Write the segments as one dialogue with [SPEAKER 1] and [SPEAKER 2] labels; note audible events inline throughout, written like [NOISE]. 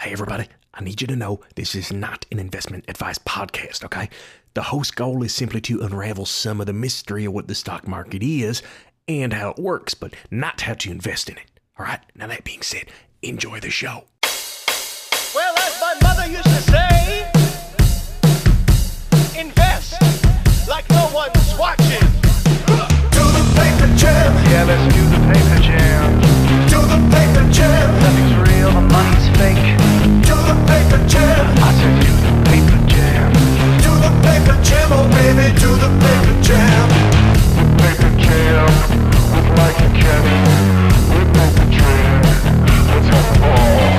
[SPEAKER 1] Hey, everybody, I need you to know this is not an investment advice podcast, okay? The host's goal is simply to unravel some of the mystery of what the stock market is and how it works, but not how to invest in it, all right? Now, that being said, enjoy the show.
[SPEAKER 2] Well, as my mother used to say, invest like no one's watching.
[SPEAKER 3] To the paper jam,
[SPEAKER 4] Yeah, let's do the paper jam.
[SPEAKER 3] to the paper jam,
[SPEAKER 4] Nothing's real, the money's fake.
[SPEAKER 3] to the paper jam,
[SPEAKER 4] I said do the paper jam.
[SPEAKER 3] to the paper jam, oh baby, to the paper jam,
[SPEAKER 4] Paper jam, with like a caddy. With paper jam, let's have a ball.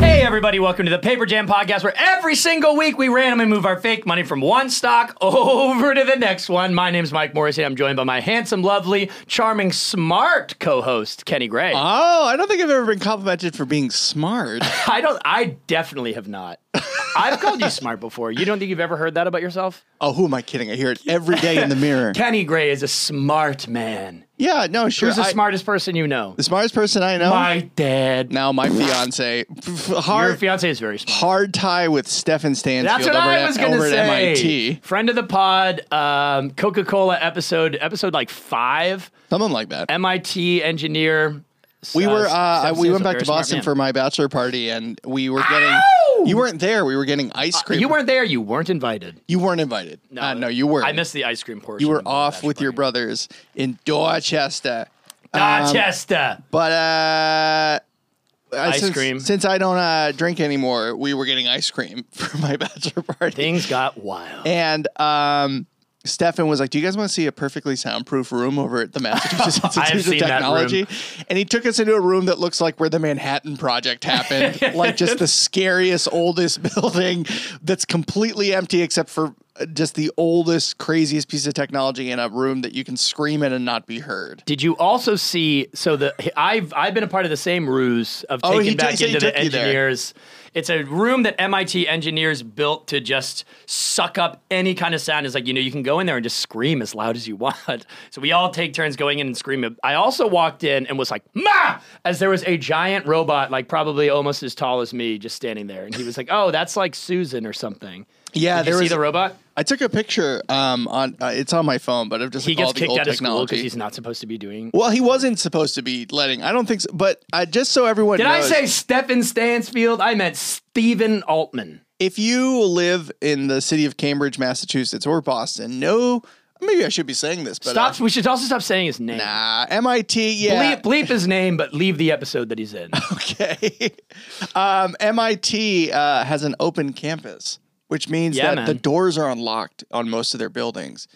[SPEAKER 5] Hey, everybody, welcome to the Paper Jam Podcast, where every single week we randomly move our fake money from one stock [LAUGHS] over to the next one. My name's Mike Morrissey. I'm joined by my handsome, lovely, charming, smart co host, Kenny Gray.
[SPEAKER 6] Oh, I don't think I've ever been complimented for
[SPEAKER 5] [LAUGHS]
[SPEAKER 6] being smart.
[SPEAKER 5] I don't, I definitely have
[SPEAKER 6] [LAUGHS]
[SPEAKER 5] not. I've called you smart before. You don't think you've ever heard that about yourself?
[SPEAKER 6] oh, who am I kidding? I hear it every day in the mirror.
[SPEAKER 5] Kenny Gray is a smart man.
[SPEAKER 6] Yeah, no, sure.
[SPEAKER 5] Who's the
[SPEAKER 6] I-
[SPEAKER 5] smartest person you know?
[SPEAKER 6] the smartest person I know.
[SPEAKER 5] My dad. [LAUGHS]
[SPEAKER 6] now my fiance. Pff,
[SPEAKER 5] Your
[SPEAKER 6] Hard,
[SPEAKER 5] fiance is very smart.
[SPEAKER 6] hard tie with Stefan Stansfield
[SPEAKER 5] That's what
[SPEAKER 6] over,
[SPEAKER 5] I
[SPEAKER 6] at,
[SPEAKER 5] was going
[SPEAKER 6] over
[SPEAKER 5] to
[SPEAKER 6] at
[SPEAKER 5] say.
[SPEAKER 6] MIT.
[SPEAKER 5] Friend of the pod, um, Coca Cola episode, episode like five,
[SPEAKER 6] Something like that.
[SPEAKER 5] MIT engineer.
[SPEAKER 6] we were. Uh, I- we went back to
[SPEAKER 5] Very smart
[SPEAKER 6] Boston
[SPEAKER 5] man.
[SPEAKER 6] for my bachelor party, and we were getting.
[SPEAKER 5] Ow! Uh,
[SPEAKER 6] You weren't there. We were getting ice cream.
[SPEAKER 5] You weren't there. You weren't invited.
[SPEAKER 6] You weren't invited. No, Uh, no, you were.
[SPEAKER 5] I missed the ice cream portion.
[SPEAKER 6] You were
[SPEAKER 5] of the
[SPEAKER 6] off
[SPEAKER 5] bachelor
[SPEAKER 6] with your
[SPEAKER 5] party.
[SPEAKER 6] brothers in Dorchester. um,
[SPEAKER 5] Dorchester.
[SPEAKER 6] But uh, ice since,
[SPEAKER 5] cream.
[SPEAKER 6] Since I don't uh, drink anymore, we were getting ice cream [LAUGHS] for my bachelor party.
[SPEAKER 5] Things got wild.
[SPEAKER 6] And um, Stefan was like, "Do you guys want to see a perfectly soundproof room over at the
[SPEAKER 5] [LAUGHS]
[SPEAKER 6] Massachusetts
[SPEAKER 5] I have
[SPEAKER 6] Institute
[SPEAKER 5] seen
[SPEAKER 6] of
[SPEAKER 5] that
[SPEAKER 6] Technology?"
[SPEAKER 5] room.
[SPEAKER 6] And he took us into a room that looks like where the Manhattan
[SPEAKER 5] [LAUGHS]
[SPEAKER 6] Project happened, like just the scariest, oldest [LAUGHS] building that's completely empty except for uh, just the oldest, craziest piece of technology in a room that you can scream in and not be heard.
[SPEAKER 5] Did you also see? So the I've I've been a part of the same ruse of
[SPEAKER 6] Oh,
[SPEAKER 5] taking
[SPEAKER 6] he t-
[SPEAKER 5] back
[SPEAKER 6] so he
[SPEAKER 5] into the
[SPEAKER 6] took you there.
[SPEAKER 5] engineers. It's a room that MIT engineers built to just suck up any kind of sound. It's like you know you can go in there and just scream as loud as you want. [LAUGHS] So we all take turns going in and screaming. I also walked in and was like ma, as there was a giant robot like probably almost as tall as me just standing there, and he was like, oh, that's like Susan or something.
[SPEAKER 6] Yeah,
[SPEAKER 5] Did
[SPEAKER 6] there
[SPEAKER 5] you see
[SPEAKER 6] was
[SPEAKER 5] the robot.
[SPEAKER 6] I took a picture um, on uh, it's on my phone, but of just
[SPEAKER 5] He
[SPEAKER 6] like,
[SPEAKER 5] gets
[SPEAKER 6] all the
[SPEAKER 5] kicked
[SPEAKER 6] old
[SPEAKER 5] out of school
[SPEAKER 6] technology.
[SPEAKER 5] because he's not supposed to be doing.
[SPEAKER 6] well, he wasn't supposed to be letting. I don't think, so, but uh, just so everyone
[SPEAKER 5] Did I
[SPEAKER 6] knows,
[SPEAKER 5] say Stefan Stansfield? I meant Stephen Altman.
[SPEAKER 6] if you live in the city of Cambridge, Massachusetts, or Boston, no, maybe I should be saying this, but
[SPEAKER 5] Stop. we should also stop saying his name.
[SPEAKER 6] Uh, MIT, yeah,
[SPEAKER 5] Bleep, bleep his name, but leave the episode that he's
[SPEAKER 6] [LAUGHS]
[SPEAKER 5] in. [LAUGHS]
[SPEAKER 6] okay. [LAUGHS] um, MIT uh, has an open campus, which means
[SPEAKER 5] Yeah,
[SPEAKER 6] that
[SPEAKER 5] man.
[SPEAKER 6] the doors are unlocked on most of their buildings.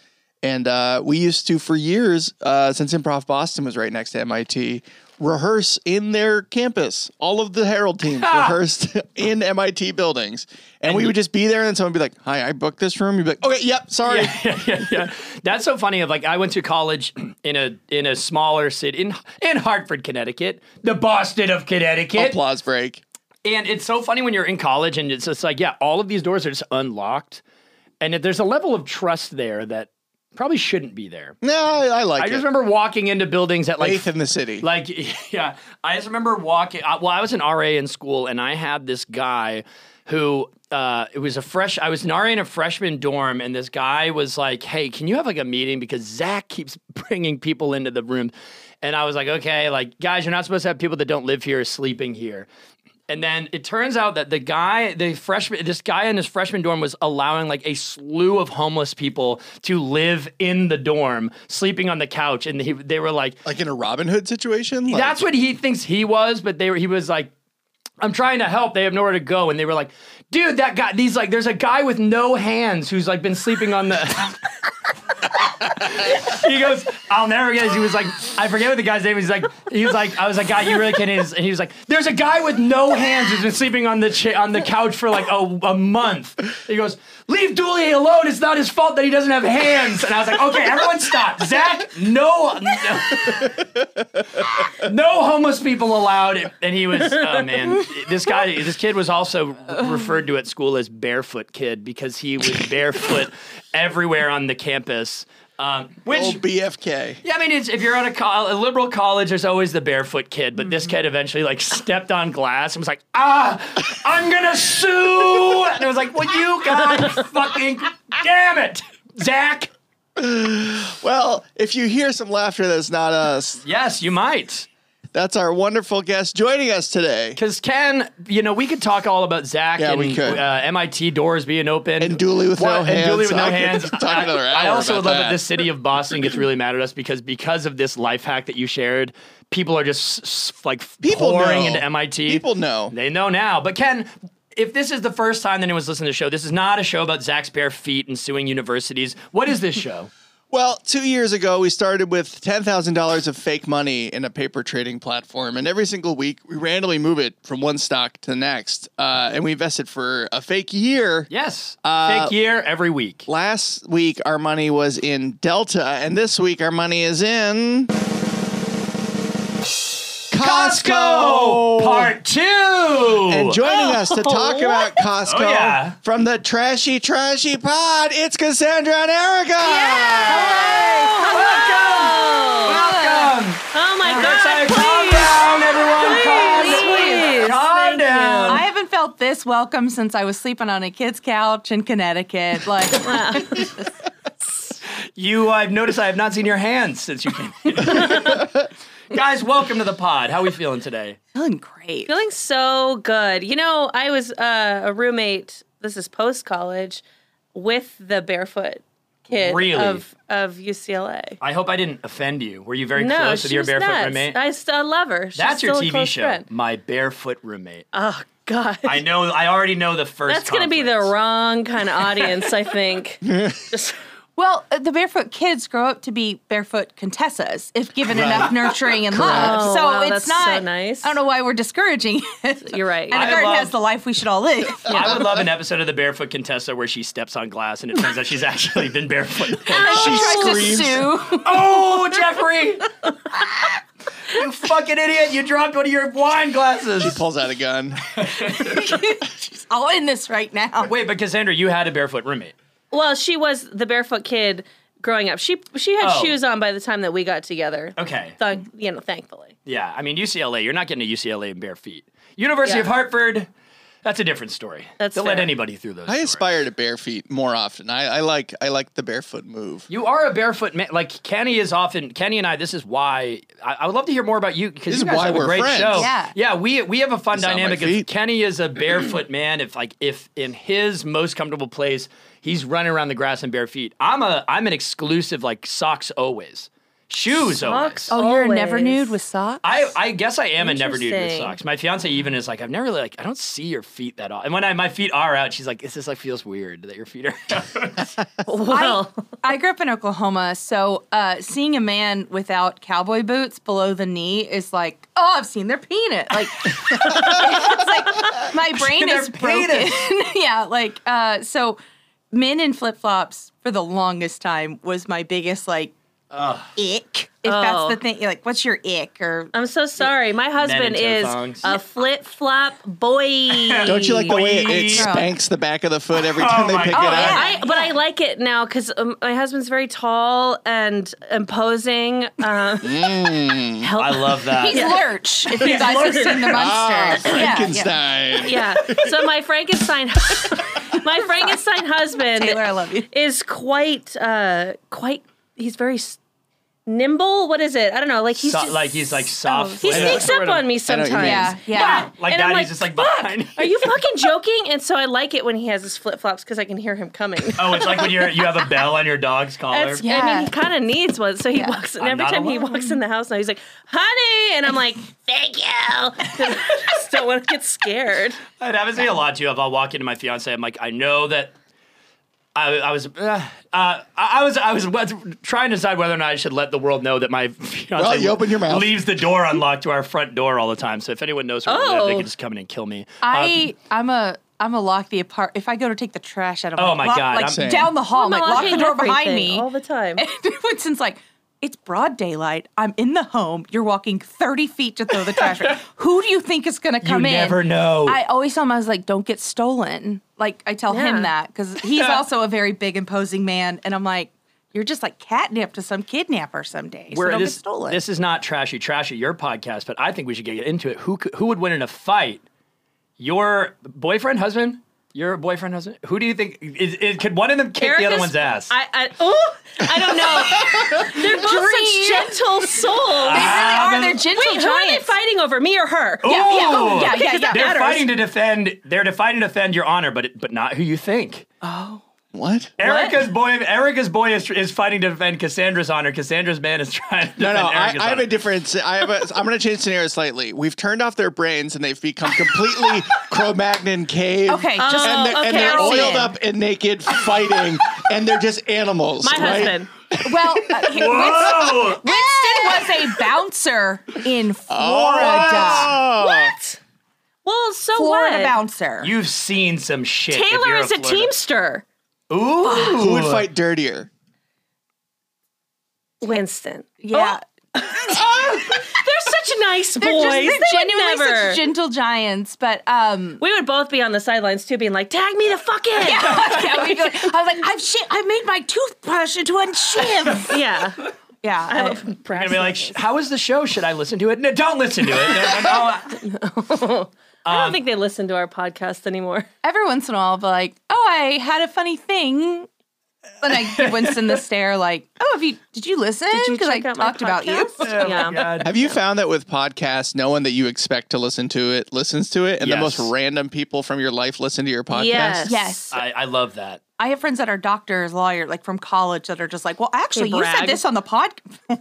[SPEAKER 6] And uh, we used to, for years, uh, since Improv Boston was right next to MIT, rehearse in their campus. All of the Herald teams
[SPEAKER 5] [LAUGHS]
[SPEAKER 6] rehearsed [LAUGHS] in MIT buildings. And, we would just be there, and someone would be like, Hi, I booked this room. You'd be like, Okay, yep, sorry. [LAUGHS]
[SPEAKER 5] yeah, yeah, yeah. That's so funny. Of like, I went to college [CLEARS THROAT] in a in a smaller city in in Hartford, Connecticut, the Boston of Connecticut.
[SPEAKER 6] Applause break.
[SPEAKER 5] And it's so funny when you're in college and it's just like, yeah, all of these doors are just unlocked, and if there's a level of trust there that probably shouldn't be there.
[SPEAKER 6] No, I, I like
[SPEAKER 5] I
[SPEAKER 6] it.
[SPEAKER 5] just remember walking into buildings at like
[SPEAKER 6] Faith in the city.
[SPEAKER 5] [LAUGHS] Like, yeah, I just remember walking. I, well, I was an RA in school, and I had this guy who uh, it was a fresh. I was an RA in a freshman dorm, and this guy was like, "Hey, can you have like a meeting because Zach keeps [LAUGHS] bringing people into the room." And I was like, okay, like, guys, you're not supposed to have people that don't live here sleeping here. And then it turns out that the guy, the freshman, this guy in his freshman dorm was allowing like a slew of homeless people to live in the dorm, sleeping on the couch. And he, they were like,
[SPEAKER 6] like in a Robin Hood situation? Like,
[SPEAKER 5] that's what he thinks he was, but they were he was like, I'm trying to help. They have nowhere to go. And they were like, dude, that guy, these like, there's a guy with no hands who's like been sleeping on the. [LAUGHS] he goes, I'll never get this. He was like, I forget what the guy's name. is. He's like, he was like, I was like, God, you really can't. do this." And he was like, there's a guy with no hands who's been sleeping on the cha- on the couch for like a, a month. He goes, leave Dooley alone. It's not his fault that he doesn't have hands. And I was like, okay, everyone stop. Zach, no, no no homeless people allowed. And he was, oh man, this guy, this kid was also referred to at school as barefoot kid because he was barefoot everywhere on the campus. Um, which
[SPEAKER 6] Old BFK.
[SPEAKER 5] yeah, I mean, it's, if you're at a, col a liberal college, there's always the barefoot kid, but this kid eventually like stepped on glass and was like, "Ah, I'm gonna sue!" And it was like, "Well, you God fucking damn it, Zach."
[SPEAKER 6] Well, if you hear some laughter, that's not us.
[SPEAKER 5] Yes, you might.
[SPEAKER 6] That's our wonderful guest joining us today.
[SPEAKER 5] Because Ken, you know, we could talk all about Zach
[SPEAKER 6] Yeah,
[SPEAKER 5] and
[SPEAKER 6] we could.
[SPEAKER 5] Uh, MIT doors being open
[SPEAKER 6] And Dooley with no
[SPEAKER 5] Well, and Dooley
[SPEAKER 6] hands.
[SPEAKER 5] with no
[SPEAKER 6] I could
[SPEAKER 5] hands.
[SPEAKER 6] [LAUGHS] talk
[SPEAKER 5] I,
[SPEAKER 6] another
[SPEAKER 5] I
[SPEAKER 6] hour
[SPEAKER 5] also
[SPEAKER 6] about
[SPEAKER 5] would love that
[SPEAKER 6] that.
[SPEAKER 5] the city of Boston gets really mad at us because because of this life hack that you shared, people are just s- s- like
[SPEAKER 6] People
[SPEAKER 5] pouring
[SPEAKER 6] know.
[SPEAKER 5] into MIT.
[SPEAKER 6] People know.
[SPEAKER 5] They know now. But Ken. If this is the first time that anyone's listening to the show, this is not a show about Zach's bare feet and suing universities. What is this show?
[SPEAKER 6] Well, two years ago, we started with $10,000 of fake money in a paper trading platform. And every single week, we randomly move it from one stock to the next. Uh, and we invested for a fake year.
[SPEAKER 5] Yes.
[SPEAKER 6] Uh,
[SPEAKER 5] Fake year every week.
[SPEAKER 6] Last week, our money was in Delta. And this week, our money is in. Costco!
[SPEAKER 5] Part two.
[SPEAKER 6] And joining us
[SPEAKER 5] [LAUGHS]
[SPEAKER 6] to talk about Costco
[SPEAKER 5] Oh, yeah.
[SPEAKER 6] from the Trashy Trashy Pod, it's Cassandra and Erica.
[SPEAKER 5] Welcome. Welcome.
[SPEAKER 7] Oh my
[SPEAKER 5] Next time,
[SPEAKER 7] god!
[SPEAKER 5] calm
[SPEAKER 7] Please,
[SPEAKER 5] down, everyone. Calm
[SPEAKER 7] please,
[SPEAKER 5] down.
[SPEAKER 7] please.
[SPEAKER 5] Calm down.
[SPEAKER 8] I haven't felt this welcome since I was sleeping on a kid's couch in Connecticut. Like, [LAUGHS]
[SPEAKER 5] You, I've noticed I have not seen your hands since you came. Guys, welcome to the pod. How are we feeling today?
[SPEAKER 8] feeling great.
[SPEAKER 7] Feeling so good. You know, I was uh, a roommate. This is post college with the barefoot kid
[SPEAKER 5] Really?
[SPEAKER 7] of of UCLA.
[SPEAKER 5] I hope I didn't offend you. Were you very
[SPEAKER 7] no,
[SPEAKER 5] close
[SPEAKER 7] she
[SPEAKER 5] with your
[SPEAKER 7] was
[SPEAKER 5] barefoot
[SPEAKER 7] nuts.
[SPEAKER 5] roommate?
[SPEAKER 7] I still love her. She's
[SPEAKER 5] That's your
[SPEAKER 7] still a
[SPEAKER 5] TV
[SPEAKER 7] close
[SPEAKER 5] show,
[SPEAKER 7] friend.
[SPEAKER 5] My Barefoot Roommate.
[SPEAKER 7] Oh God.
[SPEAKER 5] I know. I already know the first.
[SPEAKER 7] That's going to be the
[SPEAKER 5] conflict.
[SPEAKER 7] wrong kind of audience,
[SPEAKER 5] [LAUGHS]
[SPEAKER 7] I think. Just
[SPEAKER 8] Well, uh, the barefoot kids grow up to be barefoot contessas if given enough nurturing and love.
[SPEAKER 7] Oh,
[SPEAKER 8] so
[SPEAKER 7] wow,
[SPEAKER 8] it's
[SPEAKER 7] that's so
[SPEAKER 8] not
[SPEAKER 7] nice.
[SPEAKER 8] I don't know why we're discouraging [LAUGHS] it.
[SPEAKER 7] You're right.
[SPEAKER 8] And
[SPEAKER 5] I
[SPEAKER 8] a garden
[SPEAKER 5] love-
[SPEAKER 8] has the life we should all live. [LAUGHS]
[SPEAKER 5] I would love
[SPEAKER 7] [LAUGHS]
[SPEAKER 5] an episode of the Barefoot Contessa where she steps on glass and it turns out she's actually been
[SPEAKER 7] [LAUGHS]
[SPEAKER 5] barefoot.
[SPEAKER 8] She
[SPEAKER 6] screams.
[SPEAKER 8] tries to sue. [LAUGHS]
[SPEAKER 5] [LAUGHS] oh, Jeffrey! you fucking idiot! You dropped one of your wine glasses.
[SPEAKER 6] Pulls out a gun.
[SPEAKER 8] She's all in this right now.
[SPEAKER 5] Wait, but Cassandra, you had a barefoot roommate.
[SPEAKER 7] well, she was the barefoot kid growing up. She she had
[SPEAKER 5] Oh.
[SPEAKER 7] shoes on by the time that we got together.
[SPEAKER 5] Okay.
[SPEAKER 7] Thank, you know, thankfully.
[SPEAKER 5] Yeah, I mean UCLA. You're not getting to UCLA in bare feet. University
[SPEAKER 7] Yeah.
[SPEAKER 5] of Hartford. That's a different story.
[SPEAKER 7] That's
[SPEAKER 5] Don't let
[SPEAKER 7] fair.
[SPEAKER 5] anybody through those.
[SPEAKER 6] I
[SPEAKER 5] doors.
[SPEAKER 6] aspire to bare feet more often. I, I like I like the barefoot move.
[SPEAKER 5] You are a barefoot man. Like Kenny is often. Kenny and I. This is why I, I would love to hear more about you because
[SPEAKER 6] This
[SPEAKER 5] you
[SPEAKER 6] is
[SPEAKER 5] guys
[SPEAKER 6] why
[SPEAKER 5] have a
[SPEAKER 6] we're
[SPEAKER 5] great
[SPEAKER 6] friends.
[SPEAKER 5] show.
[SPEAKER 8] Yeah.
[SPEAKER 5] yeah. We we have a fun
[SPEAKER 6] It's not my
[SPEAKER 5] dynamic. Of
[SPEAKER 6] feet.
[SPEAKER 5] Kenny is a barefoot [CLEARS THROAT] man. If like if in his most comfortable place, he's running around the grass in bare feet. I'm a I'm an exclusive like socks always, shoes always.
[SPEAKER 7] Socks
[SPEAKER 8] Oh, you're never
[SPEAKER 7] always.
[SPEAKER 8] nude with socks?
[SPEAKER 5] I, I guess I am a never nude with
[SPEAKER 7] Interesting.
[SPEAKER 5] socks. My fiance even is like, I've never really like I don't see your feet that often. And when I my feet are out, she's like, this is like feels weird that your feet
[SPEAKER 7] [LAUGHS]
[SPEAKER 5] are. out."
[SPEAKER 7] Well,
[SPEAKER 8] I grew up in Oklahoma, so uh, seeing a man without cowboy boots below the knee is like, oh, I've seen their penis. Like, [LAUGHS] it's like my brain
[SPEAKER 5] Their
[SPEAKER 8] is broken. [LAUGHS] yeah, like uh, so, men in flip flops for the longest time was my biggest like ick. If
[SPEAKER 7] Oh.
[SPEAKER 8] that's the thing, like, what's your ick? Or
[SPEAKER 7] I'm so sorry. My husband
[SPEAKER 5] toe
[SPEAKER 7] is
[SPEAKER 5] thongs.
[SPEAKER 7] a flip flop boy.
[SPEAKER 6] Don't you like the way it, it
[SPEAKER 5] Boing.
[SPEAKER 6] spanks the back of the foot
[SPEAKER 5] Oh
[SPEAKER 6] every time they pick it up?
[SPEAKER 8] yeah.
[SPEAKER 7] I, but I like it now because um, my husband's very tall and imposing. Um, help.
[SPEAKER 5] I love that.
[SPEAKER 8] he's lurch. If you guys have seen the
[SPEAKER 6] Ah,
[SPEAKER 8] monsters, yeah, yeah.
[SPEAKER 6] Frankenstein.
[SPEAKER 7] yeah. So my Frankenstein, [LAUGHS] my Frankenstein husband
[SPEAKER 8] Taylor, I love you.
[SPEAKER 7] is quite, uh, quite. He's very s- nimble. What is it? I don't know. Like he's
[SPEAKER 5] So-
[SPEAKER 7] just
[SPEAKER 5] like he's like
[SPEAKER 7] so-
[SPEAKER 5] soft.
[SPEAKER 7] He
[SPEAKER 5] I know.
[SPEAKER 7] sneaks
[SPEAKER 5] Sort
[SPEAKER 7] up
[SPEAKER 5] of.
[SPEAKER 7] on
[SPEAKER 6] I know
[SPEAKER 7] me
[SPEAKER 6] what
[SPEAKER 7] sometimes.
[SPEAKER 6] you mean.
[SPEAKER 8] Yeah, yeah.
[SPEAKER 5] Like
[SPEAKER 7] And
[SPEAKER 5] that, he's
[SPEAKER 7] I'm like,
[SPEAKER 5] just like
[SPEAKER 7] "Fuck,
[SPEAKER 5] behind.
[SPEAKER 7] Are you fucking joking? And so I like it when he has his flip flops because I can hear him coming.
[SPEAKER 5] oh, it's like when you you have a bell on your dog's collar.
[SPEAKER 7] That's,
[SPEAKER 8] Yeah.
[SPEAKER 7] I mean, he kind of needs one. So he walks, and
[SPEAKER 5] I'm
[SPEAKER 7] every
[SPEAKER 5] not
[SPEAKER 7] time he
[SPEAKER 5] alone.
[SPEAKER 7] walks in the house now, he's like, honey. And I'm like,
[SPEAKER 8] [LAUGHS]
[SPEAKER 7] thank you. 'Cause I just don't want to get scared.
[SPEAKER 5] It happens to me a lot too. If I walk into my fiance, I'm like, I know that. I, I was, uh, uh, I I was, I was w- trying to decide whether or not I should let the world know that my fiance
[SPEAKER 6] Well, you open your mouth.
[SPEAKER 5] leaves the door unlocked to our front door all the time. So if anyone knows where we live, they
[SPEAKER 7] Oh.
[SPEAKER 5] can just come in and kill me.
[SPEAKER 8] I I'm a I'm a lock the apart. If I go to take the trash out of
[SPEAKER 5] Oh my
[SPEAKER 8] lock-
[SPEAKER 5] God,
[SPEAKER 8] like
[SPEAKER 5] I'm-
[SPEAKER 6] Same.
[SPEAKER 8] down the hall,
[SPEAKER 7] I'm
[SPEAKER 8] like lock the
[SPEAKER 7] locking
[SPEAKER 8] door behind
[SPEAKER 7] everything
[SPEAKER 8] me.
[SPEAKER 7] all the
[SPEAKER 8] [LAUGHS]
[SPEAKER 7] time.
[SPEAKER 8] And Winston's like, it's broad daylight. I'm in the home. You're walking 30 feet to throw the
[SPEAKER 5] [LAUGHS]
[SPEAKER 8] trash. away. Who do you think is going to come in?
[SPEAKER 5] never know.
[SPEAKER 8] I always tell him, I was like, don't get stolen. Like, I tell
[SPEAKER 7] Yeah.
[SPEAKER 8] him that because he's also a very big, imposing man. And I'm like, you're just like catnip to some kidnapper someday. so
[SPEAKER 5] Where
[SPEAKER 8] don't
[SPEAKER 5] this,
[SPEAKER 8] get stolen.
[SPEAKER 5] this is not trashy, trashy your podcast, but I think we should get into it. Who could- who would win in a fight? Your boyfriend, husband, your boyfriend, husband. Who do you think is, is, could one of them kick the other
[SPEAKER 7] Erica's-
[SPEAKER 5] one's ass?
[SPEAKER 7] I, I, oh, I don't
[SPEAKER 8] [LAUGHS]
[SPEAKER 7] know. They're both
[SPEAKER 8] Dream.
[SPEAKER 7] such gentle souls.
[SPEAKER 8] they really
[SPEAKER 5] Ah,
[SPEAKER 8] are.
[SPEAKER 5] then-
[SPEAKER 8] They're gentle
[SPEAKER 7] Wait, who are they
[SPEAKER 8] giants.
[SPEAKER 7] fighting over? Me or her?
[SPEAKER 8] yeah, yeah, oh, yeah, yeah,
[SPEAKER 7] Because that
[SPEAKER 5] They're
[SPEAKER 7] matters.
[SPEAKER 5] fighting to defend. They're to fight and defend your honor, but it- but not who you think.
[SPEAKER 6] What?
[SPEAKER 5] Erica's boy. Erica's boy is, is fighting to defend Cassandra's honor. Cassandra's man is trying to
[SPEAKER 6] No,
[SPEAKER 5] defend
[SPEAKER 6] no. I,
[SPEAKER 5] Erica's
[SPEAKER 6] I have
[SPEAKER 5] honor.
[SPEAKER 6] a different. I have. A, I'm going to change scenario slightly. We've turned off their brains and they've become completely
[SPEAKER 5] [LAUGHS]
[SPEAKER 6] Cro-Magnon cave.
[SPEAKER 8] Okay, just
[SPEAKER 6] and they're,
[SPEAKER 7] Oh, okay,
[SPEAKER 6] and they're
[SPEAKER 7] I see
[SPEAKER 6] oiled
[SPEAKER 8] it.
[SPEAKER 6] up and naked, fighting, and they're just animals.
[SPEAKER 7] My
[SPEAKER 6] right?
[SPEAKER 7] husband.
[SPEAKER 8] well, uh, he-
[SPEAKER 5] Whoa!
[SPEAKER 8] Winston was a bouncer in Florida.
[SPEAKER 6] Oh,
[SPEAKER 7] Oh. What? Well, so
[SPEAKER 8] Florida
[SPEAKER 7] what?
[SPEAKER 8] bouncer.
[SPEAKER 5] You've seen some shit. if
[SPEAKER 7] Taylor
[SPEAKER 5] you're
[SPEAKER 7] is a
[SPEAKER 5] Florida-
[SPEAKER 7] teamster.
[SPEAKER 5] Ooh,
[SPEAKER 6] Who would fight dirtier?
[SPEAKER 7] Winston.
[SPEAKER 8] yeah.
[SPEAKER 7] They're such nice
[SPEAKER 8] They're just
[SPEAKER 7] boys.
[SPEAKER 8] they're
[SPEAKER 7] They would
[SPEAKER 8] genuinely
[SPEAKER 7] never.
[SPEAKER 8] such gentle giants, but
[SPEAKER 7] [LAUGHS]
[SPEAKER 8] um, [LAUGHS]
[SPEAKER 7] we would both be on the sidelines too, being like, "Tag me the fuck
[SPEAKER 8] yeah,
[SPEAKER 7] in."
[SPEAKER 8] we feel like, I was like, I've shi I made my toothbrush into a shiv.
[SPEAKER 7] [LAUGHS] [LAUGHS] yeah.
[SPEAKER 8] yeah,
[SPEAKER 7] I
[SPEAKER 8] I-
[SPEAKER 7] love brass
[SPEAKER 5] And be like, "Sh- how is the show? Should I listen to it? No, don't listen to it. No, no, no.
[SPEAKER 7] I don't think they listen to our podcast
[SPEAKER 8] [LAUGHS]
[SPEAKER 7] anymore.
[SPEAKER 8] [LAUGHS] every once in a while, I'll be like, oh, I had a funny thing. And I
[SPEAKER 7] [LAUGHS]
[SPEAKER 8] give Winston the stare, like, oh, have you? Did you listen? Because I
[SPEAKER 7] check out my
[SPEAKER 8] talked about you.
[SPEAKER 7] podcast? Yeah.
[SPEAKER 5] God.
[SPEAKER 6] [LAUGHS] Have you found that with podcasts, no one that you expect to listen to it listens to it, and the
[SPEAKER 5] Yes.
[SPEAKER 6] most random people from your life listen to your podcast?
[SPEAKER 7] Yes.
[SPEAKER 8] Yes,
[SPEAKER 5] I, I love that.
[SPEAKER 8] I have friends that are doctors, lawyers, like from college, that are just like, well, actually, you said
[SPEAKER 7] brag.
[SPEAKER 8] this on the pod. [LAUGHS]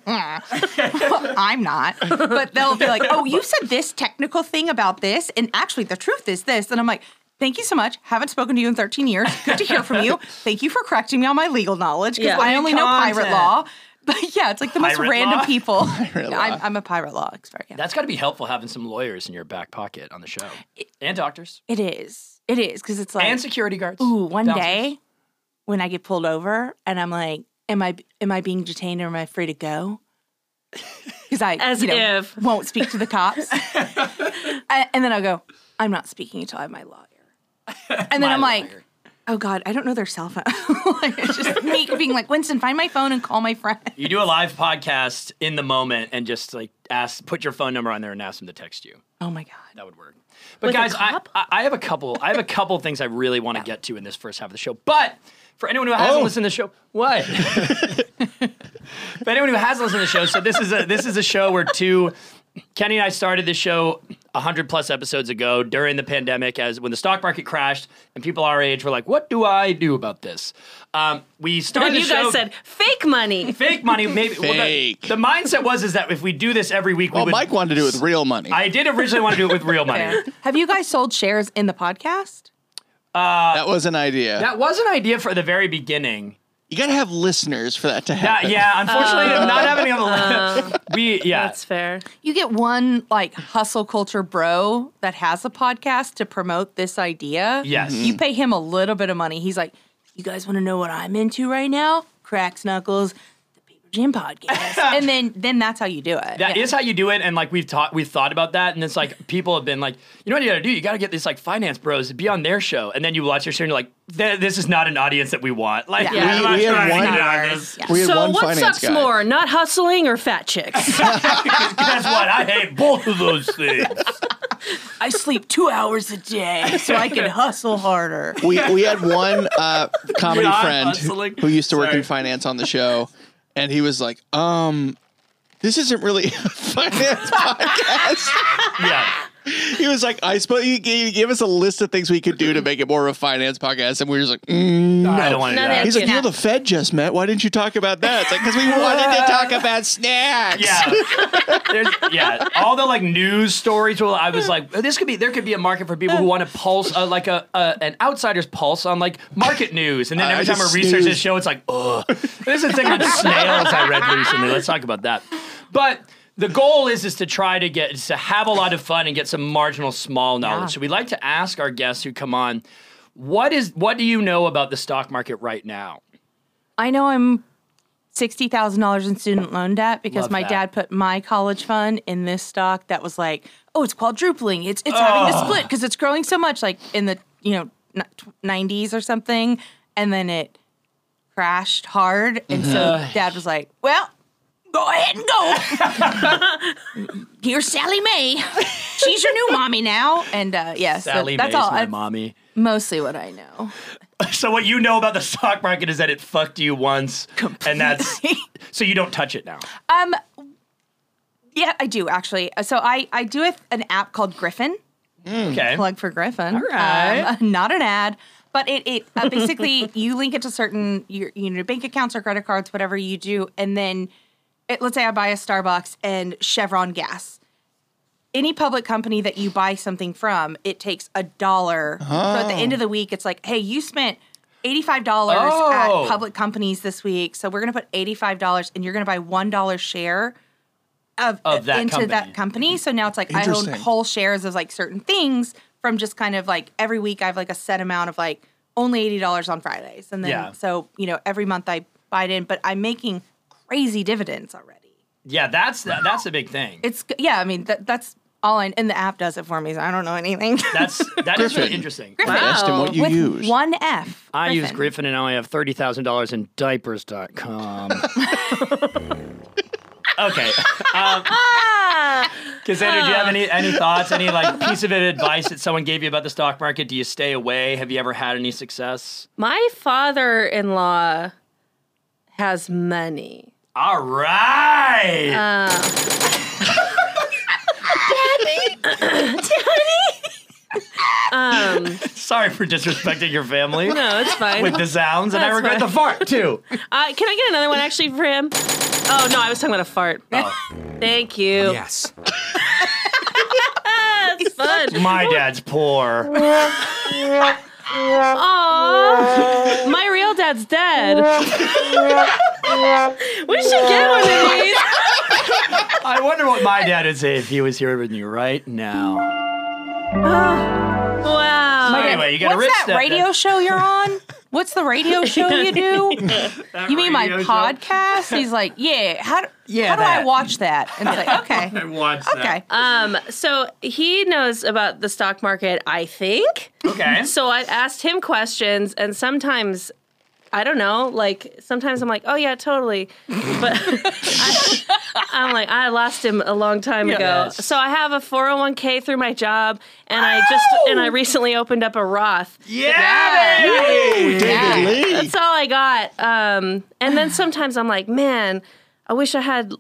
[SPEAKER 8] Well, I'm not, but they'll be like, oh, you said this technical thing about this, and actually, the truth is this, and I'm like. Thank you so much. Haven't spoken to you in 13 years. Good to hear from you. Thank you for correcting me on my legal knowledge because
[SPEAKER 7] Yeah.
[SPEAKER 8] I only know pirate
[SPEAKER 9] Content.
[SPEAKER 8] law. [LAUGHS] But yeah, it's like the most
[SPEAKER 5] Pirate
[SPEAKER 8] random
[SPEAKER 5] law? [LAUGHS]
[SPEAKER 8] people.
[SPEAKER 6] law.
[SPEAKER 8] I'm, I'm a pirate law expert. Yeah.
[SPEAKER 5] That's got to be helpful having some lawyers in your back pocket on the show, and doctors,
[SPEAKER 8] It is. It is because it's like
[SPEAKER 5] and security guards.
[SPEAKER 8] Ooh, one
[SPEAKER 5] Bouncers.
[SPEAKER 8] day when I get pulled over and I'm like, am I am I being detained or am I free to go?
[SPEAKER 5] [LAUGHS]
[SPEAKER 8] Because I
[SPEAKER 7] As
[SPEAKER 8] you know,
[SPEAKER 7] if.
[SPEAKER 8] won't speak to the cops,
[SPEAKER 5] [LAUGHS]
[SPEAKER 8] A- and then I'll go. I'm not speaking until I have my lawyer. And then
[SPEAKER 5] My
[SPEAKER 8] I'm like,
[SPEAKER 5] lawyer.
[SPEAKER 8] oh god, I don't know their cell phone. [LAUGHS] like,
[SPEAKER 5] [LAUGHS]
[SPEAKER 8] it's just me being like, Winston, find my phone and call my friend.
[SPEAKER 5] You do a live podcast in the moment and just like ask, put your phone number on there and ask them to text you.
[SPEAKER 8] Oh my god.
[SPEAKER 5] That would work. But
[SPEAKER 7] With a
[SPEAKER 5] guys, I,
[SPEAKER 7] cop?
[SPEAKER 5] I I have a couple. I have a couple things I really want to get to in this first half of the show. But for anyone who hasn't
[SPEAKER 6] Oh.
[SPEAKER 5] listened to the show,
[SPEAKER 6] [LAUGHS]
[SPEAKER 5] what? for anyone who has listened to the show, so this is a this is a show where two. Kenny and I started this show 100 plus episodes ago during the pandemic as when the stock market crashed and people our age were like, what do I do about this? Um, we started
[SPEAKER 7] And you
[SPEAKER 5] the show-
[SPEAKER 7] guys said fake money.
[SPEAKER 5] fake
[SPEAKER 7] [LAUGHS]
[SPEAKER 5] money. Maybe well, the-
[SPEAKER 6] Fake.
[SPEAKER 5] the, mindset was is that if we do this every week,
[SPEAKER 6] Well,
[SPEAKER 5] we would.
[SPEAKER 6] Mike wanted to do it with real money.
[SPEAKER 5] I did originally want to do it with real
[SPEAKER 7] [LAUGHS]
[SPEAKER 5] money.
[SPEAKER 8] Have you guys sold shares in the podcast?
[SPEAKER 5] uh,
[SPEAKER 6] that was an idea.
[SPEAKER 5] That was an idea for the very beginning.
[SPEAKER 6] you got to have listeners for that to
[SPEAKER 5] Yeah,
[SPEAKER 6] happen.
[SPEAKER 5] yeah. Unfortunately, not having on the list. we yeah.
[SPEAKER 7] That's fair.
[SPEAKER 8] You get one like hustle culture bro that has a podcast to promote this idea.
[SPEAKER 5] Yes.
[SPEAKER 8] You pay him a little bit of money. He's like, You guys want to know what I'm into right now? Cracks Knuckles, the Paper Jim podcast. and then then that's how you do it.
[SPEAKER 5] That is
[SPEAKER 8] Yeah.
[SPEAKER 5] how you do it, and like we've taught, we've thought about that, and it's like people have been like, you know what you gotta do? You gotta get these like finance bros to be on their show, and then you watch your show, and you're like, "Th- this is not an audience that we want. Like,
[SPEAKER 8] Yeah.
[SPEAKER 5] I'm
[SPEAKER 6] We-
[SPEAKER 5] not
[SPEAKER 6] we have
[SPEAKER 5] trying to
[SPEAKER 6] one-
[SPEAKER 5] get on this.
[SPEAKER 6] We had
[SPEAKER 7] So
[SPEAKER 6] one
[SPEAKER 7] what
[SPEAKER 6] finance
[SPEAKER 7] sucks
[SPEAKER 6] guy.
[SPEAKER 7] more, not hustling or fat
[SPEAKER 5] [LAUGHS]
[SPEAKER 7] chicks?
[SPEAKER 5] Guess what? I hate both of those things.
[SPEAKER 8] I sleep two hours a day so I can hustle harder.
[SPEAKER 6] we we had one
[SPEAKER 5] [LAUGHS]
[SPEAKER 6] uh, comedy
[SPEAKER 5] Not
[SPEAKER 6] friend
[SPEAKER 5] hustling.
[SPEAKER 6] who used to work
[SPEAKER 5] Sorry.
[SPEAKER 6] in finance on the show, and he was like, um. This isn't really [LAUGHS] a finance podcast.
[SPEAKER 5] Yeah.
[SPEAKER 6] He was like, I suppose you g- gave us a list of things we could do to make it more of a finance podcast. And we were just like, mm, no.
[SPEAKER 5] I don't want to do
[SPEAKER 7] No,
[SPEAKER 5] that.
[SPEAKER 7] they-
[SPEAKER 6] He's like, you know,
[SPEAKER 7] Yeah.
[SPEAKER 6] the Fed just met. Why didn't you talk about that? It's like, because we wanted to talk about snacks.
[SPEAKER 5] Yeah.
[SPEAKER 8] [LAUGHS]
[SPEAKER 5] There's, yeah. All the like news stories. Well, I was like, this could be there could be a market for people who want to pulse uh, like a, a an outsider's pulse on like market news. And then
[SPEAKER 6] I-
[SPEAKER 5] every
[SPEAKER 6] I
[SPEAKER 5] time I
[SPEAKER 6] just
[SPEAKER 5] research this
[SPEAKER 6] snoozed.
[SPEAKER 5] show, it's like, ugh. There's a thing on snails I read recently. Let's talk about that. But the goal is is to try to get is to have a lot of fun and get some marginal small knowledge. So we like to ask our guests who come on, what is what do you know about the stock market right now?
[SPEAKER 8] I know I'm sixty thousand dollars in student loan debt because
[SPEAKER 5] Love
[SPEAKER 8] my
[SPEAKER 5] that.
[SPEAKER 8] dad put my college fund in this stock that was like, oh, it's quadrupling. It's it's having to split because it's growing so much, like in the you know nineties or something, and then it crashed hard, and
[SPEAKER 5] Mm-hmm.
[SPEAKER 8] so Dad was like, "Well, go ahead and go."
[SPEAKER 5] [LAUGHS]
[SPEAKER 8] Here's Sally Mae. She's your new mommy now, and uh, yeah, so
[SPEAKER 5] Sally
[SPEAKER 8] that's
[SPEAKER 5] Mae's
[SPEAKER 8] all.
[SPEAKER 5] my
[SPEAKER 8] That's
[SPEAKER 5] mommy.
[SPEAKER 8] Mostly what I know.
[SPEAKER 5] So what you know about the stock market is that it fucked you once, and that's [LAUGHS] so you don't touch it now.
[SPEAKER 8] Um, yeah, I do actually. So I I do a, an app called Griffin.
[SPEAKER 5] Okay.
[SPEAKER 8] plug for Griffin. All
[SPEAKER 5] right.
[SPEAKER 8] [LAUGHS] not an ad, but it, it uh, basically [LAUGHS] you link it to certain your you know bank accounts or credit cards, whatever you do, and then it, let's say I buy a Starbucks and Chevron gas. Any public company that you buy something from, it takes a dollar. So at the end of the week, it's like, hey, you spent. $85
[SPEAKER 5] Oh.
[SPEAKER 8] at public companies this week. So we're going to put $85 and you're going to buy $1 share of,
[SPEAKER 5] Of that
[SPEAKER 8] into
[SPEAKER 5] company.
[SPEAKER 8] that company. So now it's like I own
[SPEAKER 6] Interesting.
[SPEAKER 8] whole shares of like certain things from just kind of like every week I have like a set amount of like only eighty dollars on Fridays, and then
[SPEAKER 5] Yeah.
[SPEAKER 8] so you know every month I buy it in, but I'm making crazy dividends already.
[SPEAKER 5] Yeah, that's that, that's a big thing.
[SPEAKER 8] It's yeah, I mean that, that's all I and the app does it for me. So I don't know anything.
[SPEAKER 5] That's that is really interesting.
[SPEAKER 6] Griffin. Invest in what you
[SPEAKER 8] [LAUGHS] With
[SPEAKER 6] use.
[SPEAKER 8] one F.
[SPEAKER 5] I use Griffin and now I have $30,000 in diapers.com. [LAUGHS] okay. Um, Cassandra, do you have any, any thoughts, any like piece of advice that someone gave you about the stock market? Do you stay away? Have you ever had any success?
[SPEAKER 7] My father in law has money.
[SPEAKER 5] All right.
[SPEAKER 7] Um,
[SPEAKER 5] Sorry for disrespecting your family
[SPEAKER 7] no, it's fine.
[SPEAKER 5] with the sounds, and I
[SPEAKER 7] That's
[SPEAKER 5] regret
[SPEAKER 7] fine.
[SPEAKER 5] the fart too.
[SPEAKER 7] Uh, can I get another one actually for him? Oh no, I was talking about a fart. Thank you.
[SPEAKER 9] Yes.
[SPEAKER 7] That's fun.
[SPEAKER 5] My dad's poor.
[SPEAKER 7] Aww, my real dad's dead. [LAUGHS] we should get one of these.
[SPEAKER 5] I wonder what my dad would say if he was here with you right now.
[SPEAKER 7] Wow.
[SPEAKER 5] Anyway, you got a
[SPEAKER 8] What's
[SPEAKER 5] rich
[SPEAKER 8] that
[SPEAKER 5] stepdad.
[SPEAKER 8] radio show you're on? What's the
[SPEAKER 5] [LAUGHS]
[SPEAKER 8] radio show you do? you mean my
[SPEAKER 5] radio show?
[SPEAKER 8] podcast? He's like, yeah. How do,
[SPEAKER 5] Yeah,
[SPEAKER 8] how do I
[SPEAKER 5] that.
[SPEAKER 8] watch that? And it's
[SPEAKER 5] [LAUGHS]
[SPEAKER 8] like,
[SPEAKER 5] I
[SPEAKER 8] okay,
[SPEAKER 5] watched
[SPEAKER 8] okay.
[SPEAKER 7] Um, so he knows about the stock market, I think.
[SPEAKER 5] that. Okay.
[SPEAKER 7] So I asked him questions, and sometimes, I don't know, like sometimes I'm like, oh yeah, totally, but [LAUGHS] I, am like, I lost him a long time ago.
[SPEAKER 5] Yes.
[SPEAKER 7] So I have a 401k through my job, and I just and I recently opened up a Roth.
[SPEAKER 5] Yeah, baby!
[SPEAKER 6] David Lee.
[SPEAKER 7] That's all I got. Um, and
[SPEAKER 5] [SIGHS]
[SPEAKER 7] then sometimes I'm like, man, I wish I had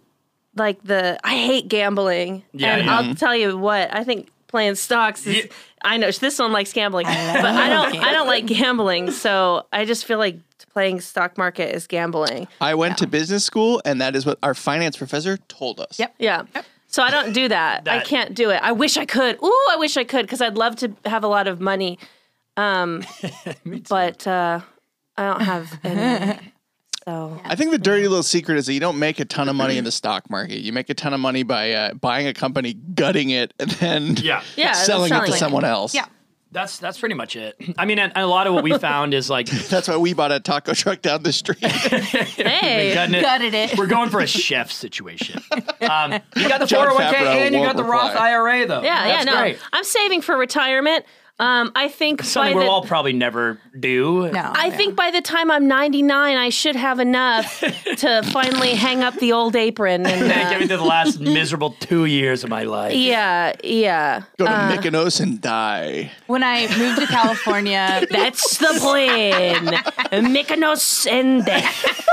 [SPEAKER 7] like the. I hate gambling,
[SPEAKER 5] Yeah,
[SPEAKER 7] and
[SPEAKER 5] yeah.
[SPEAKER 7] I'll tell you what, I think playing stocks is.
[SPEAKER 5] Yeah.
[SPEAKER 7] I know this one likes gambling, but I don't. I don't like gambling, so I just feel like playing stock market is gambling.
[SPEAKER 6] I went to business school, and that is what our finance professor told us.
[SPEAKER 8] Yep.
[SPEAKER 7] Yeah. So I don't do that. I
[SPEAKER 5] That-
[SPEAKER 7] can't do it. I wish I could. Ooh, I wish I could because I'd love to have a lot of money.
[SPEAKER 5] [LAUGHS]
[SPEAKER 7] Um, but uh, I don't have
[SPEAKER 5] [LAUGHS]
[SPEAKER 7] any. So
[SPEAKER 6] I think the dirty little secret is that you don't make a ton of money in the stock market. You make a ton of money by uh, buying a company, gutting it, and then
[SPEAKER 5] Yeah.
[SPEAKER 7] yeah,
[SPEAKER 6] selling, it to
[SPEAKER 7] it.
[SPEAKER 6] someone else.
[SPEAKER 8] Yeah.
[SPEAKER 5] That's that's pretty much it. I mean, and, and a lot of what we found is like
[SPEAKER 6] That's why we bought a taco truck down the street. [LAUGHS]
[SPEAKER 7] Hey,
[SPEAKER 5] gutting it.
[SPEAKER 8] Gutted it.
[SPEAKER 5] We're going for a chef
[SPEAKER 8] [LAUGHS]
[SPEAKER 5] situation. Um, you got the
[SPEAKER 6] John
[SPEAKER 5] 401k
[SPEAKER 6] Favreau
[SPEAKER 5] and you got
[SPEAKER 6] won't
[SPEAKER 5] the
[SPEAKER 6] reply.
[SPEAKER 5] Roth IRA though.
[SPEAKER 7] Yeah,
[SPEAKER 5] that's
[SPEAKER 7] yeah, no.
[SPEAKER 5] Great.
[SPEAKER 7] I'm saving for retirement. Um, I think
[SPEAKER 5] Something
[SPEAKER 7] by
[SPEAKER 5] we'll
[SPEAKER 7] the,
[SPEAKER 5] all probably never do.
[SPEAKER 8] No,
[SPEAKER 7] I
[SPEAKER 8] yeah.
[SPEAKER 7] think by the time I'm 99, I should have
[SPEAKER 5] [LAUGHS]
[SPEAKER 7] enough to finally hang up the old apron. And,
[SPEAKER 5] Get me
[SPEAKER 7] uh,
[SPEAKER 5] to the
[SPEAKER 8] [LAUGHS]
[SPEAKER 5] last miserable two years of my life.
[SPEAKER 7] yeah, yeah.
[SPEAKER 6] Go to Mykonos and die.
[SPEAKER 8] when I moved to California,
[SPEAKER 7] That's the plan. Mykonos
[SPEAKER 5] [LAUGHS]
[SPEAKER 7] and death.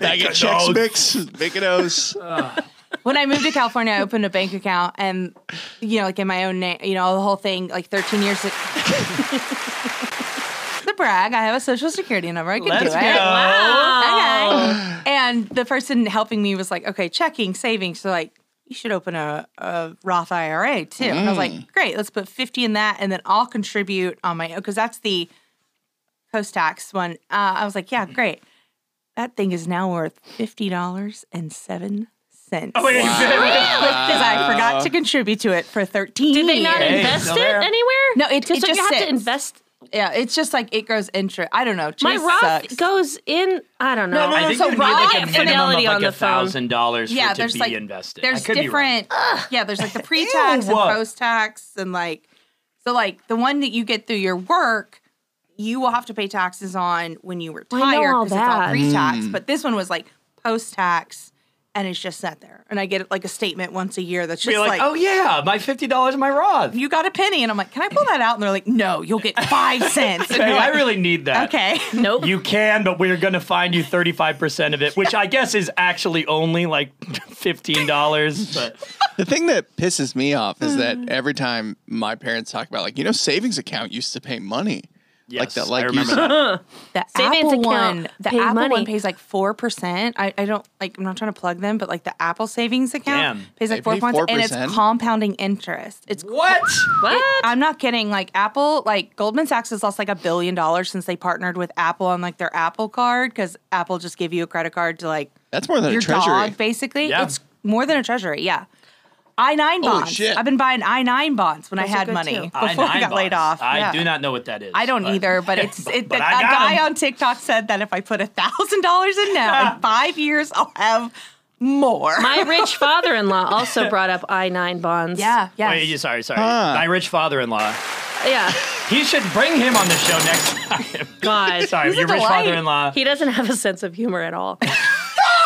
[SPEAKER 6] Bag of Chex Mix, Mykonos.
[SPEAKER 8] when I moved to California, I opened a bank account and, you know, like in my own name, you know, the whole thing, like [LAUGHS] 13 years. the brag, I have a social security number. I can do
[SPEAKER 5] Let's
[SPEAKER 8] it.
[SPEAKER 5] go.
[SPEAKER 8] Okay. [SIGHS] And the person helping me was like, okay, checking, savings. So, like, you should open a, a Roth IRA too. And I was like, great, let's put 50 in that. And then I'll contribute on my own because that's the post tax one. Uh, I was like, yeah, great. That thing is now worth $50.07.
[SPEAKER 5] Oh, wait,
[SPEAKER 8] Because I forgot to contribute to it for 13
[SPEAKER 7] Did they not
[SPEAKER 8] years.
[SPEAKER 5] Hey,
[SPEAKER 7] invest
[SPEAKER 5] so
[SPEAKER 7] it
[SPEAKER 5] there.
[SPEAKER 7] anywhere?
[SPEAKER 8] No, it-
[SPEAKER 7] Just
[SPEAKER 8] it
[SPEAKER 7] so you
[SPEAKER 8] just
[SPEAKER 7] have to
[SPEAKER 8] sits.
[SPEAKER 7] invest.
[SPEAKER 8] Yeah, it's just like it grows interest. I don't know. It
[SPEAKER 7] My
[SPEAKER 8] just
[SPEAKER 7] Roth
[SPEAKER 8] sucks.
[SPEAKER 7] goes in. I don't know.
[SPEAKER 8] No, no,
[SPEAKER 5] I
[SPEAKER 8] no,
[SPEAKER 5] think
[SPEAKER 8] so
[SPEAKER 5] you need like
[SPEAKER 8] Roth
[SPEAKER 5] a
[SPEAKER 8] and
[SPEAKER 5] minimum of
[SPEAKER 7] Fidelity
[SPEAKER 5] like
[SPEAKER 7] on the
[SPEAKER 5] a
[SPEAKER 7] phone.
[SPEAKER 5] thousand dollars for
[SPEAKER 8] yeah,
[SPEAKER 5] it to
[SPEAKER 8] there's
[SPEAKER 5] be
[SPEAKER 8] like
[SPEAKER 5] invested. I
[SPEAKER 8] there's
[SPEAKER 5] could be wrong.
[SPEAKER 8] different. Yeah,
[SPEAKER 5] [LAUGHS]
[SPEAKER 8] there's like the pre-tax and
[SPEAKER 5] Ew.
[SPEAKER 8] post-tax and like so like the one that you get through your work you will have to pay taxes on when you retire
[SPEAKER 7] I know all
[SPEAKER 8] it's all
[SPEAKER 7] that.
[SPEAKER 8] pre-tax.
[SPEAKER 5] Mm.
[SPEAKER 8] But this one was like post-tax, and it's just set there. And I get like a statement once a year that's just
[SPEAKER 5] You're like,
[SPEAKER 8] like,
[SPEAKER 5] oh yeah, my fifty dollars, my Roth.
[SPEAKER 8] you got a penny, and I'm like, can I pull that out? And they're like, no, you'll get five
[SPEAKER 5] [LAUGHS]
[SPEAKER 8] cents. And
[SPEAKER 5] Hey,
[SPEAKER 8] you're
[SPEAKER 5] I
[SPEAKER 8] like,
[SPEAKER 5] really need that.
[SPEAKER 8] okay.
[SPEAKER 7] Nope.
[SPEAKER 5] You can, but we're gonna find you thirty five percent of it, which I guess is actually only like [LAUGHS] fifteen dollars. But
[SPEAKER 6] The thing that pisses me off is that
[SPEAKER 7] Mm.
[SPEAKER 6] every time my parents talk about like, you know, savings account used to pay money.
[SPEAKER 5] yes,
[SPEAKER 6] that,
[SPEAKER 5] I
[SPEAKER 6] like you
[SPEAKER 5] remember
[SPEAKER 6] said.
[SPEAKER 5] that.
[SPEAKER 8] The
[SPEAKER 7] Savings
[SPEAKER 8] Apple
[SPEAKER 7] account
[SPEAKER 8] one, the
[SPEAKER 7] paid
[SPEAKER 8] Apple one
[SPEAKER 7] money.
[SPEAKER 8] pays like four percent. I, I don't like. I'm not trying to plug them, but like the Apple savings account
[SPEAKER 5] Damn.
[SPEAKER 8] pays like
[SPEAKER 6] They
[SPEAKER 8] four
[SPEAKER 6] pay
[SPEAKER 8] percent, and it's
[SPEAKER 6] 4%?
[SPEAKER 8] compounding interest. It's
[SPEAKER 5] What?
[SPEAKER 7] What?
[SPEAKER 8] I'm not kidding. Like Apple, like Goldman Sachs has lost like a billion dollars since they partnered with Apple on like their Apple card because Apple just gave you a credit card to like
[SPEAKER 6] That's more than
[SPEAKER 8] your
[SPEAKER 6] a treasury.
[SPEAKER 8] dog, basically.
[SPEAKER 5] Yeah.
[SPEAKER 8] It's more than a treasury. Yeah. I nine bonds.
[SPEAKER 6] shit.
[SPEAKER 8] I've been buying I nine bonds when
[SPEAKER 7] Those
[SPEAKER 8] I
[SPEAKER 7] are
[SPEAKER 8] had
[SPEAKER 7] good
[SPEAKER 8] money
[SPEAKER 7] too.
[SPEAKER 8] before I,
[SPEAKER 5] nine
[SPEAKER 8] got laid
[SPEAKER 5] bonds.
[SPEAKER 8] off.
[SPEAKER 5] I
[SPEAKER 8] Yeah.
[SPEAKER 5] do not know what that is.
[SPEAKER 8] I don't either,
[SPEAKER 5] [LAUGHS]
[SPEAKER 8] but it's it,
[SPEAKER 5] But
[SPEAKER 8] a
[SPEAKER 5] I got
[SPEAKER 8] guy
[SPEAKER 5] 'em.
[SPEAKER 8] on TikTok said that if I put a thousand dollars in now,
[SPEAKER 5] [LAUGHS]
[SPEAKER 8] in five years I'll have more.
[SPEAKER 7] My rich father-in-law also brought up I nine
[SPEAKER 8] [LAUGHS]
[SPEAKER 7] bonds.
[SPEAKER 8] yeah, yeah.
[SPEAKER 5] Wait, you- sorry, sorry.
[SPEAKER 6] Huh.
[SPEAKER 5] My rich father-in-law.
[SPEAKER 7] yeah.
[SPEAKER 5] He should bring him on the show next
[SPEAKER 8] [LAUGHS]
[SPEAKER 5] time.
[SPEAKER 7] God,
[SPEAKER 5] sorry,
[SPEAKER 8] He's a
[SPEAKER 5] your rich
[SPEAKER 8] delight.
[SPEAKER 5] father-in-law.
[SPEAKER 7] he doesn't have a sense of humor at all.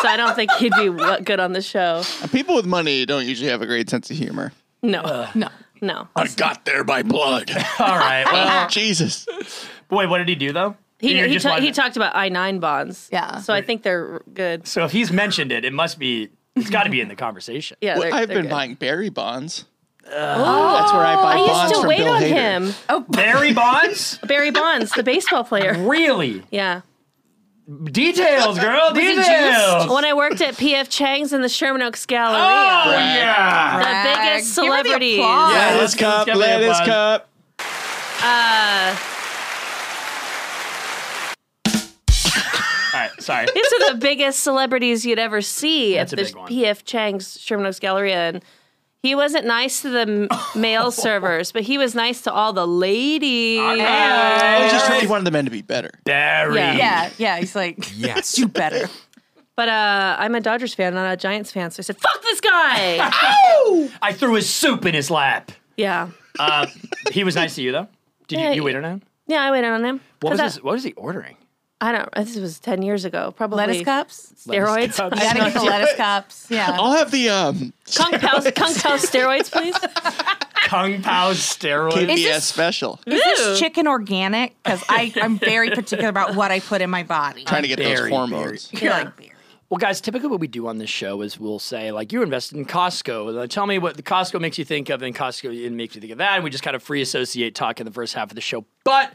[SPEAKER 7] so I don't think he'd be what good on the show.
[SPEAKER 6] People with money don't usually have a great sense of humor.
[SPEAKER 7] No, no, no.
[SPEAKER 6] I got there by [LAUGHS] blood.
[SPEAKER 5] All right.
[SPEAKER 8] [LAUGHS]
[SPEAKER 5] Well,
[SPEAKER 6] Oh, Jesus.
[SPEAKER 7] [LAUGHS]
[SPEAKER 5] wait. What did he do though?
[SPEAKER 7] He
[SPEAKER 5] You're
[SPEAKER 7] he,
[SPEAKER 5] just
[SPEAKER 7] ta-
[SPEAKER 5] wanting-
[SPEAKER 7] he talked about I nine bonds.
[SPEAKER 8] Yeah.
[SPEAKER 7] So I think they're good.
[SPEAKER 5] So if he's mentioned it, it must be. It's got to be in the conversation. [LAUGHS]
[SPEAKER 7] Yeah,
[SPEAKER 6] Well,
[SPEAKER 7] they're,
[SPEAKER 6] I've
[SPEAKER 7] they're
[SPEAKER 6] been
[SPEAKER 7] good.
[SPEAKER 6] buying Barry bonds. That's where I buy
[SPEAKER 7] I
[SPEAKER 6] bonds
[SPEAKER 7] used to
[SPEAKER 6] from
[SPEAKER 7] wait
[SPEAKER 6] Bill
[SPEAKER 7] on
[SPEAKER 6] Hader.
[SPEAKER 7] him.
[SPEAKER 5] Barry Bonds.
[SPEAKER 7] Barry Bonds, the
[SPEAKER 5] [LAUGHS]
[SPEAKER 7] baseball player.
[SPEAKER 5] Really?
[SPEAKER 7] Yeah.
[SPEAKER 5] Details, girl. Details.
[SPEAKER 7] When I worked at PF Chang's in the Sherman Oaks Gallery,
[SPEAKER 5] Oh yeah.
[SPEAKER 7] the biggest
[SPEAKER 8] Give her the
[SPEAKER 7] celebrities.
[SPEAKER 8] applause.
[SPEAKER 5] Yeah,
[SPEAKER 6] Lettuce
[SPEAKER 5] let's-
[SPEAKER 6] cup,
[SPEAKER 5] let's get me a
[SPEAKER 6] lettuce
[SPEAKER 5] bun.
[SPEAKER 6] cup.
[SPEAKER 5] All right. Sorry.
[SPEAKER 7] These are the biggest celebrities you'd ever see
[SPEAKER 5] That's a
[SPEAKER 7] at the
[SPEAKER 5] big one.
[SPEAKER 7] PF Chang's Sherman Oaks Galleria. And he wasn't nice to the
[SPEAKER 5] [LAUGHS]
[SPEAKER 7] m- male servers, but he was nice to all the ladies.
[SPEAKER 6] I was
[SPEAKER 5] Hey,
[SPEAKER 6] just trying. He wanted the men to be better.
[SPEAKER 5] Barry.
[SPEAKER 7] Yeah.
[SPEAKER 8] yeah, yeah.
[SPEAKER 5] [LAUGHS]
[SPEAKER 8] He's like,
[SPEAKER 1] Yes.
[SPEAKER 6] [LAUGHS]
[SPEAKER 8] do better.
[SPEAKER 7] But uh, I'm a Dodgers fan, not a Giants fan, so I said, fuck this
[SPEAKER 5] [LAUGHS]
[SPEAKER 7] guy.
[SPEAKER 5] I threw his soup in his lap.
[SPEAKER 7] yeah.
[SPEAKER 5] Uh, he was nice to you though. Did you,
[SPEAKER 7] Yeah,
[SPEAKER 5] you wait on him?
[SPEAKER 7] Yeah, I waited on him.
[SPEAKER 5] What was
[SPEAKER 7] I,
[SPEAKER 5] his, What was he ordering?
[SPEAKER 7] I don't This was 10 years ago, probably.
[SPEAKER 8] Lettuce cups.
[SPEAKER 5] [LAUGHS]
[SPEAKER 7] Steroids.
[SPEAKER 5] Lettuce cups.
[SPEAKER 8] Gotta get the lettuce cups. Yeah.
[SPEAKER 6] I'll have the um
[SPEAKER 7] Kung Pao, Kung Pao steroids, please.
[SPEAKER 5] [LAUGHS] Kung [LAUGHS] Pao steroids.
[SPEAKER 6] KBS
[SPEAKER 8] this-
[SPEAKER 6] special.
[SPEAKER 7] Ew.
[SPEAKER 8] Is chicken organic? Because
[SPEAKER 5] [LAUGHS]
[SPEAKER 8] I'm very particular about what I put in my body.
[SPEAKER 6] Trying to get those
[SPEAKER 5] Barry,
[SPEAKER 6] hormones.
[SPEAKER 8] You're like, "Barry."
[SPEAKER 5] Well, guys, typically what we do on this show is we'll say, like, you invested in Costco. Uh, Tell me what the Costco makes you think of, and Costco it makes you think of that. And we just kind of free associate talk in the first half of the show. But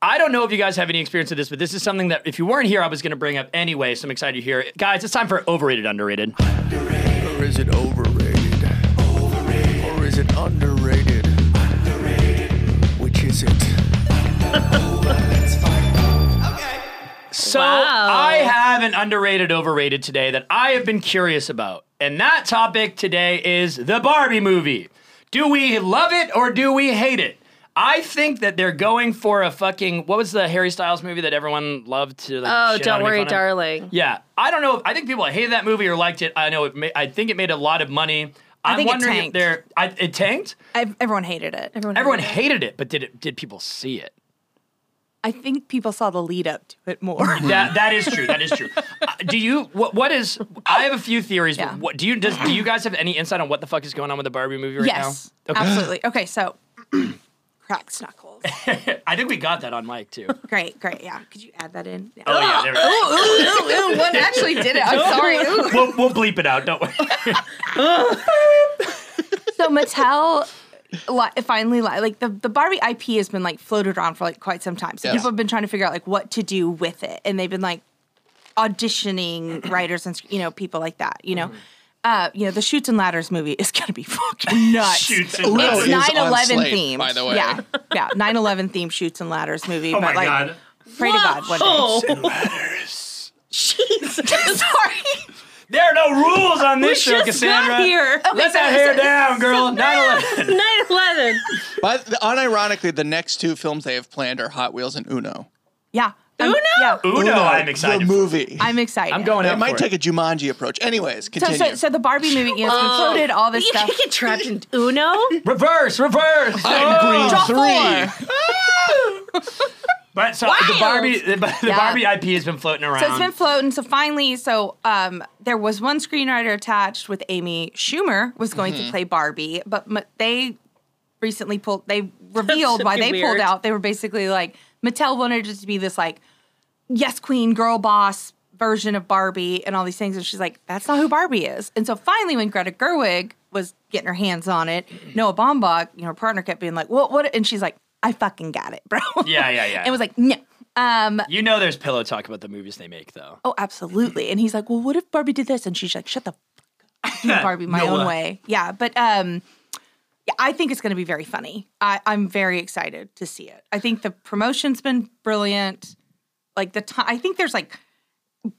[SPEAKER 5] I don't know if you guys have any experience with this, but this is something that if you weren't here, I was going to bring up anyway. So I'm excited to hear it. Guys, it's time for overrated, underrated.
[SPEAKER 9] Or is it overrated? Overrated. Or is it underrated? Underrated. Which is it?
[SPEAKER 5] So
[SPEAKER 7] Wow.
[SPEAKER 5] I have an underrated, overrated today that I have been curious about. And that topic today is the Barbie movie. Do we love it or do we hate it? I think that they're going for a fucking what was the Harry Styles movie that everyone loved to like
[SPEAKER 7] Oh,
[SPEAKER 5] shit on
[SPEAKER 7] don't
[SPEAKER 5] and make
[SPEAKER 7] worry,
[SPEAKER 5] fun of?
[SPEAKER 7] darling.
[SPEAKER 5] Yeah, I don't know. if- I think people hated that movie or liked it. I know it. Ma- I think it made a lot of money. I'm
[SPEAKER 8] think it
[SPEAKER 5] wondering if
[SPEAKER 8] tanked.
[SPEAKER 5] they're I, it tanked.
[SPEAKER 8] Ev- Everyone hated it. Everyone.
[SPEAKER 5] Everyone hated it, but did it? Did people see it?
[SPEAKER 8] I think people saw the lead up to it more.
[SPEAKER 5] That that is true. That is
[SPEAKER 8] [LAUGHS]
[SPEAKER 5] true. Uh, do you what what is I have a few theories,
[SPEAKER 8] Yeah.
[SPEAKER 5] but what do you does, do you guys have any insight on what the fuck is going on with the Barbie movie right
[SPEAKER 8] [LAUGHS] yes,
[SPEAKER 5] now? Okay.
[SPEAKER 8] absolutely. Okay, so [CLEARS THROAT] cracked knuckles.
[SPEAKER 5] I think we got that on mic too.
[SPEAKER 8] Great, great. Yeah, could you add that in?
[SPEAKER 5] Oh yeah, there we go.
[SPEAKER 8] Ooh, ooh, one actually did it. I'm sorry. [LAUGHS] Ooh.
[SPEAKER 5] We'll, we'll bleep it out, don't we?
[SPEAKER 8] So Mattel li- finally li- like the, the Barbie IP has been like floated around for like quite some time. So
[SPEAKER 6] Yes.
[SPEAKER 8] people have been trying to figure out like what to do with it, and they've been like auditioning writers and you know people like that. You know, uh, you know the shoots and ladders movie is gonna be [LAUGHS] fucking nuts.
[SPEAKER 5] Shoots
[SPEAKER 6] Ooh,
[SPEAKER 5] and
[SPEAKER 6] no,
[SPEAKER 8] it's
[SPEAKER 6] it is on
[SPEAKER 8] 9 11
[SPEAKER 6] Slate,
[SPEAKER 8] themed.
[SPEAKER 6] by the way.
[SPEAKER 8] Yeah. Yeah. 9 11 themed shoots and ladders movie.
[SPEAKER 5] Oh
[SPEAKER 8] but
[SPEAKER 5] my
[SPEAKER 8] like,
[SPEAKER 5] god.
[SPEAKER 8] pray to God one day.
[SPEAKER 7] Oh. [LAUGHS] Jesus.
[SPEAKER 8] [LAUGHS] Sorry.
[SPEAKER 5] There are no rules on this show,
[SPEAKER 7] just
[SPEAKER 5] Cassandra.
[SPEAKER 7] got here.
[SPEAKER 5] Let that hair down, girl. 9
[SPEAKER 7] 9 11.
[SPEAKER 6] But the- unironically, the next two films they have planned are Hot Wheels and Uno.
[SPEAKER 8] Yeah. I'm-
[SPEAKER 7] Uno?
[SPEAKER 8] Yeah.
[SPEAKER 5] Uno, I'm excited.
[SPEAKER 6] The
[SPEAKER 5] for.
[SPEAKER 6] movie.
[SPEAKER 8] I'm excited.
[SPEAKER 5] I'm going
[SPEAKER 6] It
[SPEAKER 5] out.
[SPEAKER 6] might
[SPEAKER 5] for
[SPEAKER 6] take a Jumanji approach. Anyways,
[SPEAKER 8] So,
[SPEAKER 6] continue.
[SPEAKER 8] so, so the Barbie movie, you know, it's been floated, all
[SPEAKER 7] [LAUGHS]
[SPEAKER 8] this
[SPEAKER 7] You
[SPEAKER 8] stuff.
[SPEAKER 7] can't get trapped in Uno.
[SPEAKER 5] reverse, reverse.
[SPEAKER 6] I'm green
[SPEAKER 8] Draw
[SPEAKER 6] three.
[SPEAKER 5] [LAUGHS] But so the
[SPEAKER 8] Wild!
[SPEAKER 5] Barbie, the, the
[SPEAKER 8] Yeah.
[SPEAKER 5] Barbie IP has been floating around.
[SPEAKER 8] So it's been floating. So finally, so um, there was one screenwriter attached with Amy Schumer was going
[SPEAKER 5] Mm-hmm.
[SPEAKER 8] to play Barbie, but Ma- they recently pulled.
[SPEAKER 5] [LAUGHS]
[SPEAKER 8] They revealed why they
[SPEAKER 7] be
[SPEAKER 8] pulled
[SPEAKER 7] weird.
[SPEAKER 8] out. They were basically like Mattel wanted it to be this like yes queen girl boss version of Barbie and all these things, and she's like that's not who Barbie is. And so finally, when Greta Gerwig was getting her hands on it,
[SPEAKER 5] Mm-hmm.
[SPEAKER 8] Noah Baumbach, you know, her partner kept being like, "What? What?" And she's like, "I fucking got it, bro."
[SPEAKER 5] Yeah, yeah, yeah.
[SPEAKER 8] [LAUGHS] and was like, "No." Um,
[SPEAKER 5] you know, there's pillow talk about the movies they make, though.
[SPEAKER 8] Oh, absolutely. And he's like, well, what if Barbie did this? And she's like, shut the fuck up,
[SPEAKER 5] [LAUGHS]
[SPEAKER 8] do Barbie my
[SPEAKER 5] Noah.
[SPEAKER 8] own way. Yeah, but um, yeah, I think it's going to be very funny. I, I'm very excited to see it. I think the promotion's been brilliant. Like the time, I think there's like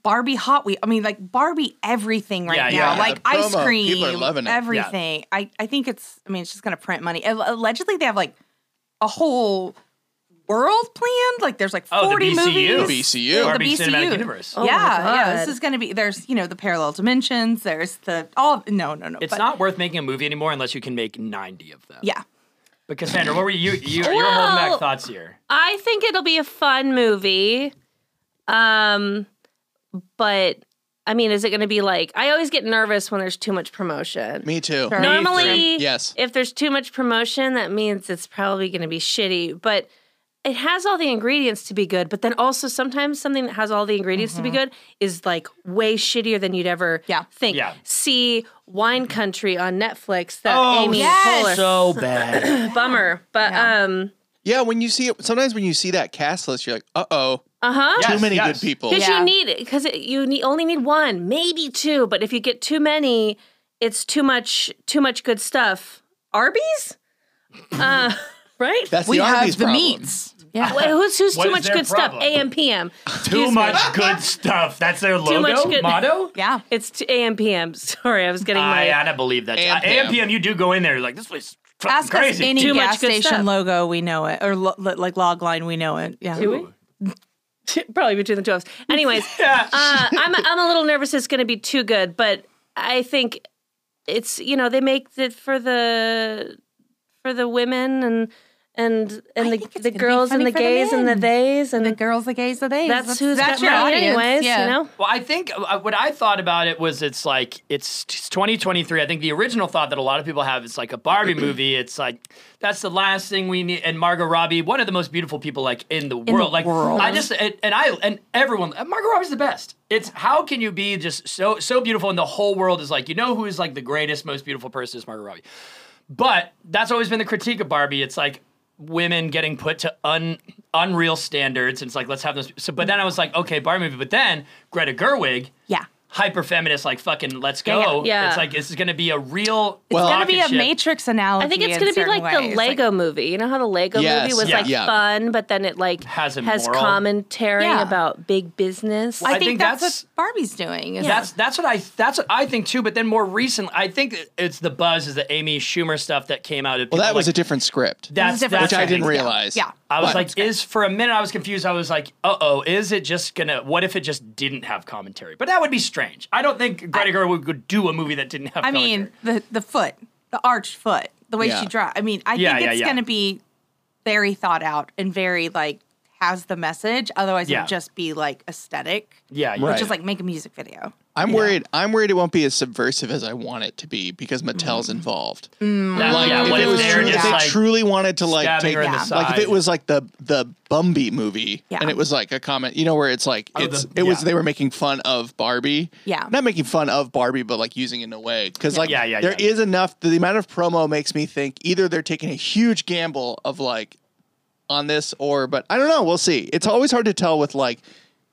[SPEAKER 8] Barbie Hot Wheels. I mean, like Barbie everything right
[SPEAKER 5] Yeah,
[SPEAKER 8] now.
[SPEAKER 5] yeah.
[SPEAKER 8] like
[SPEAKER 6] The promo,
[SPEAKER 8] ice cream,
[SPEAKER 6] people are loving it. Yeah.
[SPEAKER 8] everything. I, I think it's. I mean, it's just going to print money. Al- Allegedly, they have like a whole world planned. Like there's like
[SPEAKER 5] Oh, the
[SPEAKER 8] 40
[SPEAKER 5] BCU.
[SPEAKER 8] movies.
[SPEAKER 6] BCU.
[SPEAKER 8] The
[SPEAKER 5] Barbie Cinematic
[SPEAKER 8] BCU.
[SPEAKER 5] Universe.
[SPEAKER 7] Oh my
[SPEAKER 8] yeah, yeah.
[SPEAKER 7] God.
[SPEAKER 8] This is going to be. There's you know the parallel dimensions. There's the all. No, no, no.
[SPEAKER 5] It's
[SPEAKER 8] but-
[SPEAKER 5] not worth making a movie anymore unless you can make 90 of them.
[SPEAKER 8] Yeah.
[SPEAKER 5] But Cassandra, what were you? you you're holding back
[SPEAKER 7] Well-
[SPEAKER 5] thoughts here.
[SPEAKER 7] I think it'll be a fun movie. Um, but I mean, is it going to be like? I always get nervous when there's too much promotion.
[SPEAKER 6] Me too.
[SPEAKER 8] Sure.
[SPEAKER 7] Normally,
[SPEAKER 6] Yes.
[SPEAKER 7] if there's too much promotion, that means it's probably going to be shitty. But it has all the ingredients to be good. But then also sometimes something that has all the ingredients to be good is like way shittier than you'd ever
[SPEAKER 8] Yeah.
[SPEAKER 7] think.
[SPEAKER 5] Yeah.
[SPEAKER 7] See Wine Country on Netflix. That
[SPEAKER 5] Oh,
[SPEAKER 7] Amy
[SPEAKER 8] yes.
[SPEAKER 7] Poehler.
[SPEAKER 5] So
[SPEAKER 7] [LAUGHS]
[SPEAKER 5] bad.
[SPEAKER 7] Bummer, but um,
[SPEAKER 6] Yeah, when you see it, sometimes when you see that cast list, you're like, uh oh,
[SPEAKER 7] uh
[SPEAKER 8] Uh-huh.
[SPEAKER 7] huh.
[SPEAKER 6] too
[SPEAKER 5] Yes,
[SPEAKER 6] many
[SPEAKER 5] yes.
[SPEAKER 6] good people.
[SPEAKER 7] Because
[SPEAKER 8] Yeah.
[SPEAKER 7] you need it. Because you need, only need one, maybe two. But if you get too many, it's too much. Too much good stuff. Arby's, uh, [LAUGHS] right?
[SPEAKER 6] That's
[SPEAKER 8] we
[SPEAKER 6] the
[SPEAKER 8] have
[SPEAKER 6] Arby's
[SPEAKER 8] the
[SPEAKER 6] problem.
[SPEAKER 8] meats. Yeah.
[SPEAKER 7] Wait, who's who's
[SPEAKER 5] What
[SPEAKER 7] too
[SPEAKER 5] is
[SPEAKER 7] much
[SPEAKER 5] their
[SPEAKER 7] good stuff?
[SPEAKER 5] problem?
[SPEAKER 7] AM PM.
[SPEAKER 5] Too much good stuff. That's their logo
[SPEAKER 7] much good- [LAUGHS]
[SPEAKER 5] motto.
[SPEAKER 8] Yeah.
[SPEAKER 7] It's t- AM PM. [LAUGHS] Sorry, I was getting
[SPEAKER 5] I, I
[SPEAKER 7] my.
[SPEAKER 5] don't believe that.
[SPEAKER 6] And
[SPEAKER 5] Uh, AM
[SPEAKER 6] Pam.
[SPEAKER 5] PM, you do go in there you're like this place is fucking
[SPEAKER 8] Ask us
[SPEAKER 5] crazy.
[SPEAKER 8] any
[SPEAKER 7] Too much
[SPEAKER 8] gas
[SPEAKER 7] good
[SPEAKER 8] station
[SPEAKER 7] stuff.
[SPEAKER 8] logo, we know it, or lo- lo- like log line, we know it. Yeah.
[SPEAKER 7] Do we? [LAUGHS] Probably between the two of us.
[SPEAKER 8] [LAUGHS]
[SPEAKER 7] Anyways, uh, I'm I'm a little nervous. It's going to be too good, but I think it's you know they make it for the for the women and and and
[SPEAKER 8] think
[SPEAKER 7] the
[SPEAKER 8] it's
[SPEAKER 7] the
[SPEAKER 8] gonna be funny
[SPEAKER 7] gays and the
[SPEAKER 8] for the
[SPEAKER 7] gays and the
[SPEAKER 8] men.
[SPEAKER 7] theys and
[SPEAKER 8] The girls, the gays, the days.
[SPEAKER 7] that's who's got money anyways. You know.
[SPEAKER 5] Well, I think uh, what I thought about it was it's like it's it's 2023. I think the original thought that a lot of people have is like a Barbie movie. It's like that's the last thing we need. And Margot Robbie, one of the most beautiful people like in the world. like
[SPEAKER 8] world.
[SPEAKER 5] I just and, and I and everyone, and Margot Robbie's the best. It's how can you be just so so beautiful and the whole world is like you know who is like the greatest, most beautiful person is Margot Robbie. But that's always been the critique of Barbie. It's like women getting put to un unreal standards. It's like let's have this. So, but then I was like, okay, Barbie movie. But then Greta Gerwig,
[SPEAKER 8] Yeah.
[SPEAKER 5] hyper feminist, like fucking let's
[SPEAKER 8] Yeah, yeah,
[SPEAKER 5] go.
[SPEAKER 7] yeah.
[SPEAKER 5] It's like this is gonna be a real.
[SPEAKER 8] It's gonna
[SPEAKER 5] rocket
[SPEAKER 8] be a
[SPEAKER 5] ship.
[SPEAKER 8] Matrix analogy.
[SPEAKER 7] I think it's
[SPEAKER 8] in
[SPEAKER 7] going to be
[SPEAKER 8] certain
[SPEAKER 7] like the
[SPEAKER 8] ways.
[SPEAKER 7] Lego movie. You know how the Lego
[SPEAKER 6] Yes,
[SPEAKER 7] movie was
[SPEAKER 6] yeah,
[SPEAKER 7] like
[SPEAKER 6] yeah.
[SPEAKER 7] fun, but then it like
[SPEAKER 5] Has a moral.
[SPEAKER 7] commentary
[SPEAKER 8] Yeah.
[SPEAKER 7] about big business.
[SPEAKER 8] I,
[SPEAKER 5] I
[SPEAKER 8] think,
[SPEAKER 5] think
[SPEAKER 8] that's,
[SPEAKER 5] that's-
[SPEAKER 8] what Barbie's doing. is-
[SPEAKER 5] That's that's what I that's what I think too. But then more recently, I think it's the buzz is the Amy Schumer stuff that came out.
[SPEAKER 6] Well, that was a different script,
[SPEAKER 5] that's,
[SPEAKER 8] different-
[SPEAKER 5] that's
[SPEAKER 6] which I
[SPEAKER 5] what
[SPEAKER 6] didn't
[SPEAKER 5] think.
[SPEAKER 6] realize.
[SPEAKER 8] Yeah.
[SPEAKER 5] I was like, is for a minute I was confused. I was like, uh oh, is it just gonna? What if it just didn't have commentary? But that would be strange. I don't think Greta Gerwig would do a movie that didn't have.
[SPEAKER 8] I mean, the the foot, the arched foot, the way
[SPEAKER 6] Yeah.
[SPEAKER 8] she draw. I mean, I
[SPEAKER 5] Yeah,
[SPEAKER 8] think
[SPEAKER 5] yeah,
[SPEAKER 8] it's
[SPEAKER 5] yeah.
[SPEAKER 8] going to be very thought out and very like has the message. Otherwise, it
[SPEAKER 5] Yeah.
[SPEAKER 8] would just be like aesthetic,
[SPEAKER 5] yeah, yeah.
[SPEAKER 6] Right.
[SPEAKER 8] which is like make a music video.
[SPEAKER 6] I'm worried. I'm worried it won't be as subversive as I want it to be because Mattel's
[SPEAKER 8] Mm.
[SPEAKER 6] involved.
[SPEAKER 5] That-
[SPEAKER 6] Like,
[SPEAKER 5] yeah,
[SPEAKER 6] if,
[SPEAKER 5] what
[SPEAKER 6] it
[SPEAKER 5] if
[SPEAKER 6] was
[SPEAKER 5] they're
[SPEAKER 6] truly, if
[SPEAKER 5] just
[SPEAKER 6] they
[SPEAKER 5] like
[SPEAKER 6] truly wanted to like
[SPEAKER 5] stabbing
[SPEAKER 6] take,
[SPEAKER 5] her in the
[SPEAKER 8] Yeah.
[SPEAKER 5] side?
[SPEAKER 6] like if it was like the the Bumby movie,
[SPEAKER 8] Yeah.
[SPEAKER 6] and it was like a comment, you know, where it's like it's
[SPEAKER 5] Oh, the-
[SPEAKER 6] it was
[SPEAKER 5] yeah.
[SPEAKER 6] they were making fun of Barbie,
[SPEAKER 8] Yeah.
[SPEAKER 6] not making fun of Barbie, but like using it in a way because like
[SPEAKER 5] Yeah, yeah,
[SPEAKER 6] there
[SPEAKER 5] yeah.
[SPEAKER 6] is enough. The amount of promo makes me think either they're taking a huge gamble of like on this or but I don't know. We'll see. It's always hard to tell with like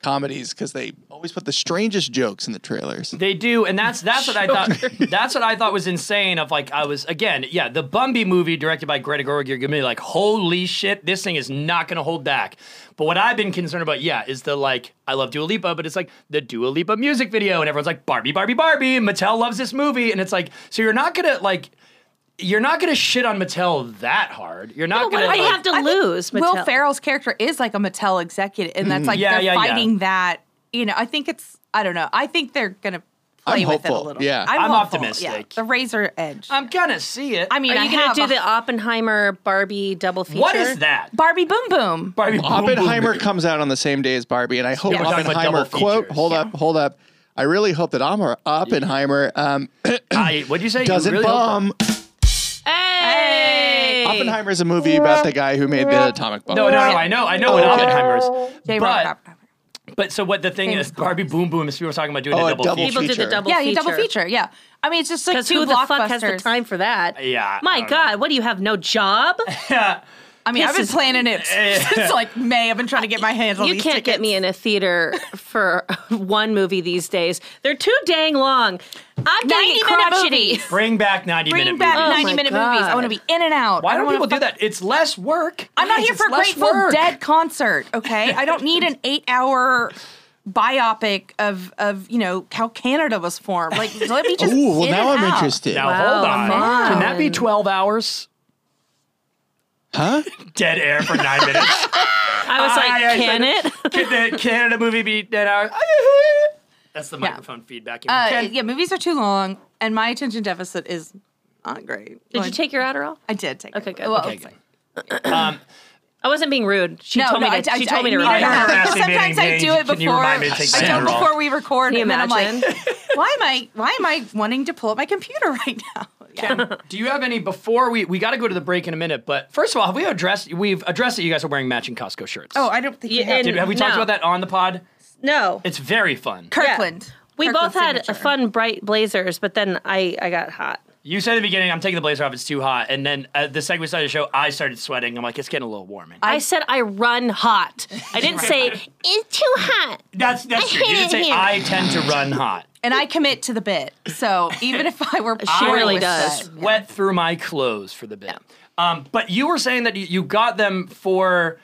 [SPEAKER 6] comedies because they always put the strangest jokes in the trailers.
[SPEAKER 5] They do, and that's that's what I thought. That's what I thought was insane. Of like, I was again, yeah, the Bumby movie directed by Greta Gerwig. You're gonna be like, holy shit, this thing is not gonna hold back. But what I've been concerned about, yeah, is the like, I love Dua Lipa, but it's like the Dua Lipa music video, and everyone's like, Barbie, Barbie, Barbie. and Mattel loves this movie, and it's like, so you're not gonna like, you're not gonna shit on Mattel that hard. You're not
[SPEAKER 7] But what
[SPEAKER 5] gonna.
[SPEAKER 7] do they
[SPEAKER 5] like-
[SPEAKER 7] have to
[SPEAKER 8] I think
[SPEAKER 7] lose?
[SPEAKER 8] Will
[SPEAKER 7] Mattel?
[SPEAKER 8] Ferrell's character is like a Mattel executive, and that's like
[SPEAKER 5] Mm-hmm. Yeah,
[SPEAKER 8] they're
[SPEAKER 5] yeah, yeah.
[SPEAKER 8] fighting that. You know, I think it's. I don't know. I think they're gonna play
[SPEAKER 6] I'm
[SPEAKER 8] with it a
[SPEAKER 6] hopeful.
[SPEAKER 8] little.
[SPEAKER 6] Yeah.
[SPEAKER 8] I'm,
[SPEAKER 5] I'm
[SPEAKER 8] hopeful,
[SPEAKER 5] optimistic.
[SPEAKER 8] yeah. The razor edge.
[SPEAKER 5] I'm gonna see it.
[SPEAKER 8] I mean,
[SPEAKER 7] Um, Are
[SPEAKER 8] I
[SPEAKER 7] you going
[SPEAKER 8] have
[SPEAKER 7] to do
[SPEAKER 8] a-
[SPEAKER 7] the Oppenheimer Barbie double feature?
[SPEAKER 5] what is that?
[SPEAKER 8] Barbie Boom Boom?
[SPEAKER 5] Barbie boom, boom,
[SPEAKER 6] Oppenheimer
[SPEAKER 5] boom.
[SPEAKER 6] comes out on the same day as Barbie, and I hope
[SPEAKER 5] Yeah, we're talking about
[SPEAKER 6] Oppenheimer
[SPEAKER 5] double
[SPEAKER 6] quote.
[SPEAKER 5] features.
[SPEAKER 6] Hold up, hold up. I really hope that Omer- Oppenheimer
[SPEAKER 5] [CLEARS THROAT]
[SPEAKER 6] um,
[SPEAKER 5] I, what'd you say? You
[SPEAKER 6] doesn't
[SPEAKER 5] really hope-
[SPEAKER 6] bomb.
[SPEAKER 7] Hey!
[SPEAKER 6] Oppenheimer is a movie about the guy who made the atomic bomb.
[SPEAKER 5] No, no, no. I know, I know what Oppenheimer is.
[SPEAKER 8] J.
[SPEAKER 5] But-
[SPEAKER 8] Robert Oppenheimer.
[SPEAKER 5] But so what? The thing is, Barbie Boom Boom is we were talking about doing a
[SPEAKER 6] Oh, a
[SPEAKER 5] double,
[SPEAKER 6] double
[SPEAKER 5] feature.
[SPEAKER 7] People do
[SPEAKER 6] feature.
[SPEAKER 7] the double
[SPEAKER 8] Yeah,
[SPEAKER 7] feature.
[SPEAKER 8] you double feature. Yeah. I mean, it's just like
[SPEAKER 7] Because
[SPEAKER 8] two
[SPEAKER 7] who the fuck has the
[SPEAKER 8] blockbusters.
[SPEAKER 7] time for that?
[SPEAKER 5] Yeah, I
[SPEAKER 7] My
[SPEAKER 5] don't
[SPEAKER 7] God, what do you have? No
[SPEAKER 5] [LAUGHS]
[SPEAKER 7] job?
[SPEAKER 8] I mean, I've been
[SPEAKER 7] Pisses-
[SPEAKER 8] planning it since like May. I've been trying to get my hands on
[SPEAKER 7] you
[SPEAKER 8] these
[SPEAKER 7] can't
[SPEAKER 8] tickets.
[SPEAKER 7] get me in a theater for [LAUGHS] one movie these days. They're too dang long. I'm getting
[SPEAKER 8] 90 minute
[SPEAKER 7] crotchety.
[SPEAKER 8] movies.
[SPEAKER 5] Bring back ninety
[SPEAKER 8] Bring
[SPEAKER 5] minute
[SPEAKER 8] back
[SPEAKER 5] movies.
[SPEAKER 7] Oh my
[SPEAKER 8] 90 minute movies. I want to be in and out.
[SPEAKER 5] Why
[SPEAKER 8] I
[SPEAKER 5] don't
[SPEAKER 8] wanna
[SPEAKER 5] people do
[SPEAKER 8] fuck-
[SPEAKER 5] that? It's less work.
[SPEAKER 8] I'm not
[SPEAKER 5] Guys,
[SPEAKER 8] here
[SPEAKER 5] it's
[SPEAKER 8] for
[SPEAKER 5] less
[SPEAKER 8] Grateful
[SPEAKER 5] work.
[SPEAKER 8] Dead concert, okay? I don't need an eight hour biopic of of you know how Canada was formed. Like let me
[SPEAKER 5] [LAUGHS]
[SPEAKER 8] just.
[SPEAKER 6] Ooh, well
[SPEAKER 8] in
[SPEAKER 6] now
[SPEAKER 8] and
[SPEAKER 6] I'm
[SPEAKER 8] out.
[SPEAKER 6] interested.
[SPEAKER 5] Now hold on. Can that be twelve hours?
[SPEAKER 6] Huh?
[SPEAKER 5] [LAUGHS] Dead air for nine minutes.
[SPEAKER 7] I was
[SPEAKER 5] I- I-
[SPEAKER 7] like, can it?
[SPEAKER 5] Can the Canada movie be dead hours? That's the microphone feedback.
[SPEAKER 8] Uh,
[SPEAKER 5] Can-
[SPEAKER 8] yeah, movies are too long, and my attention deficit is not great.
[SPEAKER 7] Did you take your Adderall?
[SPEAKER 8] I did take.
[SPEAKER 7] Okay,
[SPEAKER 8] it.
[SPEAKER 7] good.
[SPEAKER 8] Well,
[SPEAKER 7] Okay,
[SPEAKER 8] it's
[SPEAKER 5] good.
[SPEAKER 8] like-
[SPEAKER 5] um,
[SPEAKER 7] I wasn't being rude. She
[SPEAKER 8] No,
[SPEAKER 7] told
[SPEAKER 8] no,
[SPEAKER 7] me
[SPEAKER 8] I,
[SPEAKER 7] to.
[SPEAKER 8] I,
[SPEAKER 7] she told me to
[SPEAKER 8] I,
[SPEAKER 7] write
[SPEAKER 8] need
[SPEAKER 7] it.
[SPEAKER 5] [LAUGHS] her
[SPEAKER 8] to-
[SPEAKER 5] ass to
[SPEAKER 8] Sometimes I
[SPEAKER 5] meeting
[SPEAKER 8] do
[SPEAKER 5] me.
[SPEAKER 8] it
[SPEAKER 5] Can you
[SPEAKER 8] before.
[SPEAKER 5] remind me to take
[SPEAKER 8] I don't
[SPEAKER 5] Adderall?
[SPEAKER 8] before we record,
[SPEAKER 7] Can
[SPEAKER 8] and
[SPEAKER 7] you
[SPEAKER 8] then I'm like, [LAUGHS]
[SPEAKER 7] imagine?
[SPEAKER 8] why am I why am I wanting to pull up my computer [LAUGHS] right now? Yeah.
[SPEAKER 5] do you have any before we we got to go to the break in a minute? But first of all, have we addressed? We've addressed that you guys are wearing matching Costco shirts.
[SPEAKER 8] Oh, I don't think
[SPEAKER 7] Yeah,
[SPEAKER 8] we have.
[SPEAKER 7] and-
[SPEAKER 5] Did, [LAUGHS] have we talked
[SPEAKER 7] no.
[SPEAKER 5] about that on the pod?
[SPEAKER 7] No.
[SPEAKER 5] It's very fun.
[SPEAKER 8] Kirkland.
[SPEAKER 7] we
[SPEAKER 8] Kirkland
[SPEAKER 7] both had
[SPEAKER 8] signature.
[SPEAKER 7] fun, bright blazers, but then I, I got hot.
[SPEAKER 5] You said at the beginning, I'm taking the blazer off. It's too hot. And then uh, the second we started the show, I started sweating. I'm like, it's getting a little warm. in here.
[SPEAKER 7] I, said I run hot. I [LAUGHS] didn't say it's too hot.
[SPEAKER 5] that's that's true. You didn't say I tend to run hot.
[SPEAKER 8] and I commit to the bit. So even if I were,
[SPEAKER 7] [LAUGHS] She
[SPEAKER 8] bored
[SPEAKER 7] really
[SPEAKER 8] with
[SPEAKER 7] does.
[SPEAKER 8] that-
[SPEAKER 5] Wet through my clothes for the bit. Um, but you were saying that you, you got them for.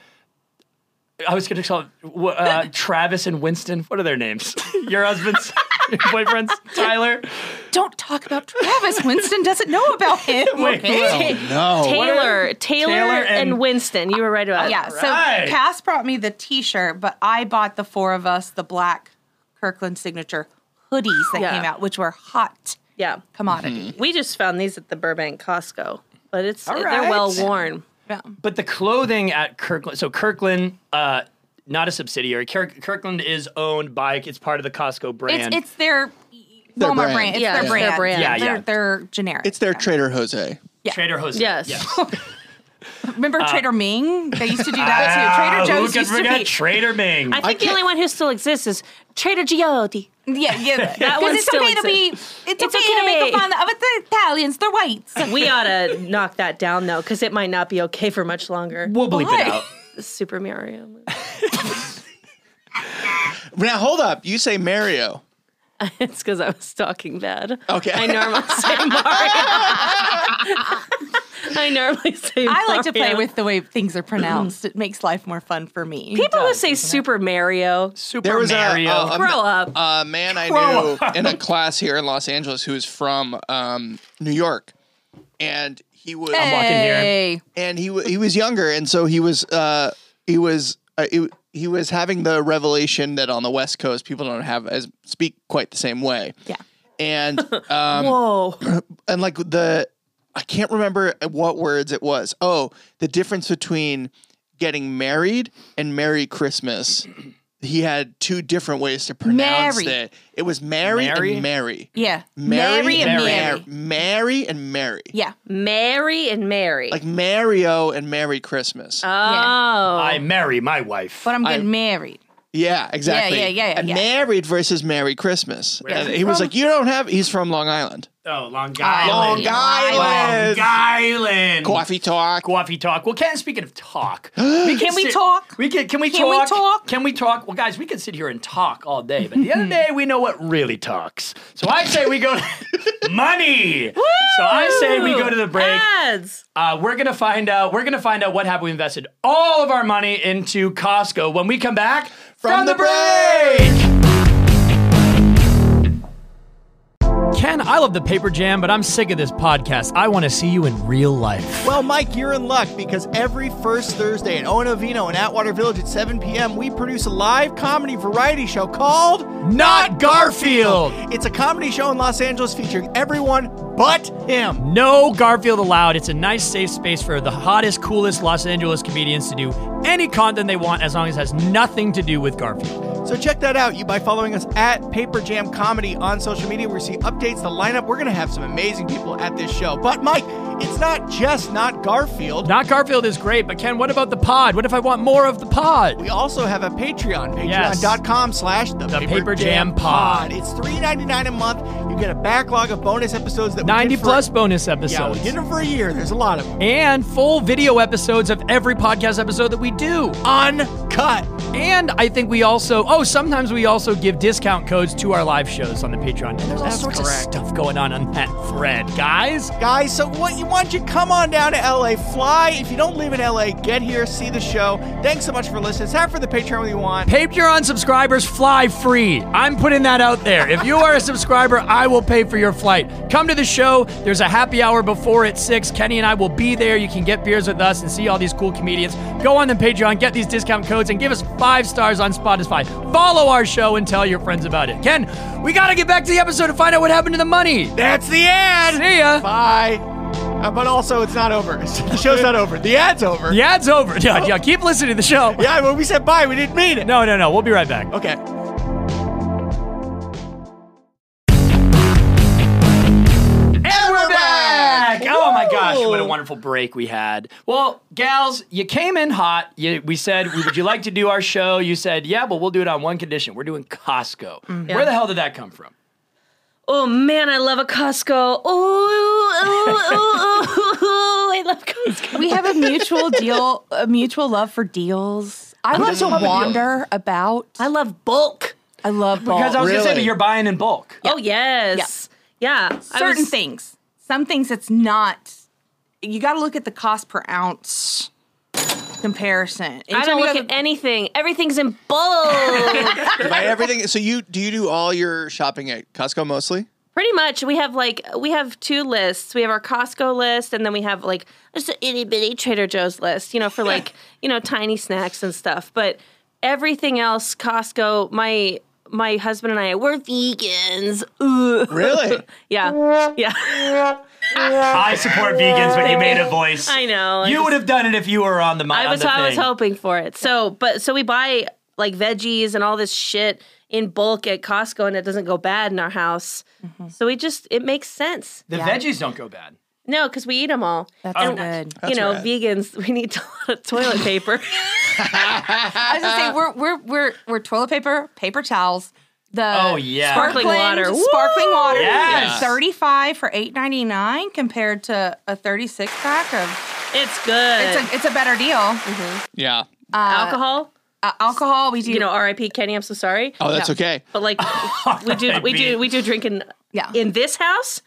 [SPEAKER 5] I was going to call it, wh- uh, Travis and Winston. What are their names? [LAUGHS] Your husbands, your boyfriends, Tyler.
[SPEAKER 8] Don't talk about Travis. Winston doesn't know
[SPEAKER 7] [LAUGHS]
[SPEAKER 8] about him.
[SPEAKER 5] Wait,
[SPEAKER 8] okay?
[SPEAKER 6] No.
[SPEAKER 7] Taylor, Taylor,
[SPEAKER 5] Taylor
[SPEAKER 7] and,
[SPEAKER 5] and-
[SPEAKER 7] Winston. You were right about
[SPEAKER 8] Yeah.
[SPEAKER 7] that.
[SPEAKER 8] So
[SPEAKER 5] Alright.
[SPEAKER 8] Cass brought me the T-shirt, but I bought the four of us the black Kirkland signature hoodies that
[SPEAKER 7] Yeah.
[SPEAKER 8] came out, which were hot
[SPEAKER 7] Yeah.
[SPEAKER 8] commodity.
[SPEAKER 7] We just found these at the Burbank Costco, but it's
[SPEAKER 5] right.
[SPEAKER 7] they're well worn.
[SPEAKER 8] Yeah.
[SPEAKER 5] But the clothing at Kirkland, so Kirkland, uh, not a subsidiary. Kir- Kirkland is owned by, it's part of the Costco brand.
[SPEAKER 8] It's it's their, Walmart
[SPEAKER 6] brand.
[SPEAKER 8] brand. It's
[SPEAKER 7] Yeah,
[SPEAKER 8] their
[SPEAKER 7] it's
[SPEAKER 8] brand.
[SPEAKER 7] their brand.
[SPEAKER 5] Yeah,
[SPEAKER 8] They're,
[SPEAKER 5] yeah.
[SPEAKER 8] they're generic.
[SPEAKER 6] It's their Trader Jose.
[SPEAKER 5] Trader Jose.
[SPEAKER 7] Yes. [LAUGHS]
[SPEAKER 8] Remember
[SPEAKER 7] Uh,
[SPEAKER 8] Trader Ming? They used to do
[SPEAKER 7] [LAUGHS]
[SPEAKER 8] that too. Trader
[SPEAKER 5] Ah,
[SPEAKER 8] Joe's
[SPEAKER 5] Who
[SPEAKER 8] used
[SPEAKER 5] could
[SPEAKER 8] to
[SPEAKER 5] forget
[SPEAKER 8] be.
[SPEAKER 5] Trader Ming?
[SPEAKER 7] I think the only one who still exists is Trader Giotti.
[SPEAKER 8] [LAUGHS] yeah,
[SPEAKER 7] [LAUGHS]
[SPEAKER 8] yeah.
[SPEAKER 7] That one
[SPEAKER 8] Because it's
[SPEAKER 7] still
[SPEAKER 8] okay to be.
[SPEAKER 7] exists.
[SPEAKER 8] It's,
[SPEAKER 7] It's
[SPEAKER 8] okay, to make
[SPEAKER 7] okay.
[SPEAKER 8] fun of it. The Italians, the
[SPEAKER 7] [LAUGHS]
[SPEAKER 8] whites.
[SPEAKER 7] We ought to knock that down though, because it might not be okay for much longer.
[SPEAKER 5] we'll bleep
[SPEAKER 8] Why?
[SPEAKER 5] it out.
[SPEAKER 7] Super Mario. movie.
[SPEAKER 6] Now hold up. You say Mario.
[SPEAKER 7] [LAUGHS] It's because I was talking [LAUGHS] bad.
[SPEAKER 6] Okay.
[SPEAKER 7] I normally say Mario. [LAUGHS] I normally say.
[SPEAKER 8] I like to play
[SPEAKER 7] Mario.
[SPEAKER 8] with the way things are pronounced. It makes life more fun for me.
[SPEAKER 7] Mm-hmm. people who say Super Mario.
[SPEAKER 5] Super
[SPEAKER 6] [LAUGHS] There was a-
[SPEAKER 5] Mario.
[SPEAKER 6] a, a,
[SPEAKER 7] Grow up.
[SPEAKER 6] a man I knew in a class here in Los Angeles who was from um, New York, and he was
[SPEAKER 5] walking here.
[SPEAKER 8] Hey.
[SPEAKER 6] and he w- he was younger, and so he was uh, he was uh, he, w- he was having the revelation that on the West Coast people don't have as speak quite the same way.
[SPEAKER 8] Yeah.
[SPEAKER 6] and um,
[SPEAKER 5] Oh.
[SPEAKER 7] Whoa.
[SPEAKER 6] and like the I can't remember what words it was. Oh, the difference between getting married and Merry Christmas. He had two different ways to pronounce
[SPEAKER 8] Mary.
[SPEAKER 6] it. It was Mary,
[SPEAKER 5] Mary?
[SPEAKER 6] and Mary.
[SPEAKER 8] Yeah.
[SPEAKER 6] Mary,
[SPEAKER 8] and
[SPEAKER 6] and
[SPEAKER 8] Mary.
[SPEAKER 6] Mary. Mary and Mary.
[SPEAKER 8] Yeah.
[SPEAKER 7] Mary and Mary.
[SPEAKER 6] Like Mario and Merry Christmas.
[SPEAKER 7] oh.
[SPEAKER 5] I marry my wife.
[SPEAKER 8] But I'm getting married.
[SPEAKER 6] yeah, exactly.
[SPEAKER 8] yeah, yeah, yeah,
[SPEAKER 6] And
[SPEAKER 8] yeah.
[SPEAKER 6] married versus Merry Christmas. And he was like, You don't have he's from Long Island.
[SPEAKER 5] oh, Long
[SPEAKER 6] Long
[SPEAKER 5] Island.
[SPEAKER 6] Island.
[SPEAKER 5] Long Island.
[SPEAKER 6] Coffee talk.
[SPEAKER 5] Coffee talk. Well, Ken, speaking of talk, [LAUGHS] we
[SPEAKER 8] Can we
[SPEAKER 5] sit-
[SPEAKER 8] talk?
[SPEAKER 5] We can. Can we
[SPEAKER 8] Can we
[SPEAKER 5] talk?
[SPEAKER 8] talk?
[SPEAKER 5] Can we talk? Well, guys, we can sit here and talk all day, but the other day we know what really talks. So I say we go [LAUGHS] money. So I say we go to the break.
[SPEAKER 7] Ads.
[SPEAKER 8] Ah.
[SPEAKER 5] Uh, we're gonna find out. We're gonna find out what happened. We invested all of our money into Costco. When we come back from,
[SPEAKER 6] the
[SPEAKER 5] break.
[SPEAKER 10] Ken, I love the paper jam, but I'm sick of this podcast. I want to see you in real life.
[SPEAKER 11] Well, Mike, you're in luck because every first Thursday at Ono Vino in Atwater Village at 7 p.m., we produce a live comedy variety show called
[SPEAKER 10] Not Garfield.
[SPEAKER 11] It's a comedy show in Los Angeles featuring everyone but him.
[SPEAKER 10] No Garfield allowed. It's a nice, safe space for the hottest, coolest Los Angeles comedians to do any content they want as long as it has nothing to do with Garfield.
[SPEAKER 11] So check that out. You by following us at Paper Jam Comedy on social media, where you see updates, the lineup. We're gonna have some amazing people at this show. But Mike, it's not just not Garfield.
[SPEAKER 10] Not Garfield is great, but Ken, what about the pod? What if I want more of the pod?
[SPEAKER 11] We also have a Patreon,
[SPEAKER 10] Yes.
[SPEAKER 11] patreon.com slash the
[SPEAKER 10] The Paper Jam Pod.
[SPEAKER 11] It's $3.99 a month. You get a backlog of bonus episodes that we did
[SPEAKER 10] 90
[SPEAKER 11] for-
[SPEAKER 10] plus bonus
[SPEAKER 11] Yeah, we
[SPEAKER 10] episodes.
[SPEAKER 11] did them for a year. There's a lot of them.
[SPEAKER 10] and full video episodes of every podcast episode that we do.
[SPEAKER 11] Uncut.
[SPEAKER 10] And I think we also, oh, sometimes we also give discount codes to our live shows on the Patreon. And there's all sorts of stuff going on on that thread, guys.
[SPEAKER 11] Guys, so what you want you come on down to LA, fly. If you don't live in LA, get here, see the show. Thanks so much for listening. Sign up for the Patreon if you want.
[SPEAKER 10] Patreon subscribers fly free. I'm putting that out there. If you are a subscriber, I will pay for your flight. Come to the show. There's a happy hour before at 6. Kenny and I will be there. You can get beers with us and see all these cool comedians. Go on the Patreon, get these discount codes, and give us five stars on Spotify. Follow our show and tell your friends about it. Ken, we got to get back to the episode and find out what happened to the money.
[SPEAKER 11] That's the ad.
[SPEAKER 10] See ya.
[SPEAKER 11] Bye. Uh, but also, it's not over. [LAUGHS] the show's not over. The ad's over.
[SPEAKER 10] The ad's over. [LAUGHS] Yeah, yeah, keep listening to the show.
[SPEAKER 11] Yeah, when we said bye, we didn't mean it.
[SPEAKER 10] No, no, no. We'll be right back.
[SPEAKER 11] Okay.
[SPEAKER 5] And we're back! Oh my gosh, what a wonderful break we had. Well, gals, you came in hot. You, we said, would you like to do our show? You said, yeah, but we'll do it on one condition. We're doing Costco.
[SPEAKER 7] Mm-hmm.
[SPEAKER 5] Where the hell did that come from?
[SPEAKER 7] Oh man, I love a Costco. Oh, oh, oh, oh, I love Costco.
[SPEAKER 8] We have
[SPEAKER 5] [LAUGHS]
[SPEAKER 8] a mutual deal, a mutual love for deals. I love to
[SPEAKER 5] love a deal.
[SPEAKER 8] wander about.
[SPEAKER 7] I love bulk.
[SPEAKER 8] I love
[SPEAKER 5] Because I was going to say,
[SPEAKER 6] really?
[SPEAKER 5] but you're buying in bulk.
[SPEAKER 7] Oh yes, yeah. I
[SPEAKER 8] certain
[SPEAKER 7] was-
[SPEAKER 8] things. Some things it's not. You got to look at the cost per ounce comparison.
[SPEAKER 7] I
[SPEAKER 8] Anytime
[SPEAKER 7] don't
[SPEAKER 8] you
[SPEAKER 7] look
[SPEAKER 8] have
[SPEAKER 7] at anything. Everything's in
[SPEAKER 5] [LAUGHS]
[SPEAKER 7] bulk.
[SPEAKER 6] You buy everything. So you do you do all your shopping at Costco mostly?
[SPEAKER 7] Pretty much, we have like we have two lists. We have our Costco list, and then we have like just an itty bitty Trader Joe's list. You know, for
[SPEAKER 5] [LAUGHS]
[SPEAKER 7] like you know tiny snacks and stuff. But everything else, Costco. My my husband and I we're vegans. Ooh.
[SPEAKER 6] Really?
[SPEAKER 7] Yeah, yeah. [LAUGHS]
[SPEAKER 5] I support vegans, but you made a voice.
[SPEAKER 7] I know. I
[SPEAKER 5] You
[SPEAKER 7] just-
[SPEAKER 5] would have done it if you were on the mic.
[SPEAKER 7] I was I was hoping for it. So, but so we buy like veggies and all this shit in bulk at Costco, and it doesn't go bad in our house.
[SPEAKER 5] Mm-hmm.
[SPEAKER 7] So we just it makes sense.
[SPEAKER 5] The veggies don't go
[SPEAKER 7] [LAUGHS]
[SPEAKER 5] bad.
[SPEAKER 7] No, because we eat them all.
[SPEAKER 8] That's good.
[SPEAKER 7] you know, vegans, we need [LAUGHS] a lot of toilet paper.
[SPEAKER 8] I was gonna
[SPEAKER 7] Uh,
[SPEAKER 8] say we're we're we're we're toilet paper, paper towels. The
[SPEAKER 5] Oh, yeah.
[SPEAKER 7] Sparkling
[SPEAKER 8] Kirkland
[SPEAKER 7] water.
[SPEAKER 8] sparkling water,
[SPEAKER 5] Yes.
[SPEAKER 8] thirty five for eight ninety nine compared to a thirty six pack of.
[SPEAKER 7] [LAUGHS] It's good.
[SPEAKER 8] It's a it's a better deal.
[SPEAKER 6] [LAUGHS] Yeah.
[SPEAKER 8] Oh,
[SPEAKER 7] alcohol.
[SPEAKER 8] Uh, alcohol, we do.
[SPEAKER 7] You know, R.I.P. Kenny. I'm so sorry,
[SPEAKER 6] Oh, that's
[SPEAKER 8] Yeah.
[SPEAKER 6] okay.
[SPEAKER 7] but like we do, we do, we do drinking.
[SPEAKER 8] Yeah.
[SPEAKER 7] In this house,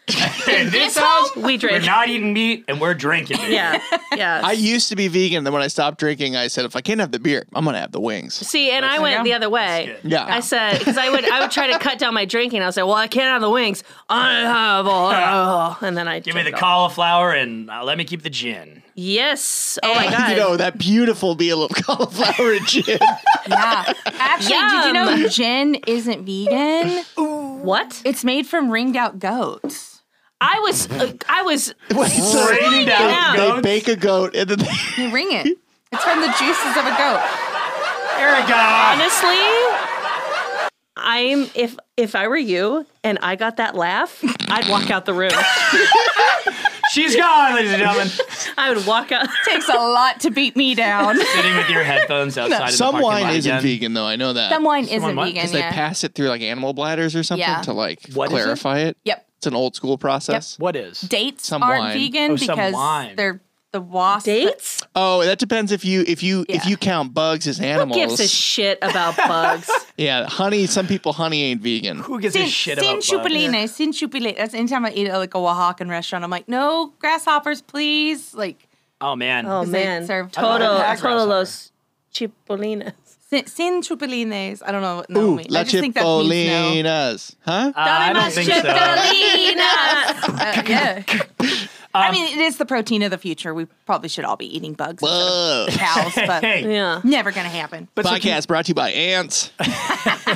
[SPEAKER 5] In this house,
[SPEAKER 7] house, we
[SPEAKER 5] we're
[SPEAKER 7] drink.
[SPEAKER 5] not eating meat and we're drinking it.
[SPEAKER 7] [LAUGHS] Yeah, yeah.
[SPEAKER 6] I used to be vegan. Then when I stopped drinking, I said, if I can't have the beer, I'm gonna have the wings.
[SPEAKER 7] See, and I went
[SPEAKER 8] go.
[SPEAKER 7] the other way.
[SPEAKER 5] That's
[SPEAKER 6] Yeah.
[SPEAKER 7] I said because I would I would try to cut down my drinking. I was like, well, I can't have the wings. I have all, and then I
[SPEAKER 5] Give me the
[SPEAKER 7] drank it all.
[SPEAKER 5] cauliflower and uh, let me keep the gin.
[SPEAKER 7] Yes. Oh my god.
[SPEAKER 6] You know that beautiful meal of [LAUGHS] cauliflower
[SPEAKER 5] [LAUGHS]
[SPEAKER 6] and gin.
[SPEAKER 7] [LAUGHS]
[SPEAKER 8] yeah. Actually, did you know
[SPEAKER 7] Yum.
[SPEAKER 8] gin isn't vegan?
[SPEAKER 7] what?
[SPEAKER 8] It's made from ringed out goats.
[SPEAKER 7] I was uh, I
[SPEAKER 6] [LAUGHS]
[SPEAKER 7] was
[SPEAKER 6] Wait, so
[SPEAKER 5] Rained out
[SPEAKER 6] they
[SPEAKER 5] goats.
[SPEAKER 6] bake a goat and then they,
[SPEAKER 8] You ring it. It's from the juices of a goat.
[SPEAKER 5] Erica!
[SPEAKER 7] honestly i'm if if i were you and i got that laugh i'd walk out the room
[SPEAKER 5] She's gone, ladies and gentlemen.
[SPEAKER 7] i would walk out
[SPEAKER 8] Takes a lot to beat
[SPEAKER 6] [LAUGHS]
[SPEAKER 8] me down.
[SPEAKER 5] Sitting with your headphones outside. in the
[SPEAKER 6] some
[SPEAKER 5] parking lot
[SPEAKER 6] wine isn't
[SPEAKER 5] again.
[SPEAKER 6] vegan though. I know that.
[SPEAKER 8] Some wine isn't
[SPEAKER 5] what?
[SPEAKER 8] vegan.
[SPEAKER 6] they
[SPEAKER 8] Yeah.
[SPEAKER 6] pass it through like animal bladders or something
[SPEAKER 8] Yeah.
[SPEAKER 6] to like
[SPEAKER 5] What is it?
[SPEAKER 6] clarify it?
[SPEAKER 8] Yep.
[SPEAKER 6] It's an old school process.
[SPEAKER 5] What is?
[SPEAKER 8] Dates
[SPEAKER 6] Some
[SPEAKER 8] aren't
[SPEAKER 6] wine.
[SPEAKER 8] vegan
[SPEAKER 5] Oh, some
[SPEAKER 8] because
[SPEAKER 5] wine.
[SPEAKER 8] they're the wasp.
[SPEAKER 7] dates
[SPEAKER 6] Oh, that depends if you if you if
[SPEAKER 8] Yeah.
[SPEAKER 6] you count bugs as
[SPEAKER 7] [LAUGHS] who
[SPEAKER 6] animals.
[SPEAKER 7] gives a shit about bugs
[SPEAKER 6] yeah, honey. Some people honey ain't vegan.
[SPEAKER 5] Who gives a
[SPEAKER 8] Sin,
[SPEAKER 5] shit about
[SPEAKER 8] sin
[SPEAKER 5] bugs?
[SPEAKER 8] chupalina, sin chupalina. That's anytime I eat at like a Oaxacan restaurant, I'm like, no grasshoppers, please. Like
[SPEAKER 5] Oh, man.
[SPEAKER 7] oh
[SPEAKER 8] they
[SPEAKER 7] man
[SPEAKER 8] serve
[SPEAKER 7] total
[SPEAKER 8] I
[SPEAKER 5] love
[SPEAKER 7] total los chipolinas [LAUGHS]
[SPEAKER 8] Cin- Cinchupolines. I don't know. Naomi.
[SPEAKER 6] La
[SPEAKER 8] I just think that means no.
[SPEAKER 6] Chipolinas. Huh?
[SPEAKER 8] Dame mas [LAUGHS] Chipolinas. Uh, yeah.
[SPEAKER 5] Um,
[SPEAKER 8] I mean, it is the protein of the future. We probably should all be eating bugs instead
[SPEAKER 6] Whoa.
[SPEAKER 8] of cows,
[SPEAKER 5] [LAUGHS]
[SPEAKER 8] but
[SPEAKER 6] Hey.
[SPEAKER 7] yeah.
[SPEAKER 8] never gonna happen.
[SPEAKER 6] Podcast brought to you by ants.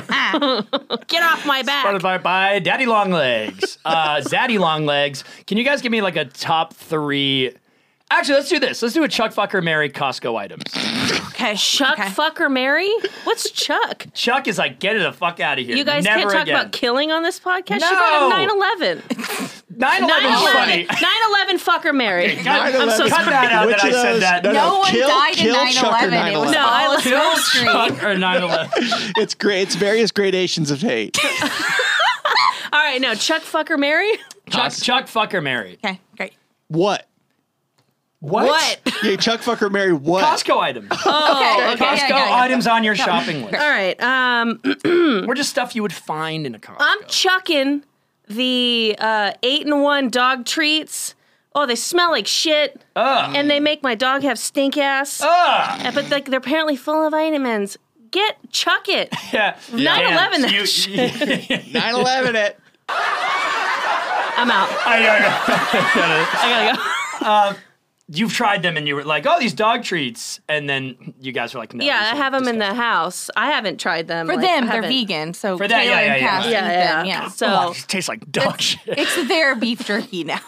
[SPEAKER 7] Get off my back.
[SPEAKER 5] Followed by, by Daddy Long
[SPEAKER 7] [LAUGHS]
[SPEAKER 5] Legs. Uh, Zaddy Long Legs. Can you guys give me like a top three? Actually, let's do this. Let's do a Chuck Fucker Mary Costco items.
[SPEAKER 7] Okay, Chuck, fuck, or Mary? What's Chuck?
[SPEAKER 5] Chuck is like, get the fuck out of here.
[SPEAKER 7] You guys
[SPEAKER 5] Never
[SPEAKER 7] can't talk
[SPEAKER 5] again.
[SPEAKER 7] about killing on this podcast.
[SPEAKER 5] No.
[SPEAKER 7] She brought up 9 11.
[SPEAKER 5] 9 11 is funny.
[SPEAKER 7] 9 11, fuck or Mary.
[SPEAKER 5] [LAUGHS] Okay, cut- I'm so cut that out
[SPEAKER 6] Which
[SPEAKER 5] that I
[SPEAKER 6] of
[SPEAKER 5] said
[SPEAKER 6] those-
[SPEAKER 5] that.
[SPEAKER 6] no, no, No one kill- died in kill Chuck or 9/11. It was 9/11.
[SPEAKER 7] No,
[SPEAKER 6] all
[SPEAKER 7] I
[SPEAKER 5] Kill [LAUGHS] Chuck or 9 11.
[SPEAKER 7] [LAUGHS]
[SPEAKER 6] it's great. It's various gradations of hate.
[SPEAKER 7] All right, no, Chuck, fuck or Mary?
[SPEAKER 5] Chuck, Chuck Fucker Mary.
[SPEAKER 8] Okay, great.
[SPEAKER 6] What?
[SPEAKER 5] What?
[SPEAKER 6] Yeah, Chuck Fucker Mary. What?
[SPEAKER 5] Costco items.
[SPEAKER 7] Oh,
[SPEAKER 5] Costco items on your shopping list.
[SPEAKER 7] All right. Um,
[SPEAKER 5] We're just stuff you would find in a Costco.
[SPEAKER 7] I'm chucking the uh, eight and one dog treats. Oh, they smell like shit, and they make my dog have stink ass. Uh, but like they're apparently full of vitamins. Get chuck it.
[SPEAKER 5] [LAUGHS] Yeah.
[SPEAKER 7] 9/11 that
[SPEAKER 5] You-
[SPEAKER 7] shit.
[SPEAKER 6] 9/11 it.
[SPEAKER 5] [LAUGHS]
[SPEAKER 7] I'm out.
[SPEAKER 5] I know.
[SPEAKER 7] I gotta go.
[SPEAKER 5] You've tried them and you were like, oh, these dog treats. And then you guys were like, no.
[SPEAKER 7] [LAUGHS] yeah,
[SPEAKER 5] these
[SPEAKER 7] I
[SPEAKER 5] are
[SPEAKER 7] have them in the
[SPEAKER 5] disgusting.
[SPEAKER 7] house. I haven't tried them.
[SPEAKER 8] For
[SPEAKER 7] like,
[SPEAKER 8] them,
[SPEAKER 7] I
[SPEAKER 8] they're
[SPEAKER 7] haven't.
[SPEAKER 8] vegan, so
[SPEAKER 5] For that,
[SPEAKER 8] Taylor
[SPEAKER 5] yeah, yeah,
[SPEAKER 8] and
[SPEAKER 5] yeah.
[SPEAKER 8] Cass
[SPEAKER 7] Yeah,
[SPEAKER 8] eat
[SPEAKER 7] yeah.
[SPEAKER 8] them, yeah.
[SPEAKER 5] Oh,
[SPEAKER 7] So
[SPEAKER 5] it tastes like dog shit.
[SPEAKER 8] It's their beef jerky now.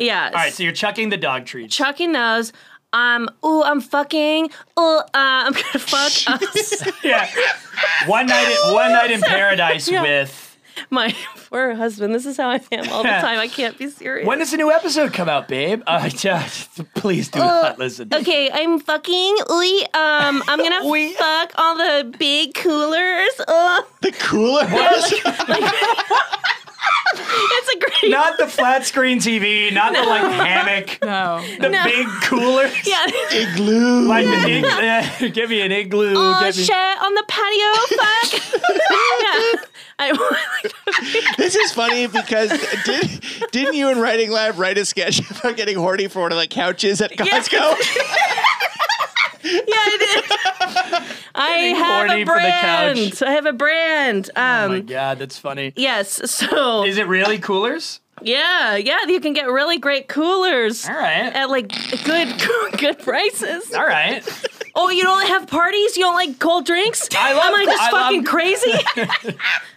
[SPEAKER 7] yeah.
[SPEAKER 5] All right, so you're chucking the dog
[SPEAKER 7] [LAUGHS]
[SPEAKER 5] treats.
[SPEAKER 7] chucking those. Um. Ooh, I'm fucking. Ooh, uh, [LAUGHS] I'm gonna fuck uh,
[SPEAKER 5] yeah. One night, in- one night in paradise with.
[SPEAKER 7] [LAUGHS] my poor husband. This is how I am all the
[SPEAKER 5] Yeah.
[SPEAKER 7] time. I can't be serious.
[SPEAKER 5] When does the new episode come out, babe? Uh, [LAUGHS] just- please do not listen.
[SPEAKER 7] Uh, Oh, Okay, I'm fucking. Lee. Um,
[SPEAKER 5] [LAUGHS]
[SPEAKER 7] I'm gonna
[SPEAKER 5] Lee.
[SPEAKER 7] fuck all the big coolers. Oh, Ugh.
[SPEAKER 6] The cooler.
[SPEAKER 7] It's a great. [LAUGHS]
[SPEAKER 5] Not the flat screen TV, not the like hammock,
[SPEAKER 8] No.
[SPEAKER 5] the
[SPEAKER 7] No.
[SPEAKER 5] big cooler.
[SPEAKER 7] yeah.
[SPEAKER 6] Igloo.
[SPEAKER 5] Like the ig- [LAUGHS] uh, give me an igloo.
[SPEAKER 7] Oh
[SPEAKER 5] give me-
[SPEAKER 7] shit! On the patio,
[SPEAKER 5] [LAUGHS]
[SPEAKER 7] fuck. yeah. I,
[SPEAKER 6] [LAUGHS]
[SPEAKER 7] [LAUGHS]
[SPEAKER 6] This is funny because did, didn't you in Writing Lab write a sketch [LAUGHS] about getting horny for one of the couches at Costco?
[SPEAKER 7] yeah, I did.
[SPEAKER 5] [LAUGHS]
[SPEAKER 7] I have
[SPEAKER 5] horny
[SPEAKER 7] a
[SPEAKER 5] for the couch. Oh
[SPEAKER 7] brand. I have a brand. Um.
[SPEAKER 5] My God, that's funny.
[SPEAKER 7] Yes. So
[SPEAKER 5] Is it really coolers?
[SPEAKER 7] yeah, yeah, you can get really great coolers
[SPEAKER 5] All right.
[SPEAKER 7] at like good [LAUGHS] good prices.
[SPEAKER 5] All right.
[SPEAKER 7] Oh, you don't have parties? You don't like cold drinks?
[SPEAKER 5] I love-
[SPEAKER 7] Am I just
[SPEAKER 5] I love-
[SPEAKER 7] fucking crazy?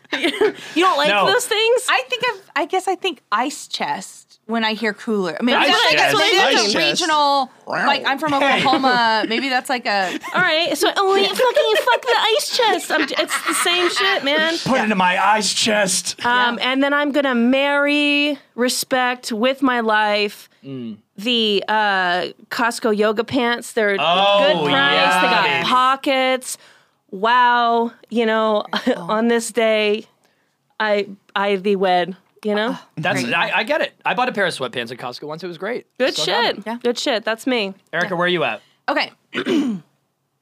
[SPEAKER 5] [LAUGHS]
[SPEAKER 7] [LAUGHS] you don't like
[SPEAKER 5] No.
[SPEAKER 7] those things?
[SPEAKER 8] I think of I guess I think ice chest when I hear cooler. I mean,
[SPEAKER 5] Ice
[SPEAKER 8] I feel like that's
[SPEAKER 5] chest.
[SPEAKER 8] maybe that's
[SPEAKER 6] Ice
[SPEAKER 8] a
[SPEAKER 6] chest.
[SPEAKER 8] regional. Like I'm from Oklahoma. Maybe that's like a
[SPEAKER 7] All right, so oh, you fucking fuck the ice chest. I'm, j- it's the same shit, man.
[SPEAKER 5] Put it into my ice chest.
[SPEAKER 7] Um, and then I'm gonna marry, respect with my life.
[SPEAKER 5] Mm.
[SPEAKER 7] The uh, Costco yoga pants. They're
[SPEAKER 5] Oh,
[SPEAKER 7] good price.
[SPEAKER 5] yeah,
[SPEAKER 7] they got
[SPEAKER 5] baby.
[SPEAKER 7] pockets. Wow, you know, [LAUGHS] on this day, I I thee wed. You know,
[SPEAKER 5] That's I, I get it. I bought a pair of sweatpants at Costco once. It was great.
[SPEAKER 7] good
[SPEAKER 5] Still got
[SPEAKER 7] shit.
[SPEAKER 5] them.
[SPEAKER 7] Good shit. That's me.
[SPEAKER 5] Erica, where are you at?
[SPEAKER 8] okay. [CLEARS THROAT]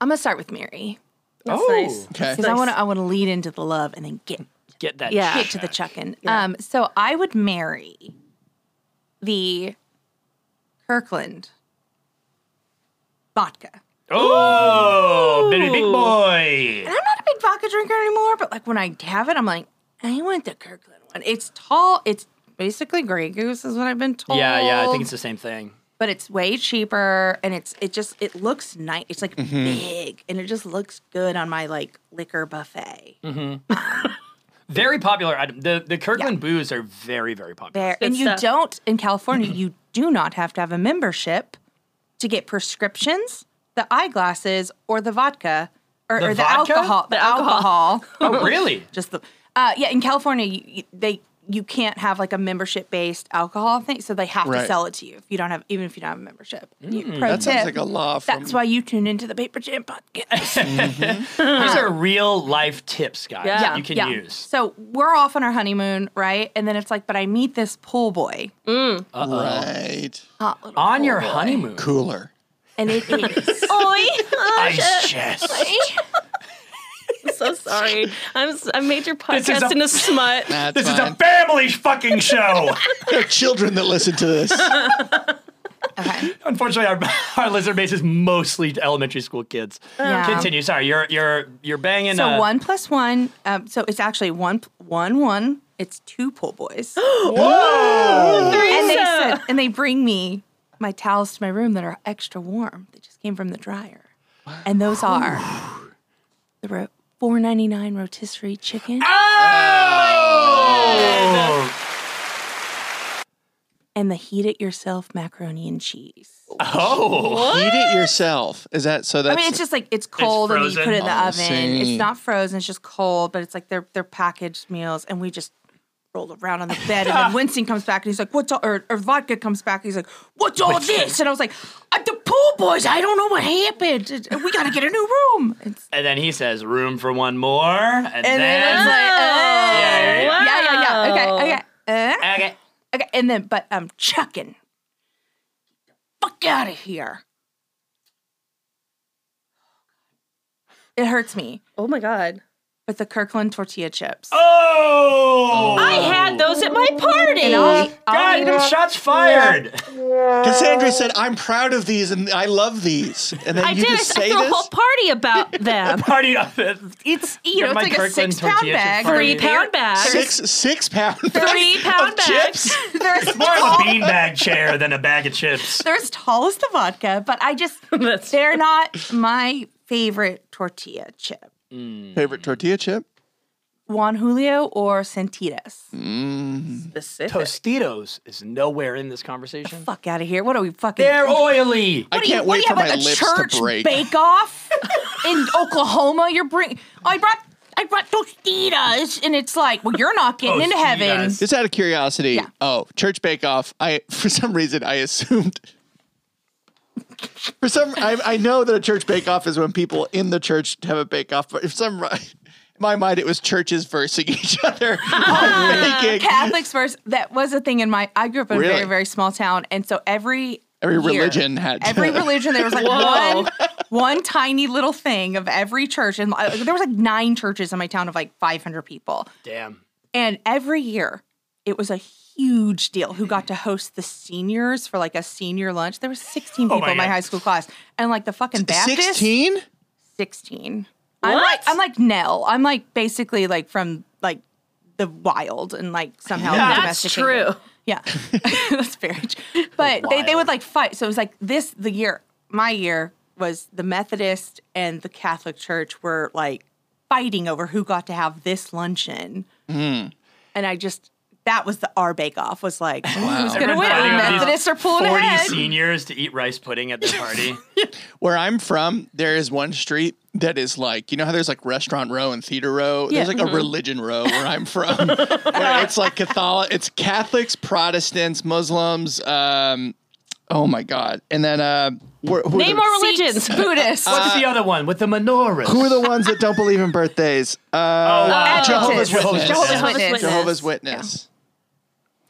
[SPEAKER 8] I'm gonna start with Mary
[SPEAKER 7] That's
[SPEAKER 5] Oh.
[SPEAKER 7] nice.
[SPEAKER 6] Okay.
[SPEAKER 8] because I want to I want to lead into the love and then get
[SPEAKER 5] Get that.
[SPEAKER 7] Yeah.
[SPEAKER 8] get to the chuckin. Um, so I would marry the Kirkland vodka.
[SPEAKER 5] Oh, baby, big boy.
[SPEAKER 8] And I'm not a big vodka drinker anymore, but like when I have it, I'm like, I want the Kirkland one. It's tall. It's basically Grey Goose is what I've been told.
[SPEAKER 5] Yeah, yeah. I think it's the same thing.
[SPEAKER 8] but it's way cheaper, and it's it just it looks nice. It's like
[SPEAKER 5] Mm-hmm.
[SPEAKER 8] big, and it just looks good on my like liquor buffet.
[SPEAKER 5] Very popular item. The the Kirkland booze are very very popular.
[SPEAKER 8] There, and you
[SPEAKER 7] stuff.
[SPEAKER 8] don't in California. you do not have to have a membership to get prescriptions, the eyeglasses, or the vodka, or,
[SPEAKER 5] The
[SPEAKER 8] or the
[SPEAKER 5] vodka?
[SPEAKER 8] alcohol. The, alcohol.
[SPEAKER 5] [LAUGHS] Oh really?
[SPEAKER 8] just the uh, yeah in california you, you, they you can't have like a membership based alcohol thing so they have
[SPEAKER 6] Right.
[SPEAKER 8] to sell it to you if you don't have even if you don't have a membership You- pro
[SPEAKER 6] That sounds
[SPEAKER 8] tip,
[SPEAKER 6] like a law from-
[SPEAKER 8] that's why you tune into the paper jam podcast
[SPEAKER 5] These are real life tips, guys.
[SPEAKER 7] Yeah.
[SPEAKER 5] that you can use.
[SPEAKER 8] so we're off on our honeymoon right and then it's like but i meet this pool boy
[SPEAKER 6] right.
[SPEAKER 8] hot little
[SPEAKER 5] On
[SPEAKER 8] pool
[SPEAKER 5] your
[SPEAKER 8] boy.
[SPEAKER 5] honeymoon.
[SPEAKER 6] Cooler.
[SPEAKER 8] and it is
[SPEAKER 7] [LAUGHS] Oi.
[SPEAKER 5] Ice chest.
[SPEAKER 7] I'm so sorry. I'm s- I made your
[SPEAKER 5] is
[SPEAKER 7] podcast
[SPEAKER 5] a-
[SPEAKER 7] in a smut.
[SPEAKER 6] That's
[SPEAKER 5] This is
[SPEAKER 6] fine.
[SPEAKER 5] a family fucking show.
[SPEAKER 8] [LAUGHS]
[SPEAKER 6] there are children that listen to this.
[SPEAKER 8] Okay.
[SPEAKER 5] Unfortunately, our, our [LAUGHS] listener base is mostly elementary school kids.
[SPEAKER 8] Yeah.
[SPEAKER 5] Continue. Sorry, you're you're you're banging.
[SPEAKER 8] So
[SPEAKER 5] uh,
[SPEAKER 8] one plus one. Um, so it's actually one one one. It's two pool boys.
[SPEAKER 5] Whoa!
[SPEAKER 8] And they
[SPEAKER 7] Threesome.
[SPEAKER 8] said, and they bring me my towels to my room that are extra warm. They just came from the dryer, and those are the ro- four ninety nine rotisserie chicken. And the heat it yourself macaroni and cheese.
[SPEAKER 6] Oh, heat it yourself. Is that so? That's
[SPEAKER 8] I mean, it's just like it's cold and you put it in the
[SPEAKER 6] Oh, I
[SPEAKER 8] oven.
[SPEAKER 6] see.
[SPEAKER 8] It's not frozen; it's just cold. But it's like they're they're packaged meals, and we just roll around on the bed. and then Winston comes back, and he's like, "What's all?" Or, or vodka comes back, and he's like, "What's all this?" And I was like, "At the pool boys, I don't know what happened. It- We gotta get a new room." It's,
[SPEAKER 5] and then he says, "Room for one more." And,
[SPEAKER 8] and then I was like,
[SPEAKER 5] yeah,
[SPEAKER 8] "Oh, yeah, yeah, yeah,
[SPEAKER 7] wow.
[SPEAKER 8] okay, okay,
[SPEAKER 5] okay,
[SPEAKER 8] uh, okay." And then, but I'm um, chucking. Fuck out of here! It hurts me.
[SPEAKER 7] Oh my god.
[SPEAKER 8] But the Kirkland tortilla chips.
[SPEAKER 5] oh,
[SPEAKER 7] I had those at my
[SPEAKER 8] And I'll-
[SPEAKER 7] party.
[SPEAKER 8] I'll eat
[SPEAKER 5] God,
[SPEAKER 8] 'em.
[SPEAKER 5] shots fired.
[SPEAKER 8] [LAUGHS]
[SPEAKER 6] Cassandra said, "I'm proud of these and I love these." And then
[SPEAKER 7] I
[SPEAKER 6] you
[SPEAKER 7] did. I
[SPEAKER 6] just say
[SPEAKER 7] threw a whole
[SPEAKER 6] this.
[SPEAKER 7] party about them.
[SPEAKER 5] Party up.
[SPEAKER 8] It's you know,
[SPEAKER 5] my
[SPEAKER 8] it's like a
[SPEAKER 5] Kirkland
[SPEAKER 8] six pound
[SPEAKER 5] tortilla chip
[SPEAKER 8] bag,
[SPEAKER 5] party.
[SPEAKER 7] Three pound bags.
[SPEAKER 6] Six six pound
[SPEAKER 7] Three pound bags.
[SPEAKER 5] [LAUGHS]
[SPEAKER 6] chips.
[SPEAKER 8] They're,
[SPEAKER 5] More of a
[SPEAKER 8] [LAUGHS]
[SPEAKER 5] beanbag chair than a bag of chips.
[SPEAKER 8] they're as tall as the vodka, but
[SPEAKER 5] [LAUGHS]
[SPEAKER 8] I just
[SPEAKER 7] That's-
[SPEAKER 8] they're not my favorite tortilla chip.
[SPEAKER 6] [LAUGHS] Favorite tortilla chip?
[SPEAKER 8] Juan Julio or Santitas.
[SPEAKER 6] Mm.
[SPEAKER 7] Specific.
[SPEAKER 5] Tostitos is nowhere in this conversation.
[SPEAKER 8] Fuck out of here! What are we fucking?
[SPEAKER 5] They're oily.
[SPEAKER 6] I
[SPEAKER 8] What do you-
[SPEAKER 6] can't
[SPEAKER 8] what
[SPEAKER 6] wait
[SPEAKER 8] do
[SPEAKER 6] for
[SPEAKER 8] you
[SPEAKER 6] my
[SPEAKER 8] have, like,
[SPEAKER 6] lips
[SPEAKER 8] a church
[SPEAKER 6] to break.
[SPEAKER 8] Bake off
[SPEAKER 6] [LAUGHS]
[SPEAKER 8] in Oklahoma. You're bring. I brought. I brought Tostitas, and it's like, well, you're
[SPEAKER 5] Oh,
[SPEAKER 8] not getting into heaven.
[SPEAKER 5] Tostitas.
[SPEAKER 6] Just out of curiosity,
[SPEAKER 8] Yeah.
[SPEAKER 6] oh, church bake off. I for some reason I assumed. For some, I, I know that a church bake off is when people in the church have a bake off, but if some, in my mind, it was churches versing each
[SPEAKER 8] [LAUGHS]
[SPEAKER 6] other
[SPEAKER 8] Ah,
[SPEAKER 6] [LAUGHS] on baking.
[SPEAKER 8] Catholics first. That was a thing in my. I grew up in a
[SPEAKER 6] Really?
[SPEAKER 8] very very small town, and so every
[SPEAKER 6] Every
[SPEAKER 8] year-
[SPEAKER 6] religion had to-
[SPEAKER 8] every religion there
[SPEAKER 6] [LAUGHS]
[SPEAKER 8] was like
[SPEAKER 7] Whoa.
[SPEAKER 8] one one tiny little thing of every church, and like, there was like nine churches in my town of like 500 people,
[SPEAKER 5] Damn.
[SPEAKER 8] and every year it was a huge deal who got to host the seniors for like a senior lunch. There was 16 people
[SPEAKER 5] Oh my
[SPEAKER 8] in my
[SPEAKER 5] God.
[SPEAKER 8] high school class, and like the fucking Baptist
[SPEAKER 6] 16?
[SPEAKER 8] 16. I'm like I'm like Nell. I'm like basically like from like the wild and like somehow
[SPEAKER 7] That's
[SPEAKER 8] domesticated.
[SPEAKER 7] true.
[SPEAKER 8] Yeah, [LAUGHS] that's very true. But they, they would like fight. So it was like this the year, my year was the Methodist and the Catholic Church were like fighting over who got to have this luncheon. And I just, that was the our bake off was like, who's going to win?
[SPEAKER 5] Everybody got these
[SPEAKER 8] Methodists are pulling
[SPEAKER 5] 40
[SPEAKER 8] ahead.
[SPEAKER 7] [LAUGHS]
[SPEAKER 5] seniors to eat rice pudding at the
[SPEAKER 8] [LAUGHS]
[SPEAKER 5] party.
[SPEAKER 6] Where I'm from, there is one street that is like, you know how there's like restaurant row and theater row? There's like
[SPEAKER 7] mm-hmm.
[SPEAKER 6] a religion row where I'm from. where it's like Catholic, it's Catholics, Protestants, Muslims. Um, oh my God. And then uh, where, who, are the,
[SPEAKER 7] Name more religions.
[SPEAKER 8] Buddhists.
[SPEAKER 5] What's the other one with the menorahs?
[SPEAKER 6] who are the [LAUGHS] ones that don't believe in birthdays?
[SPEAKER 5] Oh,
[SPEAKER 6] Uh,
[SPEAKER 5] wow.
[SPEAKER 6] Jehovah's Witness.
[SPEAKER 8] Jehovah's
[SPEAKER 7] Jehovah's
[SPEAKER 8] Witness.
[SPEAKER 7] Witness.
[SPEAKER 6] Jehovah's Witness.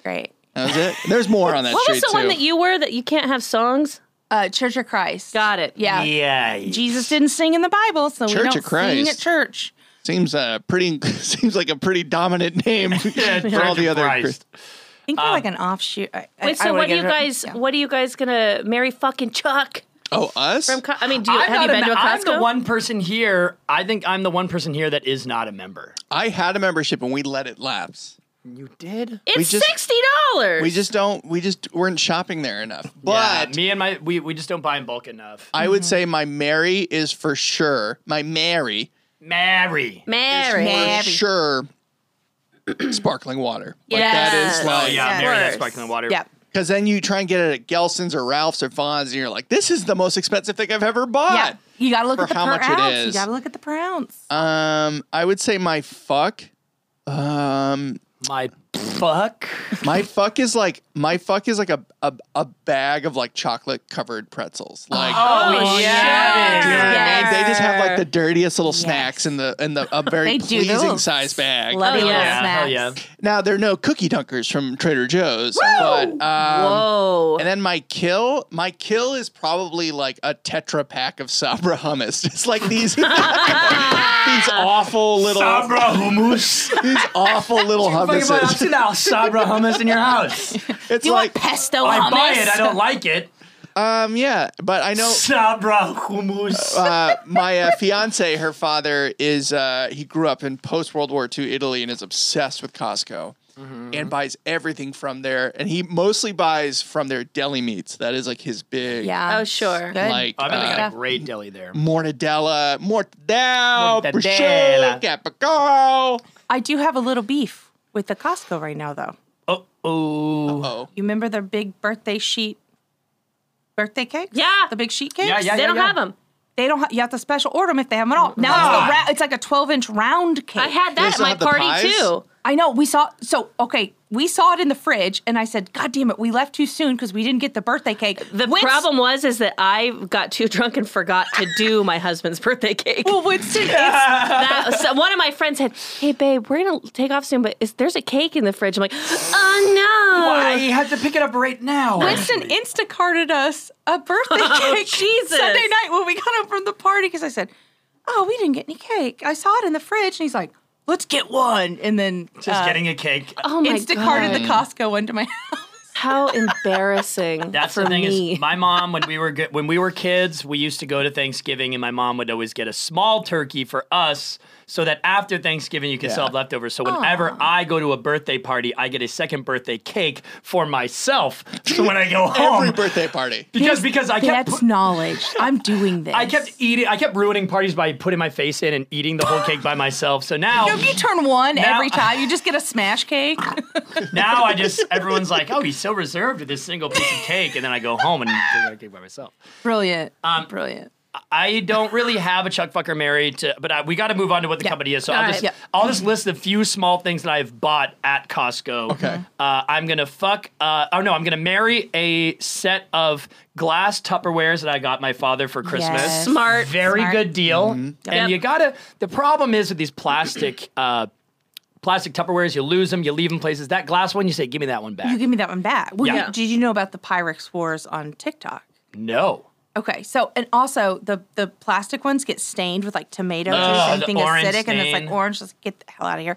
[SPEAKER 8] Great.
[SPEAKER 6] That was it. There's more on that
[SPEAKER 7] What was
[SPEAKER 6] street
[SPEAKER 7] the
[SPEAKER 6] too.
[SPEAKER 7] one that you were that you can't have songs?
[SPEAKER 8] Uh, Church of Christ.
[SPEAKER 7] Got it.
[SPEAKER 8] Yeah.
[SPEAKER 5] Yeah.
[SPEAKER 8] Jesus didn't sing in the Bible, so we
[SPEAKER 6] Church
[SPEAKER 8] don't
[SPEAKER 6] of Christ.
[SPEAKER 8] sing at church.
[SPEAKER 6] seems uh, pretty. [LAUGHS] Seems like a pretty dominant name for all the other.
[SPEAKER 5] Christ.
[SPEAKER 8] I think we're like an offshoot. I, I-
[SPEAKER 7] Um, Wait,
[SPEAKER 8] I
[SPEAKER 7] so
[SPEAKER 8] wanna
[SPEAKER 7] what are
[SPEAKER 8] get
[SPEAKER 7] you
[SPEAKER 8] it-
[SPEAKER 7] guys?
[SPEAKER 8] yeah.
[SPEAKER 7] What are you guys gonna marry? Fucking Chuck
[SPEAKER 6] Oh, us.
[SPEAKER 7] from? Co- I mean, do you,
[SPEAKER 5] I'm,
[SPEAKER 7] have you
[SPEAKER 5] not a
[SPEAKER 7] been to a
[SPEAKER 5] me- I'm
[SPEAKER 7] Costco?
[SPEAKER 5] the one person here. I think I'm the one person here that is not a member.
[SPEAKER 6] I had a membership and we let it lapse.
[SPEAKER 5] You did?
[SPEAKER 6] we
[SPEAKER 7] It's
[SPEAKER 6] just-
[SPEAKER 7] sixty dollars.
[SPEAKER 6] We just don't. We just weren't shopping there enough. But
[SPEAKER 5] me Mm-hmm. and my we, we just don't buy in bulk enough.
[SPEAKER 6] I would say my Mary is for sure. My Mary
[SPEAKER 5] Mary.
[SPEAKER 7] marry.
[SPEAKER 6] for sure. sparkling water. Like that
[SPEAKER 7] Yes.
[SPEAKER 6] is like.
[SPEAKER 5] Oh yeah,
[SPEAKER 8] Yes.
[SPEAKER 5] Mary that
[SPEAKER 7] Worse.
[SPEAKER 5] sparkling water.
[SPEAKER 8] Yeah.
[SPEAKER 6] Because then you try and get it at Gelson's or Ralph's or Vaughn's, and you're like, "This is the most expensive thing I've ever
[SPEAKER 8] Yeah.
[SPEAKER 6] bought."
[SPEAKER 8] You got to look
[SPEAKER 6] For
[SPEAKER 8] at the
[SPEAKER 6] how
[SPEAKER 8] per
[SPEAKER 6] much it
[SPEAKER 8] ounce. You
[SPEAKER 6] is.
[SPEAKER 8] got to look at the per ounce.
[SPEAKER 6] Um, I would say my fuck. Um,
[SPEAKER 5] My fuck. [LAUGHS]
[SPEAKER 6] My fuck is like my fuck is like a a, a bag of like chocolate covered pretzels. Like
[SPEAKER 5] Oh, yeah.
[SPEAKER 6] do you know what I mean?
[SPEAKER 7] yes.
[SPEAKER 6] They just have like the dirtiest little snacks in the in the a very
[SPEAKER 8] They do. They're
[SPEAKER 6] pleasing
[SPEAKER 8] little
[SPEAKER 6] size bag.
[SPEAKER 8] Love
[SPEAKER 7] Oh, yeah.
[SPEAKER 5] Yeah, hell yeah.
[SPEAKER 6] Now there are no cookie dunkers from Trader Joe's, but um,
[SPEAKER 7] Whoa.
[SPEAKER 6] and then my kill, my kill is probably like a tetra pack of Sabra hummus. [LAUGHS] It's like these these awful little
[SPEAKER 5] Sabra [LAUGHS] hummus.
[SPEAKER 6] these
[SPEAKER 5] [LAUGHS]
[SPEAKER 6] awful little
[SPEAKER 5] Fucking buy
[SPEAKER 6] hummuses.
[SPEAKER 7] [LAUGHS]
[SPEAKER 5] now, Sabra hummus in your house.
[SPEAKER 6] It's
[SPEAKER 8] You
[SPEAKER 6] like
[SPEAKER 8] want pesto
[SPEAKER 5] I buy
[SPEAKER 8] hummus?
[SPEAKER 5] it, I don't like it.
[SPEAKER 6] Um, yeah, but I know
[SPEAKER 12] Sabra hummus.
[SPEAKER 6] uh, my uh, fiance, her father is uh, he grew up in post World War II Italy and is obsessed with Costco
[SPEAKER 5] Mm-hmm.
[SPEAKER 6] and buys everything from there. And he mostly buys from their deli meats. That is like his big
[SPEAKER 7] Oh, sure.
[SPEAKER 6] Like,
[SPEAKER 5] I bet they got
[SPEAKER 6] uh,
[SPEAKER 5] a great deli there.
[SPEAKER 6] mortadella, mortadella,
[SPEAKER 5] Mortadella.
[SPEAKER 6] prosciutto, capicola.
[SPEAKER 8] I do have a little beef with the Costco right now, though.
[SPEAKER 5] Oh, oh,
[SPEAKER 8] You remember their big birthday sheet, birthday cakes?
[SPEAKER 7] Yeah,
[SPEAKER 8] the big sheet cakes.
[SPEAKER 7] Yeah, yeah, They yeah, don't yeah. have 'em.
[SPEAKER 8] They don't. Ha- you have to special order them if they have them at all. Now it's, the ra- it's like a twelve inch round cake.
[SPEAKER 7] I had that They at still my have the party, pies? too.
[SPEAKER 8] I know. We saw. So okay, we saw it in the fridge, and I said, "God damn it, we left too soon because we didn't get the birthday cake."
[SPEAKER 7] The problem was is that I got too drunk and forgot to do my husband's [LAUGHS] birthday cake.
[SPEAKER 8] Well, Winston, [LAUGHS] it's-
[SPEAKER 7] that, so one of my friends said, "Hey, babe, we're gonna take off soon, but is there's a cake in the fridge?" I'm like, "Oh no!"
[SPEAKER 12] Why? You have to pick it up right now.
[SPEAKER 8] Winston Instacarted us a birthday cake
[SPEAKER 7] Oh, Jesus.
[SPEAKER 8] Sunday night when we got home from the party because I said, "Oh, we didn't get any cake. I saw it in the fridge," and he's like, "Let's get one." And then uh,
[SPEAKER 7] uh,
[SPEAKER 12] Just getting a cake.
[SPEAKER 7] Oh my
[SPEAKER 8] Instacarted the
[SPEAKER 7] God.
[SPEAKER 8] Costco one to my [LAUGHS]
[SPEAKER 7] [LAUGHS] How embarrassing!
[SPEAKER 5] That's
[SPEAKER 7] for
[SPEAKER 5] the thing
[SPEAKER 7] me.
[SPEAKER 5] is, my mom when we were good, when we were kids, we used to go to Thanksgiving, and my mom would always get a small turkey for us, so that after Thanksgiving you could sell leftovers. So whenever I go to a birthday party, I get a second birthday cake for myself. So when I go home,
[SPEAKER 6] [LAUGHS] Every birthday party.
[SPEAKER 5] because because I kept.
[SPEAKER 8] That's knowledge. I'm doing this.
[SPEAKER 5] I kept eating. I kept ruining parties by putting my face in and eating the whole cake by myself. So now,
[SPEAKER 8] You, you turn one
[SPEAKER 5] Now-
[SPEAKER 8] every time. You just get a smash cake.
[SPEAKER 5] now I just everyone's like, "Oh, he's so reserved with this single piece of cake," and then I go home and take a cake by myself.
[SPEAKER 8] Brilliant. Brilliant.
[SPEAKER 5] I don't really have a Chuck Fucker married to, but I, we got to move on to what the company is. So
[SPEAKER 7] All
[SPEAKER 5] I'll
[SPEAKER 7] right.
[SPEAKER 5] just
[SPEAKER 7] Yep.
[SPEAKER 5] I'll just list the few small things that I've bought at Costco.
[SPEAKER 8] Mm-hmm.
[SPEAKER 5] Okay. Uh, I'm gonna fuck. Uh, oh no, I'm gonna marry a set of glass Tupperwares that I got my father for Christmas.
[SPEAKER 7] Yes. Smart.
[SPEAKER 5] Very
[SPEAKER 7] Smart.
[SPEAKER 5] good deal. And
[SPEAKER 7] Yep.
[SPEAKER 5] you gotta. The problem is with these plastic. Uh, Plastic Tupperwares, you lose them, you leave them places. That glass one, you say, "Give me that one
[SPEAKER 8] You [LAUGHS]
[SPEAKER 5] back."
[SPEAKER 8] give me that one back. Well,
[SPEAKER 5] Yeah.
[SPEAKER 8] you- did you know about the Pyrex wars on TikTok?
[SPEAKER 5] No,
[SPEAKER 8] Okay, so and also the the plastic ones get stained with like tomatoes
[SPEAKER 5] Ugh, the
[SPEAKER 8] or anything
[SPEAKER 5] orange
[SPEAKER 8] acidic, and it's
[SPEAKER 5] stain.
[SPEAKER 8] like orange. Just get the hell out of here.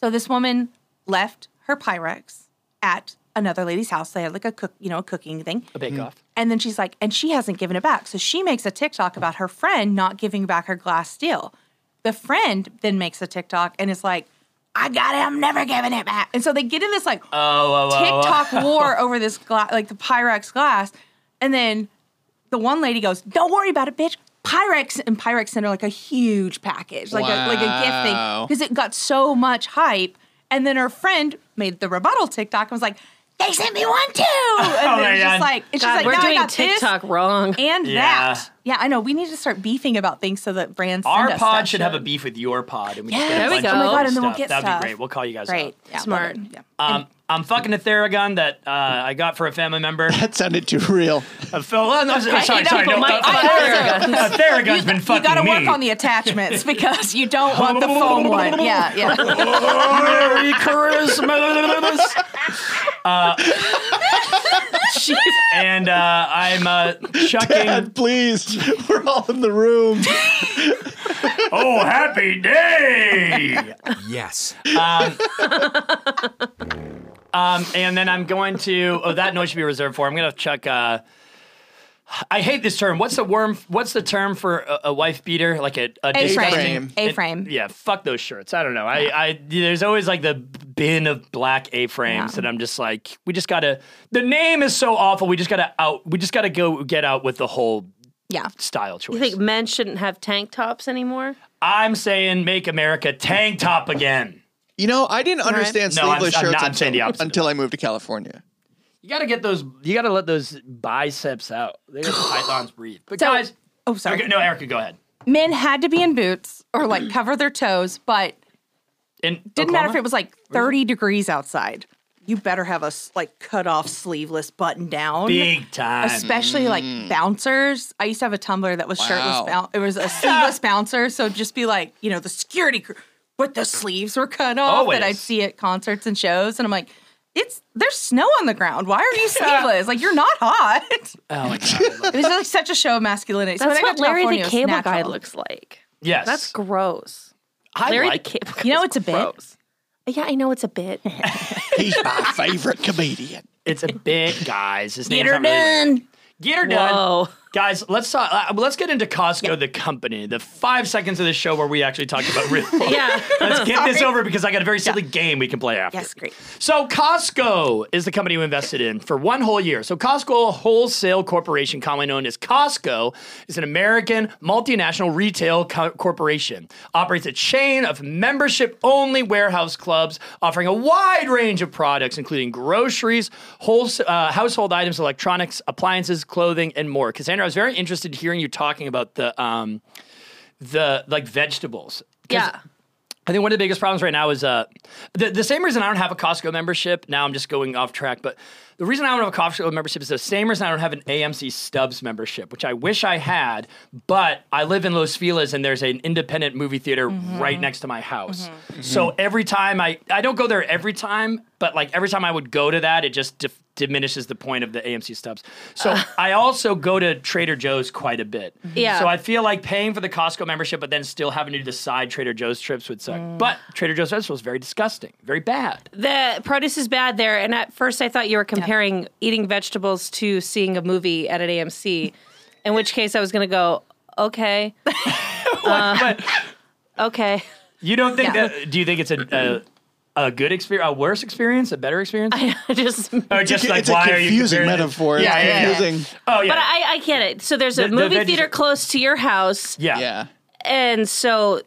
[SPEAKER 8] So this woman left her Pyrex at another lady's house. They had like a cook, you know, a cooking thing,
[SPEAKER 5] a bake off.
[SPEAKER 8] and then she's like, and she hasn't given it back. So she makes a TikTok about her friend not giving back her glass steel. The friend then makes a TikTok and is like, I got it. I'm never giving it back. And so they get in this like
[SPEAKER 5] Oh, oh, oh, oh. [LAUGHS]
[SPEAKER 8] TikTok war over this glass, like the Pyrex glass. And then the one lady goes, "Don't worry about it, bitch." Pyrex and Pyrex sent her like a huge package, like a, like a gift thing,
[SPEAKER 6] Wow.
[SPEAKER 8] because it got so much hype. And then her friend made the rebuttal TikTok and was like, "They sent me one
[SPEAKER 5] [LAUGHS]
[SPEAKER 8] too,"
[SPEAKER 5] Oh
[SPEAKER 8] and
[SPEAKER 5] my
[SPEAKER 8] then it's
[SPEAKER 5] God.
[SPEAKER 8] just like, and she's
[SPEAKER 7] God,
[SPEAKER 8] like,
[SPEAKER 7] we're
[SPEAKER 8] "No, I
[SPEAKER 7] doing
[SPEAKER 8] got
[SPEAKER 7] TikTok
[SPEAKER 8] this
[SPEAKER 7] wrong.
[SPEAKER 8] and
[SPEAKER 5] Yeah.
[SPEAKER 8] that." Yeah, I know. We need to start beefing about things so that brands. send
[SPEAKER 5] Our
[SPEAKER 8] us
[SPEAKER 5] pod
[SPEAKER 8] stuff.
[SPEAKER 5] should have a beef with your pod, and we
[SPEAKER 8] Yeah,
[SPEAKER 5] just get a
[SPEAKER 8] there we
[SPEAKER 5] bunch
[SPEAKER 7] go.
[SPEAKER 5] of
[SPEAKER 7] Oh my
[SPEAKER 5] cool
[SPEAKER 8] God, and then we'll
[SPEAKER 5] stuff.
[SPEAKER 8] get
[SPEAKER 5] That'd
[SPEAKER 8] stuff.
[SPEAKER 5] be great. We'll call you guys.
[SPEAKER 8] Great,
[SPEAKER 5] Up.
[SPEAKER 8] yeah, love
[SPEAKER 7] Smart.
[SPEAKER 8] it. Yeah.
[SPEAKER 5] Um, I'm fucking a Theragun that uh, I got for a family member.
[SPEAKER 6] That sounded
[SPEAKER 5] [LAUGHS]
[SPEAKER 6] too real.
[SPEAKER 5] A fel- well, no, sorry, sorry,
[SPEAKER 7] Hey,
[SPEAKER 5] no, uh,
[SPEAKER 7] no,
[SPEAKER 5] a,
[SPEAKER 7] Mike, I
[SPEAKER 5] Theragun, a Theragun's been
[SPEAKER 8] You
[SPEAKER 5] fucking
[SPEAKER 8] got to
[SPEAKER 5] me.
[SPEAKER 8] work on
[SPEAKER 5] [LAUGHS]
[SPEAKER 8] the attachments because you don't want the foam one. Yeah, yeah.
[SPEAKER 5] Merry Christmas.
[SPEAKER 7] Jeez.
[SPEAKER 5] Uh, and uh, I'm uh, chucking.
[SPEAKER 6] Dad, please. [LAUGHS] We're all in the room.
[SPEAKER 5] Oh, happy day!
[SPEAKER 12] Yes.
[SPEAKER 5] Um, and then I'm going to. Oh, that noise should be reserved for. I'm going to chuck. Uh, I hate this term. What's the worm? What's the term for a, a wife beater? Like a, a disgusting-
[SPEAKER 8] A-frame.
[SPEAKER 6] Frame.
[SPEAKER 8] A-frame.
[SPEAKER 5] Yeah, fuck those shirts. I don't know. I, I there's always like the bin of black A frames that I'm just like, we just gotta. The name is so awful. We just gotta out. We just gotta go get out with the whole
[SPEAKER 8] Yeah.
[SPEAKER 5] style choice.
[SPEAKER 7] [LAUGHS] You think men shouldn't have tank tops anymore?
[SPEAKER 5] I'm saying make America tank top again.
[SPEAKER 6] You know, I didn't understand
[SPEAKER 5] No, I'm-
[SPEAKER 6] sleeveless
[SPEAKER 5] I'm
[SPEAKER 6] shirts
[SPEAKER 5] not saying the
[SPEAKER 6] until,
[SPEAKER 5] opposite.
[SPEAKER 6] until I moved
[SPEAKER 5] [LAUGHS]
[SPEAKER 6] to California.
[SPEAKER 5] You gotta get those. You gotta let those biceps out. They [SIGHS] got the pythons breathe. But guys,
[SPEAKER 8] Oh, sorry.
[SPEAKER 5] Okay, no, Erica, go ahead.
[SPEAKER 8] Men had to be in boots or like cover their toes, but
[SPEAKER 5] And
[SPEAKER 8] didn't matter if it was like 30 degrees outside. You better have a s- like cut off sleeveless button down.
[SPEAKER 5] big time.
[SPEAKER 8] Especially
[SPEAKER 5] Mm.
[SPEAKER 8] like bouncers. I used to have a tumbler that was
[SPEAKER 6] Wow.
[SPEAKER 8] shirtless. Boun-
[SPEAKER 5] [LAUGHS]
[SPEAKER 8] it was a sleeveless bouncer, so it'd just be like you know the security, crew, but the sleeves were cut off
[SPEAKER 5] Always.
[SPEAKER 8] that I'd see at concerts and shows, and I'm like, it's there's snow on the ground.
[SPEAKER 5] [LAUGHS]
[SPEAKER 8] Why are you sleeveless? like you're not hot. [LAUGHS]
[SPEAKER 5] oh my god.
[SPEAKER 8] It was like such a show of masculinity. So when
[SPEAKER 7] That's
[SPEAKER 8] I got
[SPEAKER 7] what
[SPEAKER 8] to
[SPEAKER 7] Larry
[SPEAKER 8] California, it
[SPEAKER 7] the
[SPEAKER 8] was
[SPEAKER 7] Cable Guy
[SPEAKER 8] natural.
[SPEAKER 7] looks like.
[SPEAKER 5] Yes,
[SPEAKER 7] That's gross.
[SPEAKER 5] I
[SPEAKER 7] Larry
[SPEAKER 5] like
[SPEAKER 7] the Cable Guy.
[SPEAKER 8] You know
[SPEAKER 7] is
[SPEAKER 8] it's a bit.
[SPEAKER 7] gross. Yeah, I know it's a [LAUGHS] bit.
[SPEAKER 6] He's my favorite comedian.
[SPEAKER 5] It's a bit, guys. His name's
[SPEAKER 8] [LAUGHS] Get her
[SPEAKER 5] not really-
[SPEAKER 8] done.
[SPEAKER 5] Get her done, guys. Let's talk, uh, let's get into Costco, the company. The five seconds of the show where we actually talked
[SPEAKER 12] [LAUGHS]
[SPEAKER 5] about real.
[SPEAKER 12] Yeah.
[SPEAKER 5] let's get this
[SPEAKER 12] Sorry.
[SPEAKER 5] over because I got a very silly game we can play after.
[SPEAKER 12] Yes,
[SPEAKER 8] great.
[SPEAKER 5] So Costco is the company we invested in for one whole year. So Costco Wholesale Corporation, commonly known as Costco, is an American multinational retail co- corporation. Operates a chain of membership-only warehouse clubs offering a wide range of products, including groceries, wholes- uh, household items, electronics, appliances, clothing, and more. Cassandra, I was very interested hearing you talking about the um, the like vegetables. 'Cause
[SPEAKER 7] Yeah.
[SPEAKER 5] I think one of the biggest problems right now is uh, the, the same reason I don't have a Costco membership. Now I'm just going off track, but the reason I don't have a Costco membership is the same reason I don't have an AMC Stubbs membership, which I wish I had, but I live in Los Feliz and there's an independent movie theater right next to my house.
[SPEAKER 12] Mhm.
[SPEAKER 5] So
[SPEAKER 12] Mhm.
[SPEAKER 5] every time I, I don't go there every time, but like every time I would go to that, it just dif- diminishes the point of the AMC Stubbs. So I also go to Trader Joe's quite a bit.
[SPEAKER 12] Yeah.
[SPEAKER 5] So I feel like paying for the Costco membership, but then still having to do the side Trader Joe's trips would suck. But Trader Joe's vegetables very disgusting, very bad.
[SPEAKER 7] The produce is bad there, and at first I thought you were comparing eating vegetables to seeing a movie at an AMC, in which case I was going to go,
[SPEAKER 5] [LAUGHS]
[SPEAKER 7] okay, Uh, [LAUGHS] okay.
[SPEAKER 5] You don't think
[SPEAKER 7] Yeah.
[SPEAKER 5] that? Do you think it's a, a a good experience, a worse experience, a better experience?
[SPEAKER 7] I [LAUGHS] just
[SPEAKER 5] or just like why are you comparing it? Oh yeah.
[SPEAKER 7] But I, I get it. So there's a
[SPEAKER 5] The- the
[SPEAKER 7] movie
[SPEAKER 5] veggie-
[SPEAKER 7] theater close to your house.
[SPEAKER 5] Yeah. Yeah.
[SPEAKER 7] And so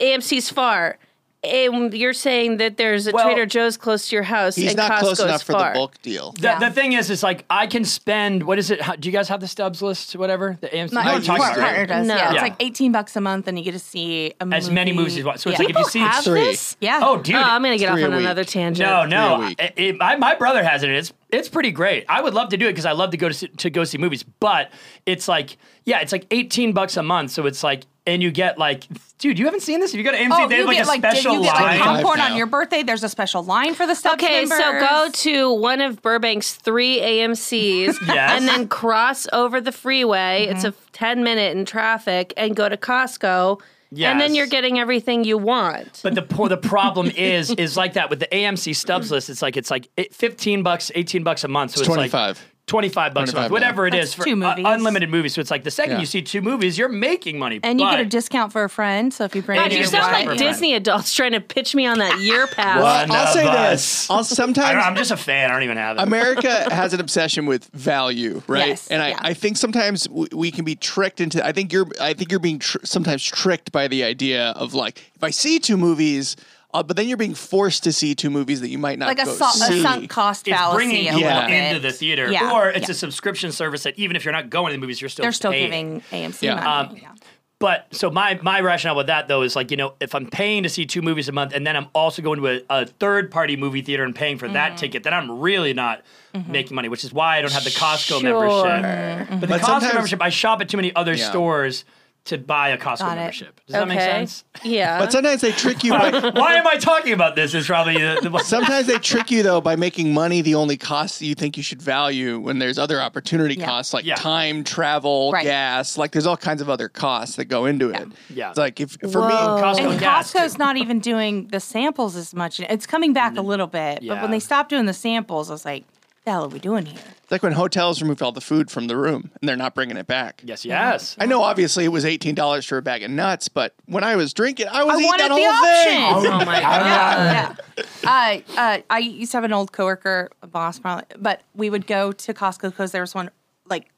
[SPEAKER 7] AMC's far. And you're saying that there's a Trader Joe's close to your house.
[SPEAKER 6] He's
[SPEAKER 7] and
[SPEAKER 6] not
[SPEAKER 7] Costco's
[SPEAKER 6] close enough for
[SPEAKER 7] far.
[SPEAKER 6] the bulk deal.
[SPEAKER 5] The, the thing is, is like I can spend. What is it? How, do you guys have the Stubbs list? Whatever the AMC.
[SPEAKER 8] My
[SPEAKER 5] No, talk
[SPEAKER 8] part-
[SPEAKER 5] about it.
[SPEAKER 8] partner does. Yeah, it's
[SPEAKER 5] Yeah.
[SPEAKER 8] like eighteen bucks a month, and you get to see a
[SPEAKER 5] as many movies as you want. So it's like if you see
[SPEAKER 8] yeah.
[SPEAKER 5] Oh, dude.
[SPEAKER 7] I'm gonna get off on another tangent.
[SPEAKER 5] No, no. I- it- I- my brother has it. And it's it's pretty great. I would love to do it because I love to go to see, to go see movies. But it's like yeah, it's like 18 bucks a month. So it's like and you get like dude, you haven't seen this? If you go to AMC,
[SPEAKER 8] Oh,
[SPEAKER 5] they have
[SPEAKER 8] you
[SPEAKER 5] like
[SPEAKER 8] get
[SPEAKER 5] a
[SPEAKER 8] like di-
[SPEAKER 5] special
[SPEAKER 8] you get like
[SPEAKER 5] line.
[SPEAKER 8] popcorn on your birthday. There's a special line for the stuff.
[SPEAKER 7] Okay, so
[SPEAKER 8] members.
[SPEAKER 7] go to one of Burbank's three
[SPEAKER 5] [LAUGHS]
[SPEAKER 7] AMC's
[SPEAKER 8] Yes.
[SPEAKER 7] and then cross over the freeway. It's a 10 minute in traffic and go to Costco. And then
[SPEAKER 5] Yes.
[SPEAKER 7] you're getting everything you want.
[SPEAKER 5] But the poor, the problem is is like that with the AMC stubs list. It's like it's like it- fifteen bucks, eighteen bucks a month. So it's,
[SPEAKER 6] It's
[SPEAKER 5] like
[SPEAKER 6] 25.
[SPEAKER 5] twenty five bucks a month,
[SPEAKER 6] 25
[SPEAKER 5] whatever it
[SPEAKER 6] now.
[SPEAKER 5] is
[SPEAKER 6] That's
[SPEAKER 5] for
[SPEAKER 6] two
[SPEAKER 5] uh, unlimited movies. So it's like the second
[SPEAKER 6] Yeah.
[SPEAKER 5] you see two movies, you're making money.
[SPEAKER 8] and you
[SPEAKER 5] but
[SPEAKER 8] get a discount for a friend. So if you bring,
[SPEAKER 7] God, you
[SPEAKER 5] Indian
[SPEAKER 7] sound
[SPEAKER 5] Whisperer.
[SPEAKER 7] like Disney adults trying to pitch me on
[SPEAKER 5] [LAUGHS]
[SPEAKER 7] that year pass.
[SPEAKER 6] Well, I'll say this. I'll
[SPEAKER 5] I
[SPEAKER 6] sometimes
[SPEAKER 5] am just a fan. I don't even have it. [LAUGHS]
[SPEAKER 6] America has an obsession with value, right?
[SPEAKER 5] Yes,
[SPEAKER 6] and I,
[SPEAKER 5] yeah.
[SPEAKER 6] I think sometimes w- we can be tricked into. I think you're. I think you're being tr- sometimes tricked by the idea of like, if I see two movies, uh, but then you're being forced to see two movies that you might not
[SPEAKER 8] like a,
[SPEAKER 6] go
[SPEAKER 8] su- a
[SPEAKER 6] see.
[SPEAKER 8] sunk cost
[SPEAKER 5] It's
[SPEAKER 8] fallacy.
[SPEAKER 5] bringing
[SPEAKER 8] a
[SPEAKER 5] people
[SPEAKER 8] little bit.
[SPEAKER 5] into the theater,
[SPEAKER 8] Yeah.
[SPEAKER 5] or it's
[SPEAKER 8] Yeah.
[SPEAKER 5] a subscription service that even if you're not going to the movies, you're still
[SPEAKER 8] They're still
[SPEAKER 5] paying.
[SPEAKER 8] giving AMC money.
[SPEAKER 5] Um, But so my my rationale with that though is like you know if I'm paying to see two movies a month and then I'm also going to a, a third party movie theater and paying for
[SPEAKER 8] Mm-hmm.
[SPEAKER 5] that ticket, then I'm really not making money, which is why I don't have the Costco
[SPEAKER 12] Sure.
[SPEAKER 5] membership.
[SPEAKER 12] Mhm.
[SPEAKER 5] But
[SPEAKER 8] Mm-hmm.
[SPEAKER 5] the
[SPEAKER 12] But
[SPEAKER 5] Costco
[SPEAKER 12] sometimes-
[SPEAKER 5] membership, I shop at too many other
[SPEAKER 12] Yeah.
[SPEAKER 5] stores to buy a Costco
[SPEAKER 7] Got it.
[SPEAKER 5] membership. Does that make
[SPEAKER 7] Okay.
[SPEAKER 5] sense? [LAUGHS]
[SPEAKER 7] Yeah.
[SPEAKER 6] But sometimes they trick you. By,
[SPEAKER 5] why am I talking about this? Is probably the, the
[SPEAKER 6] Sometimes they trick you though by making money the only cost that you think you should value when there's other opportunity
[SPEAKER 5] Yeah.
[SPEAKER 6] costs like
[SPEAKER 5] Yeah.
[SPEAKER 6] time, travel,
[SPEAKER 8] Right.
[SPEAKER 6] gas. Like there's all kinds of other costs that go into it.
[SPEAKER 5] Yeah.
[SPEAKER 6] It's like if for me,
[SPEAKER 8] and Costco's not even doing the samples as much. It's coming back
[SPEAKER 5] Mm-hmm.
[SPEAKER 8] a little bit, but
[SPEAKER 6] Yeah.
[SPEAKER 8] when they stopped doing the samples, I was like, "The hell are we doing here?"
[SPEAKER 6] It's like when hotels removed all the food from the room and they're not bringing it back.
[SPEAKER 5] Yes, yes.
[SPEAKER 6] I know obviously it was $18 for a bag of nuts, but when I was drinking, I was
[SPEAKER 8] I
[SPEAKER 6] eating
[SPEAKER 8] wanted
[SPEAKER 6] that
[SPEAKER 8] the
[SPEAKER 6] whole
[SPEAKER 8] option.
[SPEAKER 6] thing.
[SPEAKER 8] Oh [LAUGHS] my God. uh, uh, I used to have an old coworker, a boss, probably, but we would go to Costco because there was one like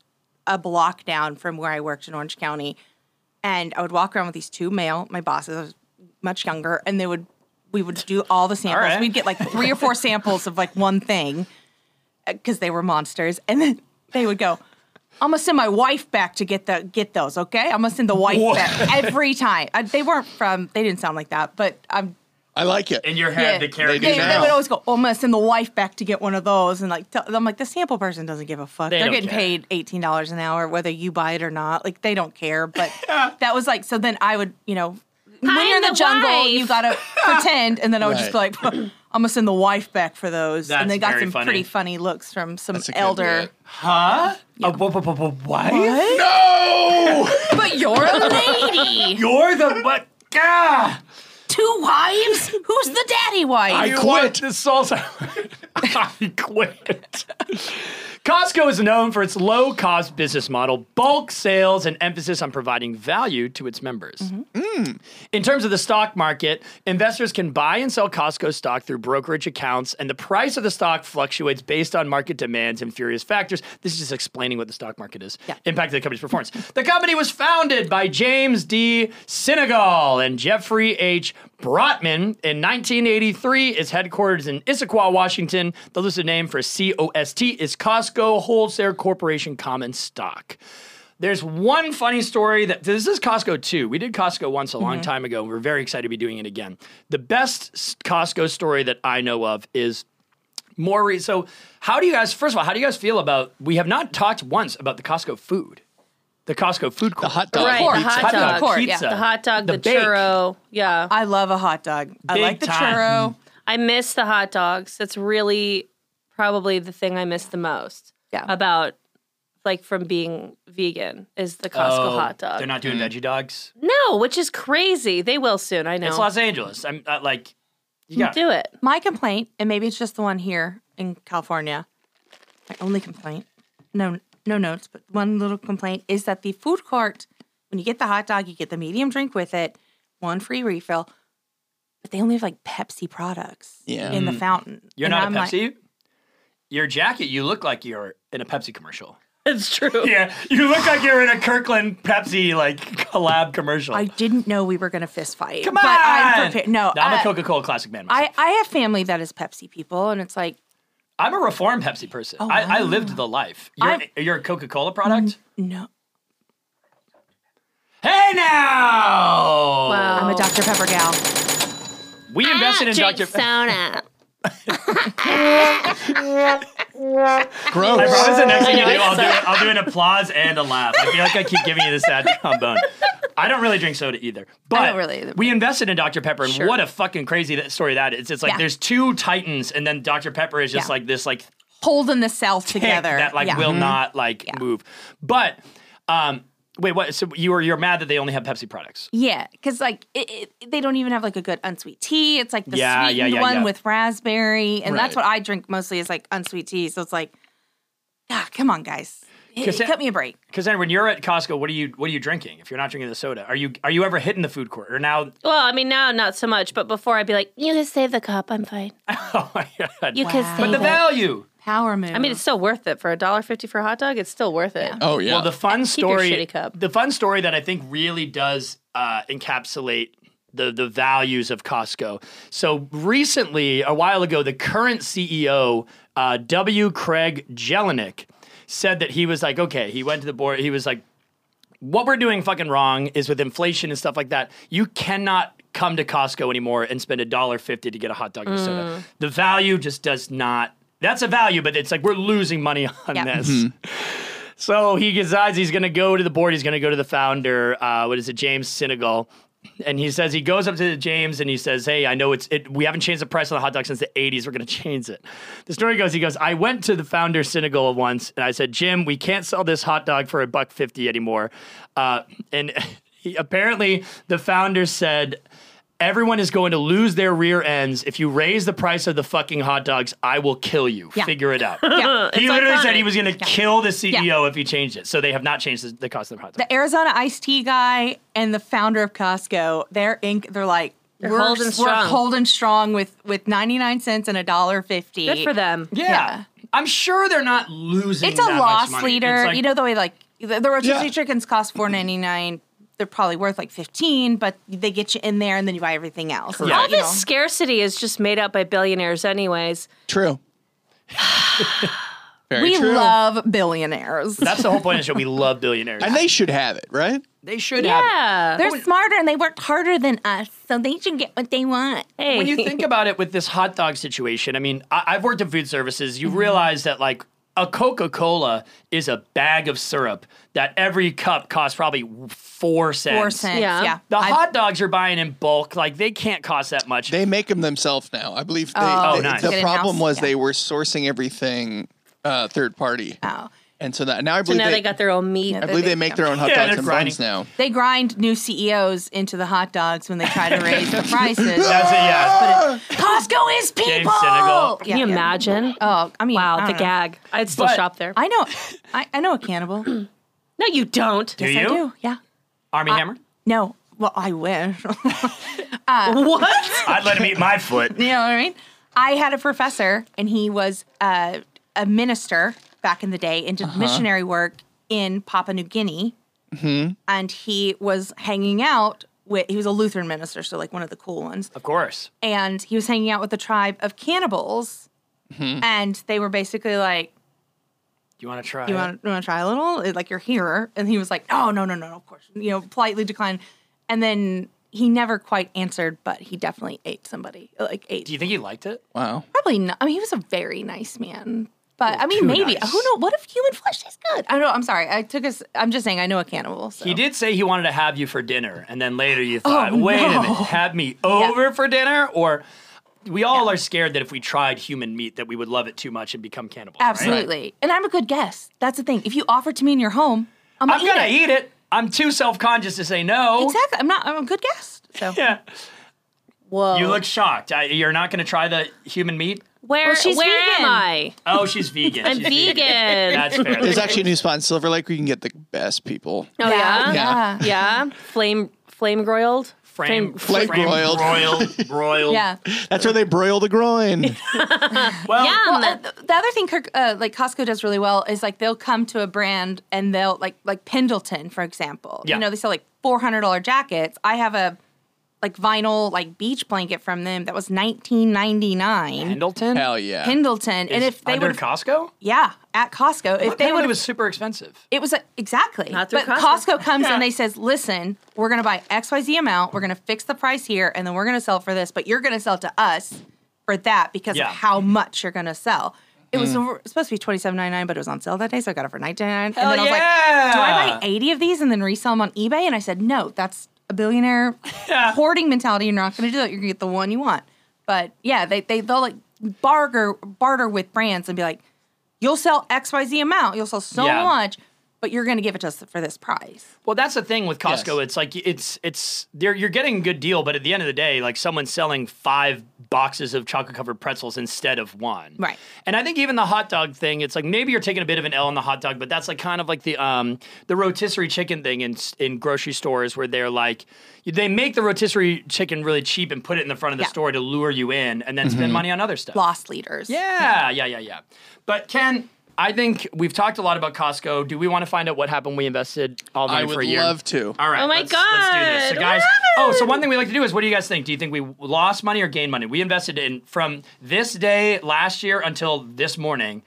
[SPEAKER 8] a block down from where I worked in Orange County, and I would walk around with these two male, my bosses, I was much younger, and they would we would do all the samples.
[SPEAKER 12] right.
[SPEAKER 8] We'd get like three or four samples of like one thing because they were monsters, and then they would go. I'm gonna send my wife back to get the get those, okay? I'm gonna send the wife
[SPEAKER 5] What? [LAUGHS]
[SPEAKER 8] back every time. I, they weren't from, they didn't sound like that, but I'm
[SPEAKER 6] I like it.
[SPEAKER 5] In your head, the character.
[SPEAKER 8] they, they would always go, "Oh, I'm gonna send the wife back to get one of those," and like, tell, I'm like, the sample person doesn't give a fuck.
[SPEAKER 5] They
[SPEAKER 8] are
[SPEAKER 5] don't
[SPEAKER 8] getting
[SPEAKER 5] care.
[SPEAKER 8] paid eighteen dollars an hour, whether you buy it or not. Like, they don't
[SPEAKER 5] [LAUGHS]
[SPEAKER 8] care. But that was like, so then I would, you know, when
[SPEAKER 7] I'm
[SPEAKER 8] you're in the,
[SPEAKER 7] the
[SPEAKER 8] jungle,
[SPEAKER 7] wife.
[SPEAKER 8] you [LAUGHS] gotta pretend, and then I would just be
[SPEAKER 7] Right.
[SPEAKER 8] like, [CLEARS THROAT] "I'm gonna send the wife back for those,"
[SPEAKER 5] That's
[SPEAKER 8] and they got
[SPEAKER 5] very
[SPEAKER 8] some
[SPEAKER 5] funny.
[SPEAKER 8] pretty funny looks from some
[SPEAKER 5] a good
[SPEAKER 8] elder.
[SPEAKER 5] bit. Huh? A wha- wha- wha- wha- what?
[SPEAKER 6] No!
[SPEAKER 8] but you're a lady.
[SPEAKER 5] You're the what? Ah!
[SPEAKER 8] Two wives? Who's the daddy wife?
[SPEAKER 5] [LAUGHS] I quit. This salsa. I quit. Costco is known for its low cost business model, bulk sales, and emphasis on providing value to its members. In terms of the stock market, investors can buy and sell Costco stock through brokerage accounts, and the price of the stock fluctuates based on market demands and various factors. This is just explaining what the stock market is. Impact of the company's performance. the company was founded by James D. Senegal and Jeffrey H. Brotman in 1983. Its headquarters in Issaquah, Washington. The listed name for COST is Costco Wholesale Corporation Common Stock. There's one funny story that this is Costco too. We did Costco once a long
[SPEAKER 10] Mhm.
[SPEAKER 5] time ago. and We're very excited to be doing it again. The best s- Costco story that I know of is more. Re- so, how do you guys? First of all, how do you guys feel about? We have not talked once about the Costco food, the Costco food court, the hot
[SPEAKER 7] right, the hot dog,
[SPEAKER 5] pizza,
[SPEAKER 7] the hot dog, the,
[SPEAKER 5] bake.
[SPEAKER 7] churro. Yeah,
[SPEAKER 8] I love a hot dog. I Big like the time. churro.
[SPEAKER 7] I miss the hot dogs. That's really probably the thing I miss the most. Yeah. about like from being vegan is the Costco
[SPEAKER 5] Oh,
[SPEAKER 7] hot dog.
[SPEAKER 5] They're not doing veggie dogs.
[SPEAKER 7] No, which is crazy. They will soon. I know.
[SPEAKER 5] It's Los Angeles. I'm uh, like, yeah,
[SPEAKER 7] do it. [LAUGHS]
[SPEAKER 8] My complaint, and maybe it's just the one here in California. My only complaint, no, no notes, but one little complaint is that the food court, when you get the hot dog, you get the medium drink with it, one free refill, but they only have like Pepsi products
[SPEAKER 5] Yeah.
[SPEAKER 8] in the
[SPEAKER 5] Mm.
[SPEAKER 8] fountain.
[SPEAKER 5] You're
[SPEAKER 8] And
[SPEAKER 5] not
[SPEAKER 8] I'm
[SPEAKER 5] a
[SPEAKER 8] like-
[SPEAKER 5] Pepsi. Your jacket, you look like you're in a Pepsi commercial.
[SPEAKER 7] It's true.
[SPEAKER 5] Yeah, you look like you're in a Kirkland Pepsi like collab commercial.
[SPEAKER 8] I didn't know we were going to fist fight.
[SPEAKER 5] Come on,
[SPEAKER 8] but I'm prepared. No, uh,
[SPEAKER 5] I'm a
[SPEAKER 8] I-
[SPEAKER 5] Coca Cola classic man.
[SPEAKER 8] I, I have family that is Pepsi people, and it's like,
[SPEAKER 5] I'm a reformed Pepsi person.
[SPEAKER 8] Oh,
[SPEAKER 5] I, I
[SPEAKER 8] wow.
[SPEAKER 5] lived the life. You're,
[SPEAKER 8] I'm-
[SPEAKER 5] you're a Coca Cola product.
[SPEAKER 8] no. Mm-hmm.
[SPEAKER 5] Hey now!
[SPEAKER 7] Oh.
[SPEAKER 8] I'm a Dr. Pepper gal.
[SPEAKER 5] We invested in Dr. [LAUGHS]
[SPEAKER 7] Soda.
[SPEAKER 5] I promise the next thing you do,
[SPEAKER 7] I know,
[SPEAKER 5] I'll do,
[SPEAKER 7] it's-
[SPEAKER 5] I'll do an applause and a laugh. I feel like I keep giving you the sad [LAUGHS] trombone. I don't really drink soda either. But
[SPEAKER 8] really either.
[SPEAKER 5] we invested in Dr. Pepper, and
[SPEAKER 8] Sure.
[SPEAKER 5] what a fucking crazy that story that is. It's like
[SPEAKER 8] Yeah.
[SPEAKER 5] there's two titans, and then Dr. Pepper is just
[SPEAKER 8] Yeah.
[SPEAKER 5] like this like
[SPEAKER 8] Holding the cells
[SPEAKER 5] tick
[SPEAKER 8] together.
[SPEAKER 5] that like
[SPEAKER 8] Yeah.
[SPEAKER 5] will
[SPEAKER 8] Mhm.
[SPEAKER 5] not like move. But um, wait, what? So you were you're mad that they only have Pepsi products?
[SPEAKER 8] Yeah, because like it, it, they don't even have like a good unsweet tea. It's like the
[SPEAKER 5] Yeah, yeah,
[SPEAKER 8] sweetened
[SPEAKER 5] yeah,
[SPEAKER 8] one
[SPEAKER 5] yeah.
[SPEAKER 8] with raspberry, and that's
[SPEAKER 5] Right.
[SPEAKER 8] what I drink mostly is like unsweet tea. So it's like, ah, come on, guys, H-
[SPEAKER 5] Cassandra-
[SPEAKER 8] cut me a break.
[SPEAKER 5] Because then when you're at Costco, what are you what are you drinking? If you're not drinking the soda, are you are you ever hitting the food court? Or now, [LAUGHS]
[SPEAKER 7] Well, I mean, now not so much, but before I'd be like, you can save the cup. I'm fine.
[SPEAKER 5] oh my god,
[SPEAKER 7] You could Wow.
[SPEAKER 5] but
[SPEAKER 7] save
[SPEAKER 5] the
[SPEAKER 7] it.
[SPEAKER 5] value.
[SPEAKER 8] Power move.
[SPEAKER 7] I mean, it's still worth it for a dollar fifty for a hot dog. It's still worth it.
[SPEAKER 6] Oh,
[SPEAKER 5] Well, the fun
[SPEAKER 7] Keep your
[SPEAKER 5] story,
[SPEAKER 7] shitty cup.
[SPEAKER 5] the fun story that I think really does uh, encapsulate the the values of Costco. So recently, a while ago, the current CEO uh, W. Craig Jelinek said that he was like, okay, he went to the board, he was like, what we're doing fucking wrong is with inflation and stuff like that. You cannot come to Costco anymore and spend a dollar fifty to get a hot dog and soda.
[SPEAKER 10] Mm.
[SPEAKER 5] The value just does not. That's a value, but it's like we're losing money on
[SPEAKER 10] Yep.
[SPEAKER 5] this.
[SPEAKER 10] Mhm.
[SPEAKER 5] So he decides he's going to go to the board. He's going to go to the founder. Uh, what is it, James Senegal? And he says he goes up to James and he says, "Hey, I know it's it. We haven't changed the price on the hot dog since the '80s. We're going to change it." The story goes, he goes, "I went to the founder Senegal once and I said, Jim, we can't sell this hot dog for a buck fifty anymore." Uh, and [LAUGHS] he, apparently, the founder said. Everyone is going to lose their rear ends. If you raise the price of the fucking hot dogs, I will kill you.
[SPEAKER 10] Yeah.
[SPEAKER 5] Figure it out.
[SPEAKER 8] Yeah.
[SPEAKER 5] He
[SPEAKER 8] It's
[SPEAKER 5] literally said
[SPEAKER 8] iconic.
[SPEAKER 5] he was going to kill the CEO if he changed it. So they have not changed the, the cost of the hot dog.
[SPEAKER 8] the Arizona iced tea guy and the founder of Costco, they're in, they're like
[SPEAKER 7] They're
[SPEAKER 8] we're,
[SPEAKER 7] holding
[SPEAKER 8] we're
[SPEAKER 7] strong."
[SPEAKER 8] holding strong with with 99 cents and a dollar 50.
[SPEAKER 7] Good for them.
[SPEAKER 5] Yeah. I'm sure they're not losing.
[SPEAKER 8] It's a
[SPEAKER 5] that much
[SPEAKER 8] loss
[SPEAKER 5] money.
[SPEAKER 8] leader.
[SPEAKER 5] It's like-
[SPEAKER 8] you know the way like the, the rotisserie
[SPEAKER 5] Yeah.
[SPEAKER 8] chickens cost 4.99. They're probably worth like 15, but they get you in there and then you buy everything else. It's
[SPEAKER 7] All
[SPEAKER 8] like, you
[SPEAKER 7] this
[SPEAKER 8] know.
[SPEAKER 7] scarcity is just made up by billionaires, anyways.
[SPEAKER 6] True. Very
[SPEAKER 8] we
[SPEAKER 6] true.
[SPEAKER 8] love billionaires.
[SPEAKER 5] That's the whole point of the show. We love [LAUGHS] billionaires.
[SPEAKER 6] and they should have it, right?
[SPEAKER 5] They should
[SPEAKER 8] yeah, they're smarter and they work harder than us, so they should get what they want. Hey,
[SPEAKER 5] When you
[SPEAKER 8] [LAUGHS]
[SPEAKER 5] think about it with this hot dog situation, I mean, I, I've worked in food services.
[SPEAKER 8] Mm-hmm.
[SPEAKER 5] You realize that, like, a Coca Cola is a bag of syrup that every cup costs probably four cents.
[SPEAKER 8] Four cents, Yeah. yeah.
[SPEAKER 5] The
[SPEAKER 8] I've-
[SPEAKER 5] hot dogs you're buying in bulk, like, they can't cost that much.
[SPEAKER 6] They make them themselves now. I believe they,
[SPEAKER 5] Oh,
[SPEAKER 6] they-
[SPEAKER 5] nice.
[SPEAKER 6] the
[SPEAKER 5] Get in-house?
[SPEAKER 6] problem was
[SPEAKER 5] Yeah.
[SPEAKER 6] they were sourcing everything uh, third party.
[SPEAKER 8] Oh.
[SPEAKER 6] And so that now I
[SPEAKER 7] So
[SPEAKER 6] believe
[SPEAKER 7] now
[SPEAKER 6] they,
[SPEAKER 7] they got their own meat.
[SPEAKER 6] I believe they make their own hot dogs and buns now.
[SPEAKER 8] They grind new CEOs into the hot dogs when they try to raise the
[SPEAKER 5] [LAUGHS]
[SPEAKER 8] prices.
[SPEAKER 6] That's a
[SPEAKER 7] yes.
[SPEAKER 8] But it- Costco is people.
[SPEAKER 7] James Senegal. Can you
[SPEAKER 8] imagine? Oh, I mean, wow,
[SPEAKER 7] the gag. I'd still shop there.
[SPEAKER 8] I know, I, I know a cannibal.
[SPEAKER 5] [CLEARS THROAT]
[SPEAKER 8] no,
[SPEAKER 7] you don't.
[SPEAKER 8] Yes,
[SPEAKER 5] Do
[SPEAKER 8] I
[SPEAKER 5] you?
[SPEAKER 8] do. Uh, Yeah.
[SPEAKER 12] Army Hammer?
[SPEAKER 8] No. Well, I wish. [LAUGHS] uh,
[SPEAKER 7] what?
[SPEAKER 12] I'd let him eat my foot.
[SPEAKER 8] You know what I mean? I had a professor, and he was uh, a minister back in the day and did
[SPEAKER 6] Uh-huh.
[SPEAKER 8] missionary work in Papua New Guinea.
[SPEAKER 6] hmm
[SPEAKER 8] And he was hanging out with, he was a Lutheran minister, so like one of the cool ones.
[SPEAKER 5] Of course.
[SPEAKER 8] And he was hanging out with a tribe of cannibals.
[SPEAKER 5] Mhm.
[SPEAKER 8] And they were basically like,
[SPEAKER 5] You want to try?
[SPEAKER 8] you
[SPEAKER 5] it?
[SPEAKER 8] want, you want to try a little? It- Like you're here. And he was like, oh, no, no, no, of course. You know, politely declined. And then he never quite answered, but he definitely ate somebody. Like ate.
[SPEAKER 5] Do you think he liked it?
[SPEAKER 6] Wow.
[SPEAKER 8] Probably not. I mean, he was a very nice man. But I
[SPEAKER 5] too
[SPEAKER 8] mean, maybe
[SPEAKER 5] nice.
[SPEAKER 8] who knows? What if human flesh tastes good? I don't know. I'm sorry. I took us. I'm just saying. I know a cannibal. So.
[SPEAKER 5] He did say he wanted to have you for dinner, and then later you thought,
[SPEAKER 8] Oh,
[SPEAKER 5] "Wait a
[SPEAKER 8] no.
[SPEAKER 5] minute, have me over for dinner?" Or we all are scared that if we tried human meat, that we would love it too much and become cannibals. right?
[SPEAKER 8] Absolutely. And I'm a good guess. That's the thing. If you offer it to me in your home, I'm
[SPEAKER 5] I'm,
[SPEAKER 8] gonna,
[SPEAKER 5] gonna eat it. I'm too self-conscious to say no.
[SPEAKER 8] Exactly. I'm not. I'm a good guest.
[SPEAKER 5] [LAUGHS]
[SPEAKER 8] So
[SPEAKER 5] yeah.
[SPEAKER 7] Whoa.
[SPEAKER 5] You look shocked. I, you're not gonna try the human meat.
[SPEAKER 7] Where?
[SPEAKER 5] Well, she's
[SPEAKER 7] where
[SPEAKER 5] vegan.
[SPEAKER 7] am I?
[SPEAKER 5] Oh, she's
[SPEAKER 8] [LAUGHS]
[SPEAKER 5] vegan.
[SPEAKER 7] I'm
[SPEAKER 5] She's
[SPEAKER 7] vegan.
[SPEAKER 5] That's fair.
[SPEAKER 6] There's actually a new spot in Silver Lake where you can get the best people.
[SPEAKER 7] Oh yeah,
[SPEAKER 6] Yeah.
[SPEAKER 7] yeah. Flame, flame broiled,
[SPEAKER 5] Frame-
[SPEAKER 6] Flame broiled.
[SPEAKER 5] broiled, broiled.
[SPEAKER 8] Yeah.
[SPEAKER 6] That's where they broil the groin.
[SPEAKER 5] Well,
[SPEAKER 8] uh, th- the other thing Kirk, uh, like Costco does really well is like they'll come to a brand and they'll like like Pendleton for example.
[SPEAKER 7] Yeah.
[SPEAKER 8] You know they sell like four hundred dollar jackets. I have a like vinyl like beach blanket from them that was nineteen ninety nine.
[SPEAKER 5] Pendleton.
[SPEAKER 6] Hell yeah.
[SPEAKER 8] Pendleton.
[SPEAKER 5] Is
[SPEAKER 8] and if they
[SPEAKER 5] under
[SPEAKER 8] would
[SPEAKER 5] Costco,
[SPEAKER 8] yeah, at Costco,
[SPEAKER 5] I
[SPEAKER 8] if they
[SPEAKER 5] thought
[SPEAKER 8] would
[SPEAKER 5] it was super expensive.
[SPEAKER 8] It was a, exactly.
[SPEAKER 7] Not through
[SPEAKER 8] but
[SPEAKER 7] Costco.
[SPEAKER 8] Costco, comes
[SPEAKER 7] Yeah.
[SPEAKER 8] and they says, "Listen, we're going to buy XYZ amount, we're going to fix the price here, and then we're going to sell it for this, but you're going to sell it to us for that because
[SPEAKER 7] Yeah.
[SPEAKER 8] of how much you're going to sell." It was
[SPEAKER 7] Mm.
[SPEAKER 8] over- supposed to be twenty seven ninety nine, but it was on sale that day, so I got it for nineteen ninety nine.
[SPEAKER 7] Hell
[SPEAKER 8] And then I was
[SPEAKER 7] yeah.
[SPEAKER 8] like, "Do I buy eighty of these and then resell them on eBay?" And I said, "No, that's a
[SPEAKER 7] [LAUGHS]
[SPEAKER 8] billionaire hoarding mentality. You're not going to do that. You're going to get the one you want." But yeah, they they they'll like barter barter with brands and be like, "You'll sell XYZ amount. You'll sell so
[SPEAKER 5] Yeah.
[SPEAKER 8] much." but you're going to give it to us for this price.
[SPEAKER 5] Well, that's the thing with Costco. It's like it's it's they're, you're getting a good deal, but at the end of the day, like someone's selling five boxes of chocolate covered pretzels instead of one.
[SPEAKER 8] Right.
[SPEAKER 5] And I think even the hot dog thing, it's like maybe you're taking a bit of an L on the hot dog, but that's like kind of like the um the rotisserie chicken thing in s- in grocery stores where they're like they make the rotisserie chicken really cheap and put it in the front of the
[SPEAKER 8] Yeah.
[SPEAKER 5] store to lure you in, and then spend
[SPEAKER 6] Mm-hmm.
[SPEAKER 8] Mhm.
[SPEAKER 5] money on other stuff.
[SPEAKER 8] Lost leaders.
[SPEAKER 5] Yeah, yeah, yeah, yeah. But Ken, I think we've talked a lot about Costco. Do we want to find out what happened? We invested all the
[SPEAKER 6] I
[SPEAKER 5] money for
[SPEAKER 6] would
[SPEAKER 5] a year.
[SPEAKER 6] love to.
[SPEAKER 5] All right.
[SPEAKER 7] Oh my
[SPEAKER 5] let's, Let's do this. So
[SPEAKER 7] God,
[SPEAKER 5] guys,
[SPEAKER 7] what
[SPEAKER 5] oh, so one thing we like to do is, what do you guys think? Do you think we lost money or gained money? We invested in from this day last year until this morning.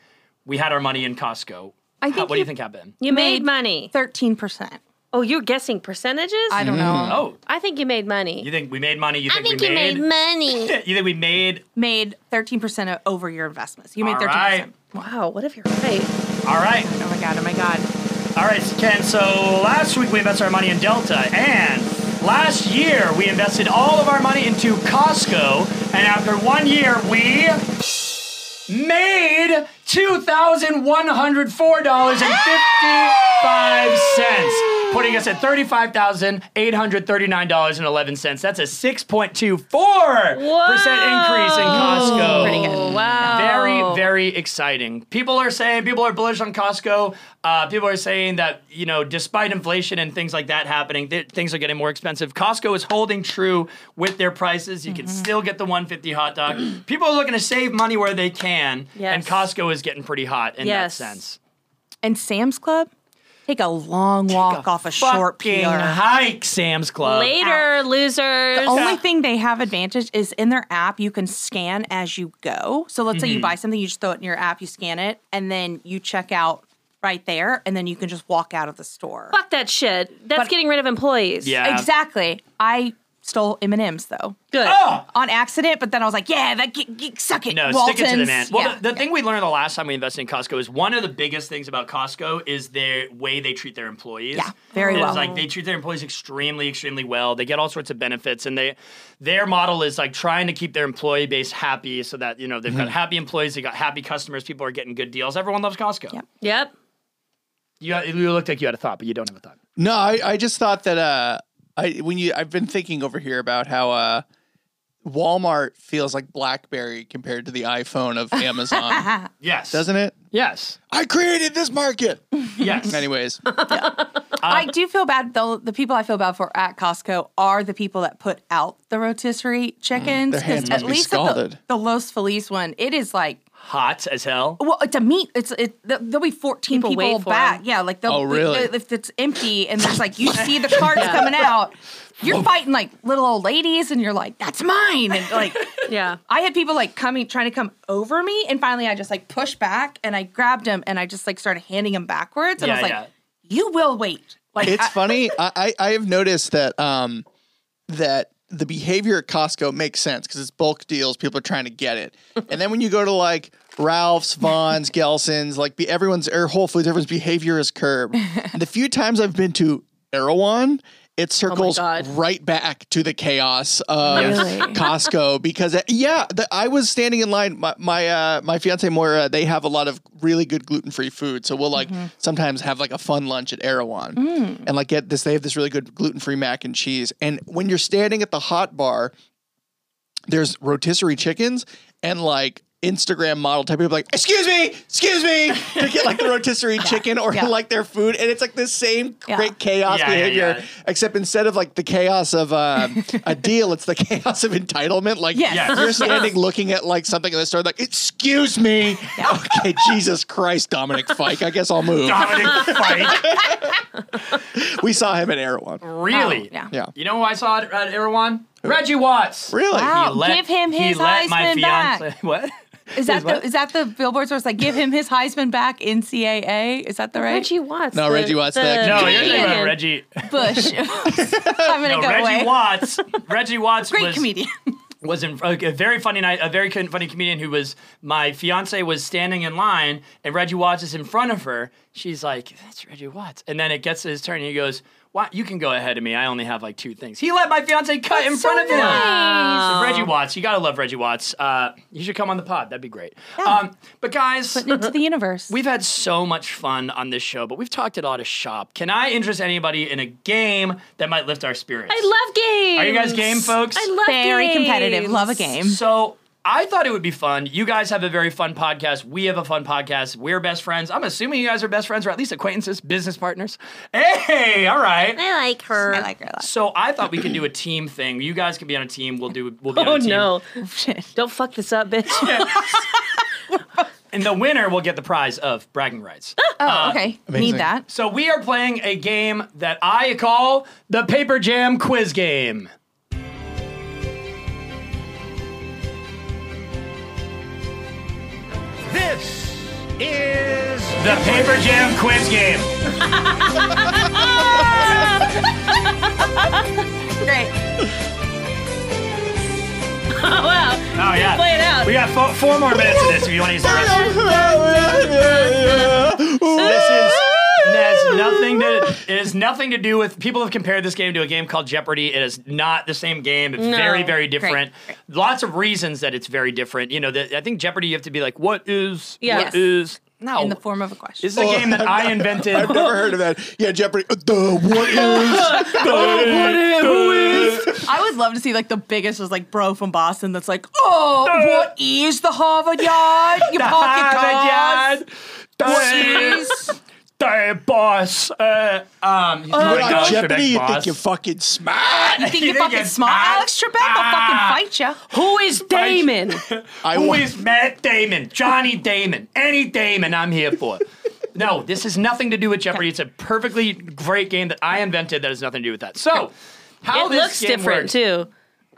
[SPEAKER 5] We had our money in Costco.
[SPEAKER 8] I
[SPEAKER 5] How-
[SPEAKER 8] think
[SPEAKER 5] what do you
[SPEAKER 8] you-
[SPEAKER 5] think happened?
[SPEAKER 7] You made money.
[SPEAKER 8] Thirteen percent.
[SPEAKER 7] Oh, you're guessing percentages?
[SPEAKER 5] I don't know. Mm. Oh.
[SPEAKER 7] I think you made money.
[SPEAKER 5] You think we made money? You think,
[SPEAKER 7] think
[SPEAKER 5] we
[SPEAKER 7] you
[SPEAKER 5] made,
[SPEAKER 7] made money.
[SPEAKER 5] [LAUGHS] you think we made?
[SPEAKER 8] Made 13% o- over your investments. You made
[SPEAKER 5] All
[SPEAKER 8] 13%.
[SPEAKER 5] right.
[SPEAKER 7] Wow, what if you're right?
[SPEAKER 5] All right.
[SPEAKER 8] Oh my god. Oh my god.
[SPEAKER 5] All right, Ken. So last week we invested our money in Delta, and last year we invested all of our money into Costco, and after one year we made two thousand one hundred four dollars and fifty-five cents, putting us at thirty-five thousand eight hundred thirty-nine dollars and eleven cents. That's a six point two four percent increase in Costco.
[SPEAKER 7] Pretty good. Oh, Wow.
[SPEAKER 8] Oh.
[SPEAKER 5] Very, very exciting. People are saying, people are bullish on Costco. Uh, people are saying that, you know, despite inflation and things like that happening, th- things are getting more expensive. Costco is holding true with their prices. You can
[SPEAKER 8] Mm-hmm.
[SPEAKER 5] still get the 150 hot dog.
[SPEAKER 8] [CLEARS THROAT]
[SPEAKER 5] people are looking to save money where they can. And
[SPEAKER 7] Yes.
[SPEAKER 5] Costco is getting pretty hot in
[SPEAKER 8] Yes.
[SPEAKER 5] that sense.
[SPEAKER 8] And Sam's Club, take a long walk off a short
[SPEAKER 5] Fucking
[SPEAKER 8] pier.
[SPEAKER 5] hike, Sam's Club.
[SPEAKER 7] Later, losers.
[SPEAKER 8] The only thing they have advantage is in their app, you can scan as you go. So let's say you
[SPEAKER 5] Mm-hmm.
[SPEAKER 7] Mhm.
[SPEAKER 8] buy something, you just throw it in your app, you scan it, and then you check out right there, and then you can just walk out of the store.
[SPEAKER 7] Fuck that shit. That's getting rid of employees.
[SPEAKER 8] Yeah. Exactly. I stole M and M's though.
[SPEAKER 7] Good.
[SPEAKER 5] Oh.
[SPEAKER 8] On accident, but then I was like, yeah, that g- g- suck it.
[SPEAKER 5] No,
[SPEAKER 8] Waltons.
[SPEAKER 5] stick it to the man. Well,
[SPEAKER 8] yeah.
[SPEAKER 5] the, the thing we learned the last time we invested in Costco is one of the biggest things about Costco is their way they treat their employees. Yeah,
[SPEAKER 8] very well.
[SPEAKER 5] It's like they treat their employees extremely, extremely well. They get all sorts of benefits, and they their model is like trying to keep their employee base happy, so that you know they've got
[SPEAKER 6] Mhm.
[SPEAKER 5] happy employees, they got happy customers, people are getting good deals. Everyone loves Costco.
[SPEAKER 7] Yep.
[SPEAKER 5] You, you looked like you had a thought, but you don't have a thought.
[SPEAKER 6] No, I, I just thought that uh I when you I've been thinking over here about how uh Walmart feels like BlackBerry compared to the iPhone of Amazon.
[SPEAKER 5] yes.
[SPEAKER 6] Doesn't it?
[SPEAKER 5] Yes.
[SPEAKER 6] I created this market.
[SPEAKER 5] Yes.
[SPEAKER 6] Anyways.
[SPEAKER 5] uh,
[SPEAKER 8] I do feel bad though. The people I feel bad for at Costco are the people that put out the rotisserie chickens.
[SPEAKER 5] their
[SPEAKER 8] 'cause
[SPEAKER 5] hands must
[SPEAKER 8] at
[SPEAKER 5] be
[SPEAKER 8] least at
[SPEAKER 5] scalded.
[SPEAKER 8] the, the Los Feliz one, it is like
[SPEAKER 5] Hot as hell.
[SPEAKER 8] well, it's a meat. It's it. th- There'll be fourteen
[SPEAKER 7] People
[SPEAKER 8] people,
[SPEAKER 7] wait for
[SPEAKER 8] back.
[SPEAKER 7] 'em.
[SPEAKER 8] Yeah, like they'll,
[SPEAKER 5] Oh, really?
[SPEAKER 8] they- if it's empty and there's like you see [LAUGHS] the carts coming out, you're fighting like little old ladies, and you're like, "That's mine!" And like,
[SPEAKER 7] [LAUGHS] yeah,
[SPEAKER 8] I had people like coming trying to come over me, and finally I just like pushed back and I grabbed him and I just like started handing him backwards, and I
[SPEAKER 6] Yeah,
[SPEAKER 8] was like,
[SPEAKER 6] yeah.
[SPEAKER 8] "You will wait." Like
[SPEAKER 6] it's
[SPEAKER 8] I-
[SPEAKER 6] funny. I, I I have noticed that um that the behavior at Costco makes sense because it's bulk deals. People are trying to get it, and then when you go to like Ralph's, Vaughn's, Gelson's, like be, everyone's or Whole Foods, everyone's behavior is curbed. And the few times I've been to Erewhon. It circles right back to the chaos of
[SPEAKER 11] Really?
[SPEAKER 6] Costco
[SPEAKER 11] [LAUGHS]
[SPEAKER 6] because uh, yeah, the, I was standing in line. My my, uh, my fiance Moira, they have a lot of really good gluten free food, so we'll like sometimes have like a fun lunch at Erewhon
[SPEAKER 11] Mm-hmm. Mm.
[SPEAKER 6] and like get this. They have this really good gluten free mac and cheese, and when you're standing at the hot bar, there's rotisserie chickens and like. Instagram model type people like, excuse me, excuse me, to
[SPEAKER 11] [LAUGHS]
[SPEAKER 6] get like the rotisserie chicken or
[SPEAKER 11] yeah.
[SPEAKER 6] like their food. And it's like this same
[SPEAKER 11] Yeah.
[SPEAKER 6] great chaos
[SPEAKER 11] Yeah, yeah,
[SPEAKER 6] behavior
[SPEAKER 11] yeah.
[SPEAKER 6] except instead of like the chaos of uh,
[SPEAKER 5] [LAUGHS]
[SPEAKER 6] a deal, it's the chaos of entitlement. Like
[SPEAKER 11] Yes. Yes.
[SPEAKER 6] you're
[SPEAKER 11] Yes.
[SPEAKER 6] standing looking at like something in the store, like excuse me. Okay, Jesus Christ, Dominic Fike. I guess I'll move.
[SPEAKER 5] Dominic Fike.
[SPEAKER 6] we saw him at Erewhon.
[SPEAKER 8] Oh,
[SPEAKER 5] Really?
[SPEAKER 6] yeah. Yeah.
[SPEAKER 5] You know who I saw at, at Erewhon? Reggie Watts.
[SPEAKER 6] Really? Wow,
[SPEAKER 5] He let-
[SPEAKER 8] give him
[SPEAKER 5] he
[SPEAKER 8] his
[SPEAKER 5] let my
[SPEAKER 8] Heisman back.
[SPEAKER 5] fiance- [LAUGHS] What?
[SPEAKER 8] [LAUGHS] Is that
[SPEAKER 5] His what?
[SPEAKER 8] the, is that the billboards where it's like give him his Heisman back NCAA? Is that the right?
[SPEAKER 7] Reggie Watts.
[SPEAKER 6] No, the- Reggie Watts, the the
[SPEAKER 5] No, you're talking about
[SPEAKER 6] comedian.
[SPEAKER 5] Reggie.
[SPEAKER 8] Bush. [LAUGHS] I'm gonna
[SPEAKER 5] no,
[SPEAKER 8] go
[SPEAKER 5] Reggie
[SPEAKER 8] away.
[SPEAKER 5] Watts. Reggie Watts.
[SPEAKER 8] Great
[SPEAKER 5] was,
[SPEAKER 8] [LAUGHS] comedian.
[SPEAKER 5] Was in, a very funny night. A very con- funny comedian who was my fiance was standing in line, and Reggie Watts is in front of her. She's like, "That's Reggie Watts," and then it gets to his turn, and he goes. Why, you can go ahead of me. I only have like two things. He let my fiance cut in front of him.
[SPEAKER 11] nice.
[SPEAKER 5] So Reggie Watts, you gotta love Reggie Watts. Uh, you should come on the pod. That'd be great. Um, but guys,
[SPEAKER 8] putting
[SPEAKER 5] [LAUGHS]
[SPEAKER 8] it to the universe.
[SPEAKER 5] We've had so much fun on this show, but we've talked a lot of shop. Can I interest anybody in a game that might lift our spirits?
[SPEAKER 7] I love games.
[SPEAKER 5] Are you guys game, folks?
[SPEAKER 7] I love
[SPEAKER 8] Very
[SPEAKER 7] games.
[SPEAKER 8] competitive. Love a game.
[SPEAKER 5] So I thought it would be fun. You guys have a very fun podcast. We have a fun podcast. We're best friends. I'm assuming you guys are best friends or at least acquaintances, business partners. Hey, all right.
[SPEAKER 7] I like her. I
[SPEAKER 8] like her a lot.
[SPEAKER 5] So I thought we could do a team thing. You guys can be on a team. We'll do. We'll be
[SPEAKER 7] Oh
[SPEAKER 5] on a team.
[SPEAKER 7] no! [LAUGHS] Don't fuck this
[SPEAKER 5] [LAUGHS]
[SPEAKER 7] up, bitch. [LAUGHS]
[SPEAKER 5] And the winner will get the prize of bragging rights.
[SPEAKER 8] Oh, okay. Need that.
[SPEAKER 5] So we are playing a game that I call the Paper Jam Quiz Game.
[SPEAKER 12] This is
[SPEAKER 5] the Paper Jam Quiz Game.
[SPEAKER 8] Great.
[SPEAKER 7] Oh wow!
[SPEAKER 5] Oh yeah.
[SPEAKER 7] Play it out.
[SPEAKER 5] We got four, four more minutes of this if you want to use the rest. of it. This is that's nothing to it has nothing to do with people have compared this game to a game called Jeopardy. It is not the same game. It's
[SPEAKER 11] No.
[SPEAKER 5] very very
[SPEAKER 11] Great,
[SPEAKER 5] different. Lots of reasons that it's very different. You know, that I think Jeopardy you have to be like what is
[SPEAKER 8] Yes.
[SPEAKER 5] what is no
[SPEAKER 8] In the form of a question.
[SPEAKER 5] This is a game that I invented.
[SPEAKER 6] I've [LAUGHS] never heard of that. Yeah, Jeopardy. Uh, the what is?
[SPEAKER 8] Oh, what is-
[SPEAKER 6] who
[SPEAKER 5] [LAUGHS]
[SPEAKER 8] I would love to see like the biggest was like bro from Boston that's like,
[SPEAKER 5] [LAUGHS]
[SPEAKER 8] oh, what is the Harvard Yard? Your
[SPEAKER 5] The
[SPEAKER 8] pocket
[SPEAKER 5] Harvard
[SPEAKER 8] Harvard
[SPEAKER 5] Jeez. Hey, boss. Uh, um,
[SPEAKER 6] You're on
[SPEAKER 5] Gosh,
[SPEAKER 6] Oh Jeopardy.
[SPEAKER 5] big
[SPEAKER 6] You
[SPEAKER 5] boss.
[SPEAKER 6] think you're fucking smart?
[SPEAKER 5] Ah!
[SPEAKER 8] You think you're fucking smart, Alex Trebek? I'll fucking fight you.
[SPEAKER 7] Who is
[SPEAKER 5] [LAUGHS]
[SPEAKER 7] Damon?
[SPEAKER 6] I
[SPEAKER 5] Who
[SPEAKER 6] wa-
[SPEAKER 5] is Matt Damon? Johnny Damon? Any Damon? I'm here for. No, this has nothing to do with Jeopardy. It's a perfectly great game that I invented that has nothing to do with that. So, how
[SPEAKER 7] Oh, it
[SPEAKER 5] this
[SPEAKER 7] looks
[SPEAKER 5] game
[SPEAKER 7] different
[SPEAKER 5] works-
[SPEAKER 7] too.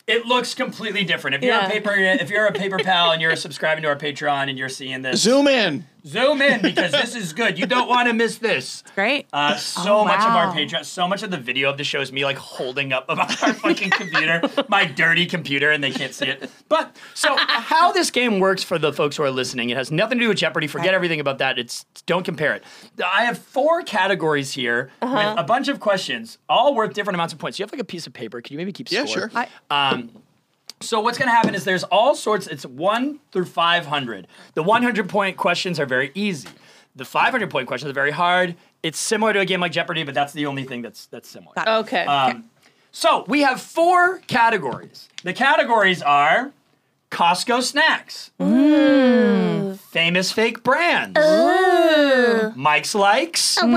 [SPEAKER 5] It looks completely different. If you're
[SPEAKER 7] Yeah.
[SPEAKER 5] a paper, if you're a paper pal and you're subscribing to our Patreon and you're seeing this,
[SPEAKER 6] Zoom in.
[SPEAKER 5] Zoom in because this is good. You don't want to miss this.
[SPEAKER 8] Great.
[SPEAKER 5] Uh, so
[SPEAKER 8] Oh,
[SPEAKER 5] much of
[SPEAKER 8] wow.
[SPEAKER 5] our Patreon, so much of the video of the show is me like holding up [LAUGHS] of our fucking computer, my dirty computer, and they can't see it. But
[SPEAKER 8] [LAUGHS]
[SPEAKER 5] so how this game works for the folks who are listening, it has nothing to do with Jeopardy. Forget everything about that. It's don't compare it. I have four categories here
[SPEAKER 11] Uh-huh.
[SPEAKER 5] with a bunch of questions, all worth different amounts of points. You have like a piece of paper. Can you maybe keep
[SPEAKER 11] Yeah,
[SPEAKER 5] score?
[SPEAKER 6] Uh,
[SPEAKER 11] sure.
[SPEAKER 5] Um, so what's going to happen is there's all sorts. It's one through five hundred. The one hundred point questions are very easy. The 500 point questions are very hard. It's similar to a game like Jeopardy, but that's the only thing that's that's similar.
[SPEAKER 7] Okay.
[SPEAKER 5] Um, so we have four categories. The categories are Costco snacks, famous fake brands, Mike's likes,
[SPEAKER 7] Mm.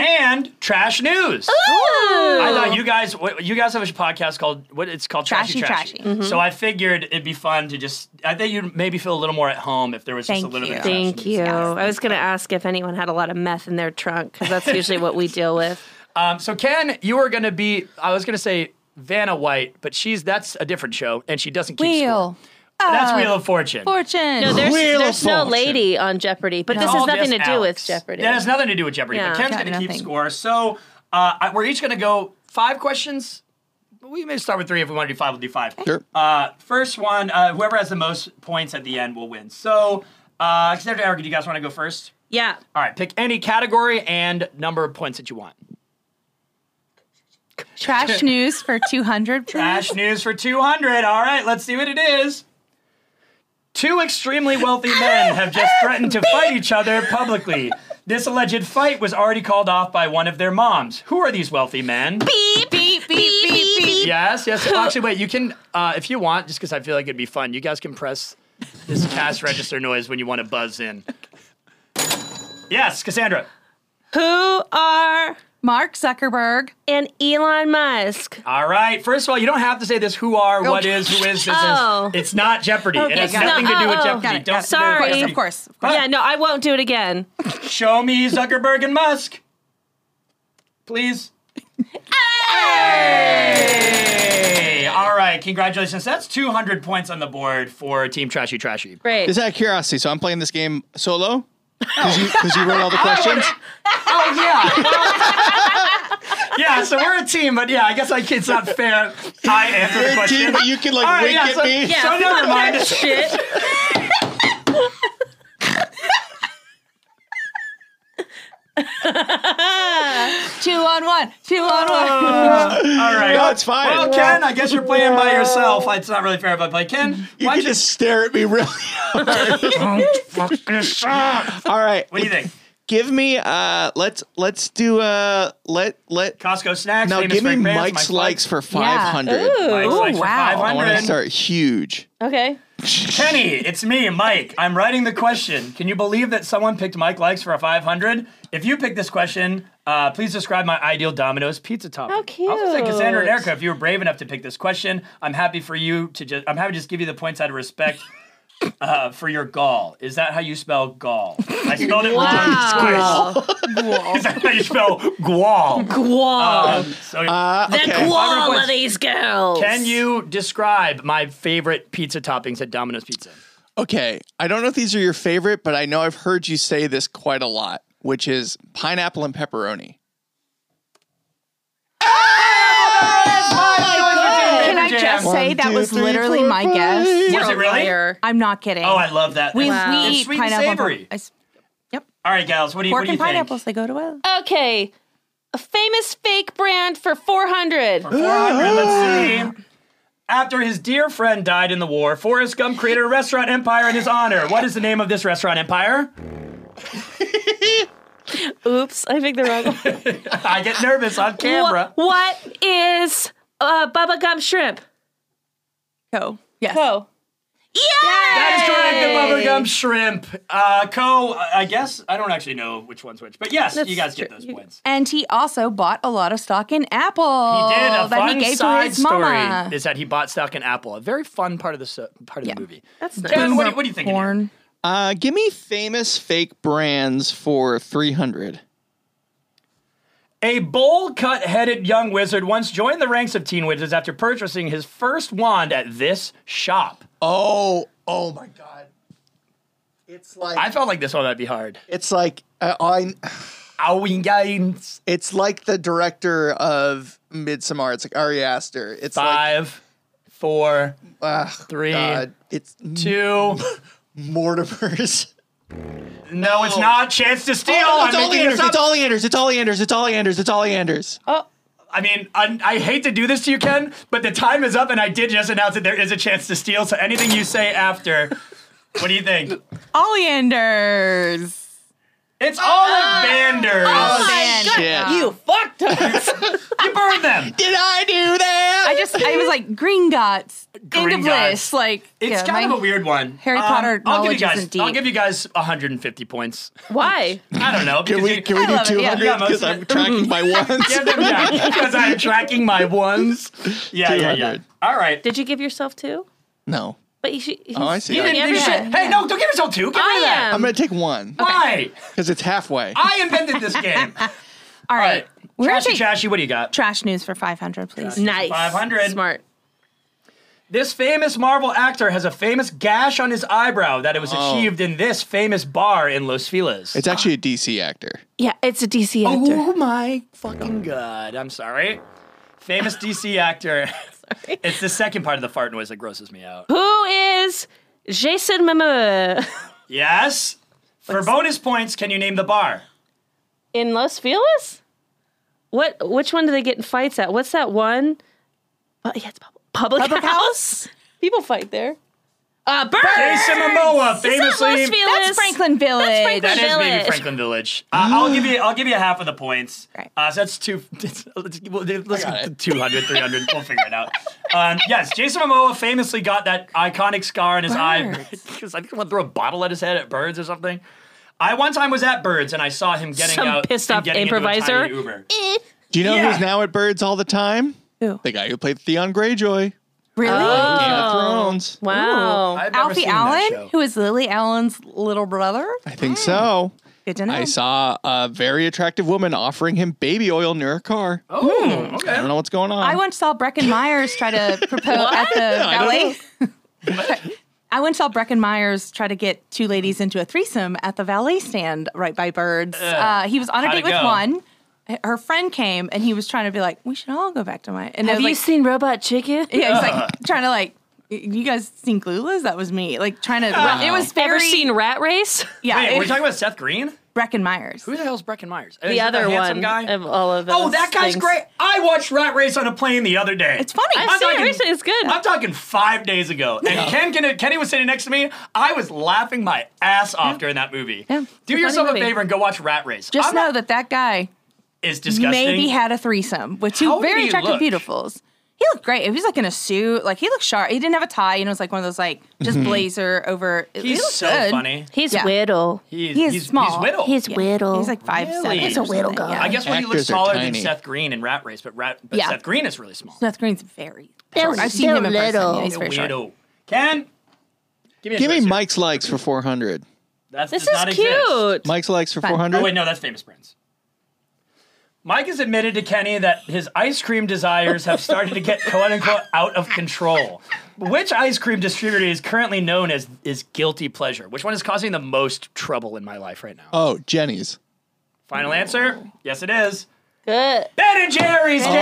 [SPEAKER 5] and trash news. I thought you guys what- you guys have a podcast called what it's called Trashy Trashy.
[SPEAKER 8] Trashy Trashy. Mhm.
[SPEAKER 7] Mm-hmm.
[SPEAKER 5] So I figured it'd be fun to just. I think you'd maybe feel a little more at home if there was just a little bit. of trash
[SPEAKER 7] Thank
[SPEAKER 5] news.
[SPEAKER 7] you. I was going to ask if anyone had a lot of meth in their trunk because that's usually what we deal with.
[SPEAKER 5] Um, so Ken, you are going to be. I was going to say Vanna White, but she's that's a different show, and she doesn't keep
[SPEAKER 8] Wheel.
[SPEAKER 5] score. That's
[SPEAKER 7] of
[SPEAKER 5] Wheel of Fortune.
[SPEAKER 7] Uh, Fortune. No, there's,
[SPEAKER 5] Wheel of
[SPEAKER 7] there's no
[SPEAKER 5] Fortune.
[SPEAKER 7] lady on Jeopardy, but this has nothing to do with Jeopardy.
[SPEAKER 5] That has nothing to do with Jeopardy.
[SPEAKER 7] Yeah.
[SPEAKER 5] But Ken's
[SPEAKER 7] Got
[SPEAKER 5] going to keep
[SPEAKER 7] nothing.
[SPEAKER 5] score. So uh, I- we're each going to go five questions. We may start with three if we want to do five. We'll do five. Sure. Uh, first one, uh, whoever has the most points at the end will win. So, uh, except Erica, do you guys want to go first?
[SPEAKER 7] Yeah.
[SPEAKER 5] All right. Pick any category and number of points that you want.
[SPEAKER 8] Trash
[SPEAKER 5] [LAUGHS]
[SPEAKER 8] news for 200. please.
[SPEAKER 5] Trash news for 200. All right, let's see what it is. Two extremely wealthy men have just threatened to fight each other publicly. This alleged fight was already called off by one of their moms. Who are these wealthy men?
[SPEAKER 7] Beep, beep, beep, beep, beep.
[SPEAKER 5] Yes, yes. Actually, wait, you can, uh, if you want, just because I feel like it'd be fun, you guys can press this cash register noise when you want to buzz in. Yes, Cassandra.
[SPEAKER 7] Who are
[SPEAKER 8] Mark Zuckerberg
[SPEAKER 7] and Elon Musk?
[SPEAKER 5] All right. First of all, you don't have to say this. Who are? What
[SPEAKER 7] Okay.
[SPEAKER 5] is? Who is? This
[SPEAKER 7] Oh.
[SPEAKER 5] is. It's not Jeopardy. it has
[SPEAKER 7] got
[SPEAKER 5] nothing to do with
[SPEAKER 7] Oh, oh.
[SPEAKER 5] Jeopardy.
[SPEAKER 7] Got it,
[SPEAKER 5] Don't
[SPEAKER 7] got it. Sorry.
[SPEAKER 5] Jeopardy.
[SPEAKER 7] Yeah, no, I won't do it again.
[SPEAKER 5] Show me Zuckerberg and Musk. Please. Hey! All right, congratulations. That's 200 points on the board for Team Trashy Trashy.
[SPEAKER 7] Great.
[SPEAKER 6] Is out of curiosity? So I'm playing this game solo because you because you wrote [LAUGHS] all the questions.
[SPEAKER 5] Oh, yeah. [LAUGHS] yeah, so we're a team, but yeah, I guess like it's not fair. I answer
[SPEAKER 6] You're
[SPEAKER 5] the
[SPEAKER 6] a
[SPEAKER 5] question.
[SPEAKER 6] team, but you can, like,
[SPEAKER 5] All
[SPEAKER 6] wink
[SPEAKER 5] yeah,
[SPEAKER 6] at
[SPEAKER 5] so,
[SPEAKER 6] me.
[SPEAKER 5] So
[SPEAKER 6] Yeah,
[SPEAKER 5] never
[SPEAKER 6] fuck that
[SPEAKER 5] mind.
[SPEAKER 6] shit.
[SPEAKER 8] two on one. Two on
[SPEAKER 5] Oh,
[SPEAKER 8] one.
[SPEAKER 5] all right.
[SPEAKER 6] No, it's fine.
[SPEAKER 5] Well, Ken, I guess you're playing by yourself. It's not really fair if I play Ken.
[SPEAKER 6] You can just stare at me
[SPEAKER 5] [LAUGHS]
[SPEAKER 6] really [LAUGHS] hard. All right.
[SPEAKER 5] What do you
[SPEAKER 6] [LAUGHS]
[SPEAKER 5] think?
[SPEAKER 6] Give me uh let's let's do uh let let
[SPEAKER 5] Costco snacks.
[SPEAKER 6] No,
[SPEAKER 5] famous
[SPEAKER 6] give me
[SPEAKER 5] fake brands,
[SPEAKER 6] Mike's
[SPEAKER 5] Mike's
[SPEAKER 6] likes for
[SPEAKER 5] Yeah.
[SPEAKER 6] five hundred.
[SPEAKER 5] Ooh. Mike's Ooh, likes for wow.
[SPEAKER 6] I want to
[SPEAKER 5] 500.
[SPEAKER 6] start huge.
[SPEAKER 7] Okay.
[SPEAKER 5] Kenny, it's me, Mike. I'm writing the question. Can you believe that someone picked Mike Likes for a 500? If you picked this question, uh, please describe my ideal Domino's pizza topping. How
[SPEAKER 7] cute.
[SPEAKER 5] I was gonna say Cassandra and Erica, if you were brave enough to pick this question, I'm happy for you to just. I'm happy to just give you the points out of respect. Uh, for your gall. Is that how you spell gall? I spelled it
[SPEAKER 7] Wow.
[SPEAKER 5] wrong. Squish. Is that how you spell gual?
[SPEAKER 7] Gual.
[SPEAKER 5] Um, so,
[SPEAKER 7] The okay. gual
[SPEAKER 5] 500
[SPEAKER 7] of
[SPEAKER 5] points.
[SPEAKER 7] these girls.
[SPEAKER 5] Can you describe my favorite pizza toppings at Domino's Pizza?
[SPEAKER 6] Okay. I don't know if these are your favorite, but I know I've heard you say this quite a lot, which is pineapple and pepperoni.
[SPEAKER 8] Can I just say that was literally my guess?
[SPEAKER 5] Was
[SPEAKER 8] You're
[SPEAKER 5] it
[SPEAKER 8] a
[SPEAKER 5] really?
[SPEAKER 8] liar. I'm not kidding.
[SPEAKER 5] Oh, I love that.
[SPEAKER 8] We,
[SPEAKER 5] Wow.
[SPEAKER 8] we
[SPEAKER 5] It's
[SPEAKER 8] eat
[SPEAKER 5] sweet and
[SPEAKER 8] pineapple.
[SPEAKER 5] savory.
[SPEAKER 8] I s-
[SPEAKER 5] All right, gals, what do you, what
[SPEAKER 8] Pork
[SPEAKER 5] do you
[SPEAKER 8] and
[SPEAKER 5] think?
[SPEAKER 8] pineapples, they go to well.
[SPEAKER 7] Okay. A famous fake brand for 400.
[SPEAKER 5] For 400, let's see. After his dear friend died in the war, Forrest Gump created a restaurant empire in his honor. What is the name of this restaurant empire?
[SPEAKER 7] Oops, I picked the wrong one.
[SPEAKER 5] I get nervous on camera.
[SPEAKER 7] Wha- what is uh, Bubba Gump Shrimp?
[SPEAKER 8] Co. Yes.
[SPEAKER 7] Co. Yay!
[SPEAKER 5] That is correct, the bubblegum shrimp. Uh, Co, I- I guess, I don't actually know which one's which, but yes,
[SPEAKER 8] That's
[SPEAKER 5] you guys get those points.
[SPEAKER 8] And he also bought a lot of stock in Apple.
[SPEAKER 5] He did a
[SPEAKER 8] Oh, that
[SPEAKER 5] fun
[SPEAKER 8] he gave
[SPEAKER 5] side
[SPEAKER 8] to his
[SPEAKER 5] story
[SPEAKER 8] mama.
[SPEAKER 5] is that he bought stock in Apple. A very fun part of the so- part of the movie.
[SPEAKER 7] That's
[SPEAKER 5] nice. Ken, what do you- what do you think?
[SPEAKER 8] Porn.
[SPEAKER 6] Uh give me famous fake brands for three hundred.
[SPEAKER 5] A bowl cut headed young wizard once joined the ranks of teen wizards after purchasing his first wand at this shop.
[SPEAKER 6] Oh, oh my god. It's like
[SPEAKER 5] I felt like this one might be hard.
[SPEAKER 6] It's like uh, I.
[SPEAKER 5] games.
[SPEAKER 6] It's like the director of Midsommar. It's like Ari Aster. It's
[SPEAKER 5] Five, four,
[SPEAKER 6] like, uh,
[SPEAKER 5] three,
[SPEAKER 6] it's
[SPEAKER 5] two.
[SPEAKER 6] [LAUGHS] Mortimers.
[SPEAKER 5] No, it's not. Chance to steal.
[SPEAKER 6] Oh, it's
[SPEAKER 5] I'm making
[SPEAKER 6] Oleanders.
[SPEAKER 5] this up.
[SPEAKER 6] It's Oleanders. It's Oleanders. It's Oleanders. It's Oleanders.
[SPEAKER 7] Oh.
[SPEAKER 5] I mean, I, I hate to do this to you, Ken, but the time is up, and I did just announce that there is a chance to steal. So anything you say after, what do you think?
[SPEAKER 8] Oleanders.
[SPEAKER 5] It's
[SPEAKER 6] Ah!
[SPEAKER 5] Ollivander's.
[SPEAKER 2] Oh, my God. Shit.
[SPEAKER 5] You fucked us. [LAUGHS] you burned them.
[SPEAKER 6] Did I do that?
[SPEAKER 8] I just I was like Green Gots,
[SPEAKER 5] Green
[SPEAKER 8] end of
[SPEAKER 5] Gots.
[SPEAKER 8] list. Like
[SPEAKER 5] It's
[SPEAKER 8] yeah,
[SPEAKER 5] kind
[SPEAKER 8] my-
[SPEAKER 5] of a weird one. Um,
[SPEAKER 8] Harry Potter
[SPEAKER 5] I'll give you
[SPEAKER 8] knowledge
[SPEAKER 5] guys.
[SPEAKER 8] isn't deep.
[SPEAKER 5] I'll give you guys 150 points.
[SPEAKER 7] Why?
[SPEAKER 5] I don't know.
[SPEAKER 6] Can we can we do two hundred? Because I'm tracking my ones. [LAUGHS]
[SPEAKER 5] Because I'm tracking my ones. Yeah, yeah, yeah.
[SPEAKER 6] 200.
[SPEAKER 5] All right.
[SPEAKER 7] Did you give yourself two?
[SPEAKER 6] No.
[SPEAKER 7] But you should.
[SPEAKER 6] Oh, I see.
[SPEAKER 5] You didn't do shit. Hey, no, don't give yourself two. Give
[SPEAKER 7] I
[SPEAKER 5] me that.
[SPEAKER 7] am.
[SPEAKER 6] I'm gonna take one.
[SPEAKER 5] Uh, Why?
[SPEAKER 6] Because it's halfway.
[SPEAKER 5] I invented this game.
[SPEAKER 8] All right. We're
[SPEAKER 5] Trashy,
[SPEAKER 8] gonna take
[SPEAKER 5] trashy. What do you got?
[SPEAKER 8] trash news for 500, please.
[SPEAKER 7] Nice.
[SPEAKER 5] 500.
[SPEAKER 7] Smart.
[SPEAKER 5] This famous Marvel actor has a famous gash on his eyebrow that it was
[SPEAKER 6] Oh.
[SPEAKER 5] achieved in this famous bar in Los Feliz.
[SPEAKER 6] It's actually a DC actor.
[SPEAKER 7] Yeah, it's a DC actor.
[SPEAKER 5] Oh my fucking god! I'm sorry. Famous DC actor. It's the second part of the fart noise that grosses me
[SPEAKER 7] [LAUGHS]
[SPEAKER 5] out.
[SPEAKER 7] Who is Jason Momoa [LAUGHS]
[SPEAKER 5] Yes. For bonus points, can you name the bar?
[SPEAKER 7] in Los Feliz? What? Which one do they get in fights at? What's that one? Uh, yeah, it's public,
[SPEAKER 5] [LAUGHS]
[SPEAKER 7] public,
[SPEAKER 8] Public
[SPEAKER 7] house. People fight there. Uh, Burns.
[SPEAKER 5] Jason Momoa, famously.
[SPEAKER 7] Los Feliz.
[SPEAKER 8] That's Franklin Village.
[SPEAKER 7] That's Franklin
[SPEAKER 5] That is
[SPEAKER 7] Village.
[SPEAKER 5] maybe Franklin Village. Uh, I'll give you. I'll give you half of the points. Uh, so that's two. [LAUGHS] Let's, we'll do- let's
[SPEAKER 6] got
[SPEAKER 5] go 200, 300. we'll figure it out. Um, yes, Jason Momoa famously got that iconic scar in his eye
[SPEAKER 7] Birds.
[SPEAKER 5] because [LAUGHS] I think someone threw a bottle at his head at Birds or something. I one time was at Birds and I saw him getting
[SPEAKER 7] Some
[SPEAKER 5] out
[SPEAKER 7] pissed
[SPEAKER 5] and
[SPEAKER 7] off
[SPEAKER 5] getting into a
[SPEAKER 7] improviser. Mm.
[SPEAKER 5] tiny Uber.
[SPEAKER 6] Do you know
[SPEAKER 5] Yeah.
[SPEAKER 6] who's now at Birds all the time?
[SPEAKER 7] Who?
[SPEAKER 6] The guy who played Theon Greyjoy.
[SPEAKER 8] Really?
[SPEAKER 6] Game of Thrones.
[SPEAKER 7] Wow.
[SPEAKER 5] Uh, I've never
[SPEAKER 8] Alfie
[SPEAKER 5] seen that
[SPEAKER 8] Allen,
[SPEAKER 5] show.
[SPEAKER 8] who is Lily Allen's little brother.
[SPEAKER 6] I think so.
[SPEAKER 8] Good to know.
[SPEAKER 6] I saw a very attractive woman offering him baby oil near her car.
[SPEAKER 5] Oh,
[SPEAKER 6] I don't
[SPEAKER 5] okay.
[SPEAKER 6] know what's going on.
[SPEAKER 8] I once saw Breckin Myers
[SPEAKER 5] [LAUGHS]
[SPEAKER 8] try to propose at the
[SPEAKER 6] I don't
[SPEAKER 8] ballet. [LAUGHS] I once saw Breckin Myers try to get two ladies into a threesome at the valet stand right by Birds. Uh, he was on a
[SPEAKER 5] How'd
[SPEAKER 8] date
[SPEAKER 5] it
[SPEAKER 8] with
[SPEAKER 5] go?
[SPEAKER 8] one. H- Her friend came and he was trying to be like, "We should all go back to my." And I
[SPEAKER 7] Have
[SPEAKER 8] was
[SPEAKER 7] you
[SPEAKER 8] like,
[SPEAKER 7] seen Robot [LAUGHS] Chicken?
[SPEAKER 8] [LAUGHS] Yeah, he's like trying to like. You guys seen Clueless? That was me. Like trying to. It was very.
[SPEAKER 7] Ever seen Rat Race?
[SPEAKER 8] Yeah,
[SPEAKER 5] Wait,
[SPEAKER 8] it,
[SPEAKER 5] we're talking about Seth Green.
[SPEAKER 8] Breckin Myers.
[SPEAKER 5] Who the hell's Breckin Myers? Is
[SPEAKER 7] The
[SPEAKER 5] he
[SPEAKER 7] other
[SPEAKER 5] handsome
[SPEAKER 7] one
[SPEAKER 5] guy?
[SPEAKER 7] of all of those.
[SPEAKER 5] Oh, that guy's
[SPEAKER 7] things.
[SPEAKER 5] great. I watched Rat Race on a plane the other day.
[SPEAKER 8] It's funny.
[SPEAKER 7] I've
[SPEAKER 5] I'm
[SPEAKER 7] seen it
[SPEAKER 5] talking-
[SPEAKER 7] recently. It's good.
[SPEAKER 5] I'm talking five days ago, and Ken, Ken Kenny was sitting next to me. I was laughing my ass off during that movie.
[SPEAKER 8] Yeah. It's
[SPEAKER 5] Do
[SPEAKER 8] a
[SPEAKER 5] yourself a
[SPEAKER 8] funny movie.
[SPEAKER 5] favor and go watch Rat Race.
[SPEAKER 8] Just
[SPEAKER 5] I'm
[SPEAKER 8] know
[SPEAKER 5] not-
[SPEAKER 8] that that guy
[SPEAKER 5] it's disgusting.
[SPEAKER 8] maybe had a threesome with two
[SPEAKER 5] How did
[SPEAKER 8] very
[SPEAKER 5] he look?
[SPEAKER 8] attractive beautifuls. He looked great. He was like in a suit. Like he looked sharp. He didn't have a tie. You know, it was like one of those like just blazer over. he
[SPEAKER 5] He's
[SPEAKER 8] looked
[SPEAKER 5] so
[SPEAKER 8] good.
[SPEAKER 5] funny.
[SPEAKER 7] He's
[SPEAKER 8] Yeah.
[SPEAKER 7] Whittle.
[SPEAKER 5] He's,
[SPEAKER 8] He is
[SPEAKER 5] he's,
[SPEAKER 8] small.
[SPEAKER 5] He's Whittle.
[SPEAKER 7] He's Whittle.
[SPEAKER 8] He's like five
[SPEAKER 5] Really?
[SPEAKER 8] seven.
[SPEAKER 5] He's
[SPEAKER 7] a
[SPEAKER 8] or
[SPEAKER 7] little
[SPEAKER 8] something,
[SPEAKER 7] guy.
[SPEAKER 8] Yeah.
[SPEAKER 5] I guess when he looks
[SPEAKER 6] Actors are
[SPEAKER 5] taller than
[SPEAKER 6] tiny.
[SPEAKER 5] Seth Green in Rat Race, but, Rat, but
[SPEAKER 8] Yeah.
[SPEAKER 5] Seth Green is really small.
[SPEAKER 8] Seth Green's very.
[SPEAKER 7] They're-
[SPEAKER 8] Short. I've seen him in
[SPEAKER 7] they're
[SPEAKER 8] person. Yeah,
[SPEAKER 7] little.
[SPEAKER 8] he's very short.
[SPEAKER 5] Weirdo. Ken, give me a
[SPEAKER 6] Give me
[SPEAKER 5] twister.
[SPEAKER 6] Mike's likes for 400.
[SPEAKER 5] That's,
[SPEAKER 7] This
[SPEAKER 5] does not
[SPEAKER 7] is
[SPEAKER 5] exist.
[SPEAKER 7] cute.
[SPEAKER 6] Mike's likes for
[SPEAKER 8] Fine.
[SPEAKER 6] 400.
[SPEAKER 5] Oh [LAUGHS] wait, no, that's Famous Prince. Mike has admitted to Kenny that his ice cream desires have started to get quote unquote out of control. Which ice cream distributor is currently known as is guilty pleasure? Which one is causing the most trouble in my life right now?
[SPEAKER 6] Oh, Jenny's.
[SPEAKER 5] Final answer? Yes, it is.
[SPEAKER 7] Good.
[SPEAKER 5] Ben and Jerry's. Ben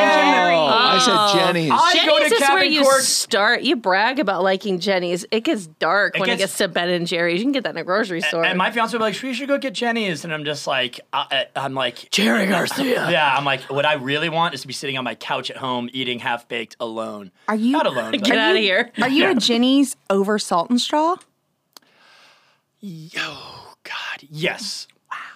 [SPEAKER 6] Oh, I said Jenny's.
[SPEAKER 5] I go to
[SPEAKER 7] Jenny's is where
[SPEAKER 5] Captain
[SPEAKER 7] you
[SPEAKER 5] Cork.
[SPEAKER 7] start. You brag about liking Jenny's. It gets dark
[SPEAKER 5] It
[SPEAKER 7] when it
[SPEAKER 5] gets-
[SPEAKER 7] gets to Ben and Jerry's. You can get that in a grocery store.
[SPEAKER 5] and my fiance will be like, "We should go get Jenny's," and I'm just like, I, I- "I'm like
[SPEAKER 7] Jerry Garcia.
[SPEAKER 5] Yeah, I'm like, what I really want is to be sitting on my couch at home eating half baked alone.
[SPEAKER 8] Are you-
[SPEAKER 5] not alone? but-
[SPEAKER 7] Get out of here.
[SPEAKER 8] Are you
[SPEAKER 5] Yeah.
[SPEAKER 8] a Jenny's over salt and straw?
[SPEAKER 5] Oh God, yes.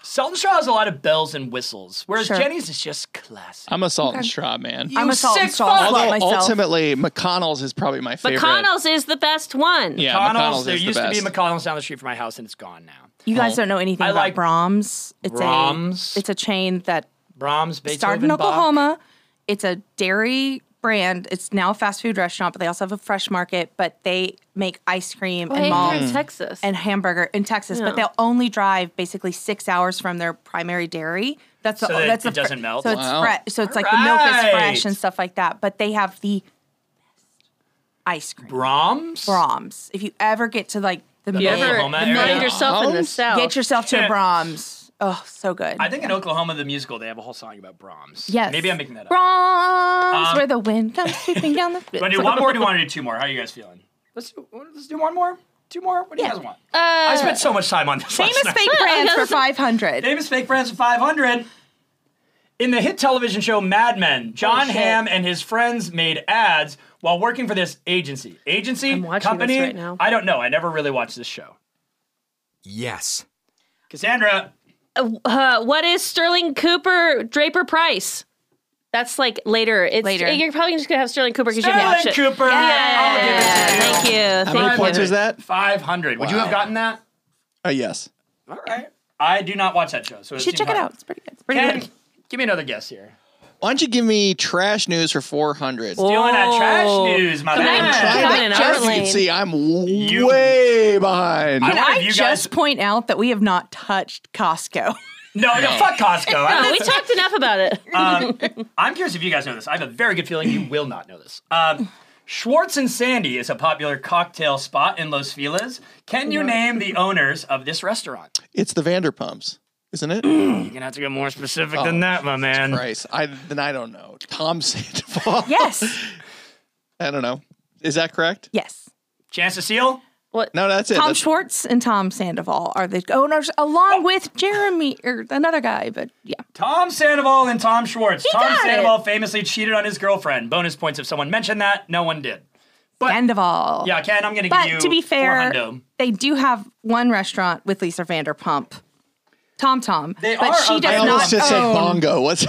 [SPEAKER 5] Salt and straw has a lot of bells and whistles, whereas
[SPEAKER 8] Sure.
[SPEAKER 5] Jenny's is just classic.
[SPEAKER 6] I'm a salt and straw man.
[SPEAKER 8] I'm a salt and
[SPEAKER 5] sick
[SPEAKER 8] straw
[SPEAKER 5] fuck.
[SPEAKER 8] slut
[SPEAKER 6] Although
[SPEAKER 8] myself.
[SPEAKER 6] Oh, ultimately, McConnell's is probably my favorite.
[SPEAKER 7] McConnell's is the best one.
[SPEAKER 6] Yeah,
[SPEAKER 5] McConnell's,
[SPEAKER 6] McConnell's
[SPEAKER 5] there
[SPEAKER 6] is the
[SPEAKER 5] used to be
[SPEAKER 6] best.
[SPEAKER 5] McConnell's down the street from my house, and it's gone now.
[SPEAKER 8] you guys don't know anything
[SPEAKER 5] I
[SPEAKER 8] about
[SPEAKER 5] like-
[SPEAKER 8] Brahms. It's
[SPEAKER 5] Brahms?
[SPEAKER 8] a it's a chain that
[SPEAKER 5] Brahms, Beethoven,
[SPEAKER 8] started in
[SPEAKER 5] Bach.
[SPEAKER 8] Oklahoma. It's a dairy brand. It's now a fast food restaurant, but they also have a fresh market. But they make ice cream
[SPEAKER 7] Well,
[SPEAKER 8] and
[SPEAKER 7] hey,
[SPEAKER 8] malt
[SPEAKER 7] you're in Texas.
[SPEAKER 8] and hamburger in Texas. But
[SPEAKER 7] Yeah.
[SPEAKER 8] they'll only drive basically six hours from their primary dairy. That's the
[SPEAKER 5] So that
[SPEAKER 8] that's
[SPEAKER 5] it
[SPEAKER 8] the fre-
[SPEAKER 5] doesn't melt?
[SPEAKER 8] So it's
[SPEAKER 6] Wow.
[SPEAKER 8] fresh. So it's like the milk is
[SPEAKER 5] Alright.
[SPEAKER 8] fresh and stuff like that. But they have the best ice cream.
[SPEAKER 5] Brahms.
[SPEAKER 8] Brahms. If you ever get to like the
[SPEAKER 5] You
[SPEAKER 8] middle,
[SPEAKER 5] ever
[SPEAKER 8] get
[SPEAKER 5] Oklahoma
[SPEAKER 7] Find
[SPEAKER 5] area.
[SPEAKER 7] yourself in the
[SPEAKER 6] Brahms?
[SPEAKER 7] south.
[SPEAKER 8] yourself to
[SPEAKER 5] Yeah.
[SPEAKER 8] a Brahms. Oh, so good.
[SPEAKER 5] I think in Oklahoma the musical they have a whole song about Brahms.
[SPEAKER 8] yes.
[SPEAKER 5] maybe I'm making that up.
[SPEAKER 8] Brahms,
[SPEAKER 5] Um,
[SPEAKER 8] where the wind comes sweeping down the. [LAUGHS]
[SPEAKER 5] Do I do one more? Or do you want to do two more? How are you guys feeling? Let's do, let's do one more. Two more. What do you guys want? I spent so much time on this.
[SPEAKER 8] Uh,
[SPEAKER 5] last
[SPEAKER 8] Famous
[SPEAKER 5] night.
[SPEAKER 8] fake brands
[SPEAKER 5] [LAUGHS]
[SPEAKER 8] for five hundred.
[SPEAKER 5] Famous Fake Friends 500. In the hit television show Mad Men, John
[SPEAKER 7] shit.
[SPEAKER 5] Hamm and his friends made ads while working for this agency. Agency,
[SPEAKER 7] I'm watching
[SPEAKER 5] company.
[SPEAKER 7] this right now.
[SPEAKER 5] I don't know. I never really watched this show.
[SPEAKER 13] Yes.
[SPEAKER 5] Cassandra,
[SPEAKER 7] uh, what is Sterling Cooper Draper Price? That's like later. It's, uh,
[SPEAKER 13] Later.
[SPEAKER 7] You're probably just gonna have Sterling Cooper because you have to watch it.
[SPEAKER 5] Sterling Cooper.
[SPEAKER 7] Yeah. Thank you.
[SPEAKER 6] How
[SPEAKER 7] Thank
[SPEAKER 6] many
[SPEAKER 7] you.
[SPEAKER 6] points was that?
[SPEAKER 5] Five hundred. Would you
[SPEAKER 6] Wow.
[SPEAKER 5] have gotten that?
[SPEAKER 6] Uh, yes.
[SPEAKER 5] All right. I do not watch that show, so
[SPEAKER 6] You
[SPEAKER 5] it
[SPEAKER 6] should
[SPEAKER 5] seems
[SPEAKER 6] check it
[SPEAKER 5] hard.
[SPEAKER 6] out.
[SPEAKER 5] It's
[SPEAKER 8] pretty good. It's
[SPEAKER 5] pretty good. Give me another guess here.
[SPEAKER 6] Why don't you give me trash news for 400?
[SPEAKER 5] Stealing that
[SPEAKER 7] Oh.
[SPEAKER 5] trash news, my man.
[SPEAKER 6] I'm trying to just- you can see I'm way behind.
[SPEAKER 8] Can I just point out that we have not touched
[SPEAKER 5] [LAUGHS]
[SPEAKER 8] Costco?
[SPEAKER 5] No, no, fuck Costco. I-
[SPEAKER 7] No, Oh, we talked enough about
[SPEAKER 5] [LAUGHS]
[SPEAKER 7] it.
[SPEAKER 5] um, I'm curious if you guys know this. I have a very good feeling you will not know this. Um, Schwartz and Sandy is a popular cocktail spot in Los Feliz. Can you name the owners of this restaurant?
[SPEAKER 6] It's the Vanderpumps, isn't it?
[SPEAKER 5] You're gonna have to get more specific
[SPEAKER 6] Oh,
[SPEAKER 5] than that, my man.
[SPEAKER 6] Christ, I then I don't know. Tom [LAUGHS] Sandoval.
[SPEAKER 8] Yes.
[SPEAKER 6] I don't know. Is that correct?
[SPEAKER 8] Yes.
[SPEAKER 5] Chance to seal?
[SPEAKER 7] What?
[SPEAKER 6] No, that's it.
[SPEAKER 8] Tom
[SPEAKER 6] That's-
[SPEAKER 8] Schwartz and Tom Sandoval are the owners, along
[SPEAKER 5] Oh.
[SPEAKER 8] with Jeremy or another guy, but yeah.
[SPEAKER 5] Tom Sandoval and Tom Schwartz.
[SPEAKER 8] He
[SPEAKER 5] Tom
[SPEAKER 8] got
[SPEAKER 5] Sandoval famously cheated on his girlfriend. Bonus points if someone mentioned that. No one did.
[SPEAKER 8] Sandoval.
[SPEAKER 5] Yeah, Ken, I'm gonna give
[SPEAKER 8] But
[SPEAKER 5] you
[SPEAKER 8] to be fair,
[SPEAKER 5] 400.
[SPEAKER 8] they do have one restaurant with Lisa Vanderpump, Tom Tom.
[SPEAKER 5] They
[SPEAKER 8] but
[SPEAKER 5] are
[SPEAKER 8] she
[SPEAKER 5] a-
[SPEAKER 8] does
[SPEAKER 6] I almost
[SPEAKER 8] not
[SPEAKER 6] just said
[SPEAKER 8] own-
[SPEAKER 6] bongo. What's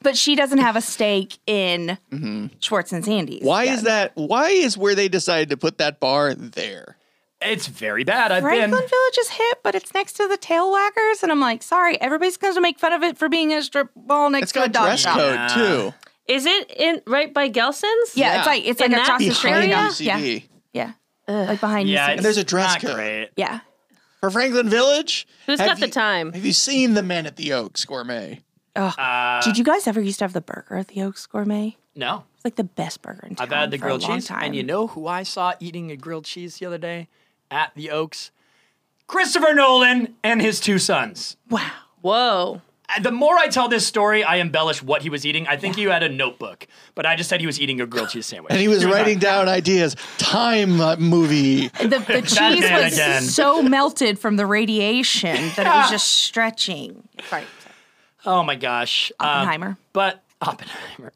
[SPEAKER 8] but she doesn't have a stake in Schwartz and Sandy's.
[SPEAKER 6] [LAUGHS] Mm-hmm. Why
[SPEAKER 8] yet.
[SPEAKER 6] is that? Why is where they decided to put that bar there?
[SPEAKER 5] [LAUGHS] It's very bad. I've
[SPEAKER 8] Franklin
[SPEAKER 5] been.
[SPEAKER 8] Village is hip, but it's next to the tail whackers, and I'm like, sorry, everybody's going to make fun of it for being a strip mall next
[SPEAKER 6] It's
[SPEAKER 8] to a
[SPEAKER 6] got
[SPEAKER 8] dog
[SPEAKER 6] dress
[SPEAKER 8] shop.
[SPEAKER 6] code too.
[SPEAKER 7] Is it in right by Gelson's?
[SPEAKER 8] Yeah, it's like it's
[SPEAKER 7] In
[SPEAKER 8] like
[SPEAKER 7] that
[SPEAKER 8] across the street.
[SPEAKER 7] area?
[SPEAKER 8] Yeah, yeah,
[SPEAKER 6] UCB.
[SPEAKER 8] yeah. like behind
[SPEAKER 6] Yeah,
[SPEAKER 8] UCB.
[SPEAKER 6] it's And there's a dress not code. great.
[SPEAKER 8] Yeah,
[SPEAKER 6] For Franklin Village?
[SPEAKER 7] Who's
[SPEAKER 6] Have
[SPEAKER 7] got the
[SPEAKER 6] you-
[SPEAKER 7] time?
[SPEAKER 6] Have you seen the men at the Oaks Gourmet?
[SPEAKER 8] Ugh.
[SPEAKER 5] uh,
[SPEAKER 8] Did you guys ever used to have the burger at the Oaks Gourmet?
[SPEAKER 5] No.
[SPEAKER 8] It's like the best burger in town.
[SPEAKER 5] I've had the
[SPEAKER 8] for a
[SPEAKER 5] grilled
[SPEAKER 8] long
[SPEAKER 5] cheese.
[SPEAKER 8] time.
[SPEAKER 5] And you know who I saw eating a grilled cheese the other day at the Oaks? Christopher Nolan and his two sons. Uh,
[SPEAKER 8] Wow.
[SPEAKER 7] Whoa.
[SPEAKER 5] The more I tell this story, I embellish what he was eating. I think he had a notebook, but I just said he was eating a grilled cheese sandwich.
[SPEAKER 6] And he was
[SPEAKER 5] not-
[SPEAKER 6] writing down ideas. Time uh, movie.
[SPEAKER 5] [LAUGHS]
[SPEAKER 8] The, the cheese
[SPEAKER 5] man
[SPEAKER 8] was
[SPEAKER 5] again.
[SPEAKER 8] so melted from the radiation that it was just stretching. Right.
[SPEAKER 5] Oh my gosh. Um,
[SPEAKER 8] Oppenheimer.
[SPEAKER 5] but Oppenheimer.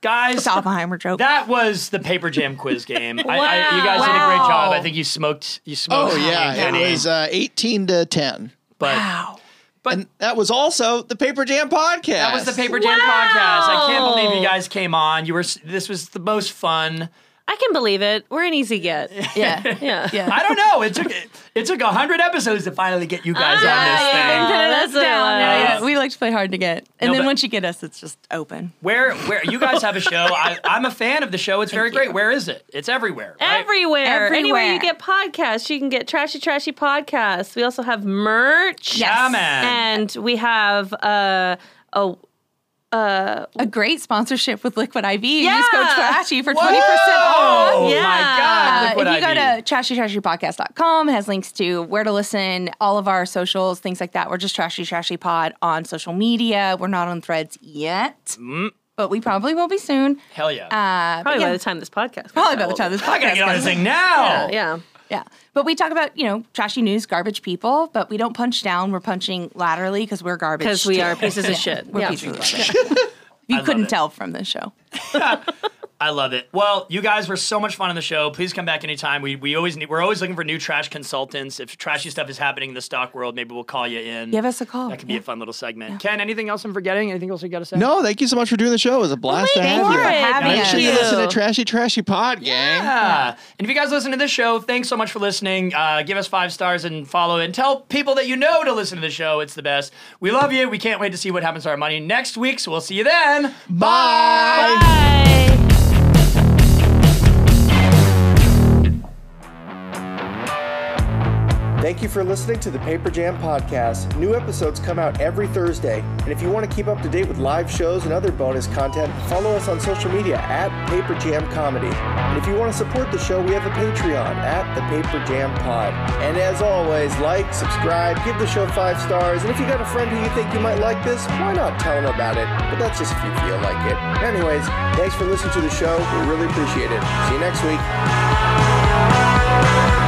[SPEAKER 5] Guys,
[SPEAKER 8] Oppenheimer joke.
[SPEAKER 5] That was the paper jam quiz game. I, I, you
[SPEAKER 8] Wow.
[SPEAKER 5] guys did a great job. I
[SPEAKER 8] Wow.
[SPEAKER 5] think you smoked. You smoked.
[SPEAKER 6] Oh, yeah,
[SPEAKER 5] Kenny.
[SPEAKER 6] it was uh, eighteen to ten.
[SPEAKER 5] But
[SPEAKER 6] but that was also the Paper Jam podcast.
[SPEAKER 5] That was the Paper Jam podcast. I can't believe you guys came on. You were s- this was the most fun.
[SPEAKER 7] I can believe it. We're an
[SPEAKER 8] [LAUGHS]
[SPEAKER 7] easy get.
[SPEAKER 5] [LAUGHS]
[SPEAKER 7] Yeah. Yeah. yeah.
[SPEAKER 5] I don't know. It took it took hundred episodes to finally get you guys on
[SPEAKER 8] Ah,
[SPEAKER 5] this
[SPEAKER 7] yeah.
[SPEAKER 5] thing.
[SPEAKER 7] That's what it
[SPEAKER 8] Yeah,
[SPEAKER 5] was.
[SPEAKER 8] We like to play hard to get, and
[SPEAKER 5] No,
[SPEAKER 8] then
[SPEAKER 5] but-
[SPEAKER 8] once you get us, it's just open.
[SPEAKER 5] Where where you guys have a show? I, I'm a fan of the show. It's very great. Where is it? It's everywhere.
[SPEAKER 7] Everywhere. Anywhere
[SPEAKER 5] Everywhere.
[SPEAKER 7] you get podcasts, you can get Trashy Trashy Podcasts. We also have merch.
[SPEAKER 5] Yeah, man.
[SPEAKER 7] And we have uh, a. Uh,
[SPEAKER 8] a great sponsorship with Liquid IV.
[SPEAKER 7] Yeah.
[SPEAKER 8] Use code TRASHY for
[SPEAKER 7] Whoa!
[SPEAKER 8] 20% off.
[SPEAKER 7] Oh my Yeah. God, Liquid
[SPEAKER 8] Uh, if you go
[SPEAKER 7] IV.
[SPEAKER 8] to trashytrashypodcast.com, it has links to where to listen, all of our socials, things like that. We're just Trashy Trashy Pod on social media. We're not on threads yet,
[SPEAKER 5] Mm,
[SPEAKER 8] but we probably will be soon.
[SPEAKER 5] hell yeah.
[SPEAKER 8] Uh,
[SPEAKER 7] Probably
[SPEAKER 8] yeah.
[SPEAKER 7] by the time this podcast.
[SPEAKER 8] Probably by the time this podcast.
[SPEAKER 5] I gotta get on this
[SPEAKER 8] comes out.
[SPEAKER 5] thing now.
[SPEAKER 7] Yeah,
[SPEAKER 8] Yeah. But we talk about, you know, trashy news, garbage people, but we don't punch down. We're punching laterally because we're garbage.
[SPEAKER 7] 'Cause we
[SPEAKER 8] too.
[SPEAKER 7] are pieces of
[SPEAKER 8] [LAUGHS]
[SPEAKER 7] shit.
[SPEAKER 8] We're [LAUGHS]
[SPEAKER 7] Yeah.
[SPEAKER 8] pieces of shit. you couldn't tell from this show.
[SPEAKER 5] I love it. Well, you guys were so much fun on the show. Please come back anytime. We we always need, we're always looking for new trash consultants. If trashy stuff is happening in the stock world, maybe we'll call you in.
[SPEAKER 8] Give us a call.
[SPEAKER 5] That could be a fun little segment. Ken, anything else I'm forgetting? Anything else you got to say?
[SPEAKER 6] No, thank you so much for doing the show. It was a blast to have
[SPEAKER 5] you
[SPEAKER 6] you.
[SPEAKER 5] for having
[SPEAKER 6] Make sure you
[SPEAKER 5] us.
[SPEAKER 6] listen to Trashy Trashy Pod, gang.
[SPEAKER 5] Yeah. And if you guys listen to this show, thanks so much for listening. Uh, give us five stars and follow and tell people that you know to listen to the show. It's the best. We love you. We can't wait to see what happens to our money next week. So we'll see you then. Bye.
[SPEAKER 14] Thank you for listening to the Paper Jam Podcast. New episodes come out every Thursday. And if you want to keep up to date with live shows and other bonus content, follow us on social media at Paper Jam Comedy. And if you want to support the show, we have a Patreon at the Paper Jam Pod. And as always, like, subscribe, give the show five stars. And if you got a friend who you think you might like this, why not tell them about it? But that's just if you feel like it. Anyways, thanks for listening to the show. We really appreciate it. See you next week.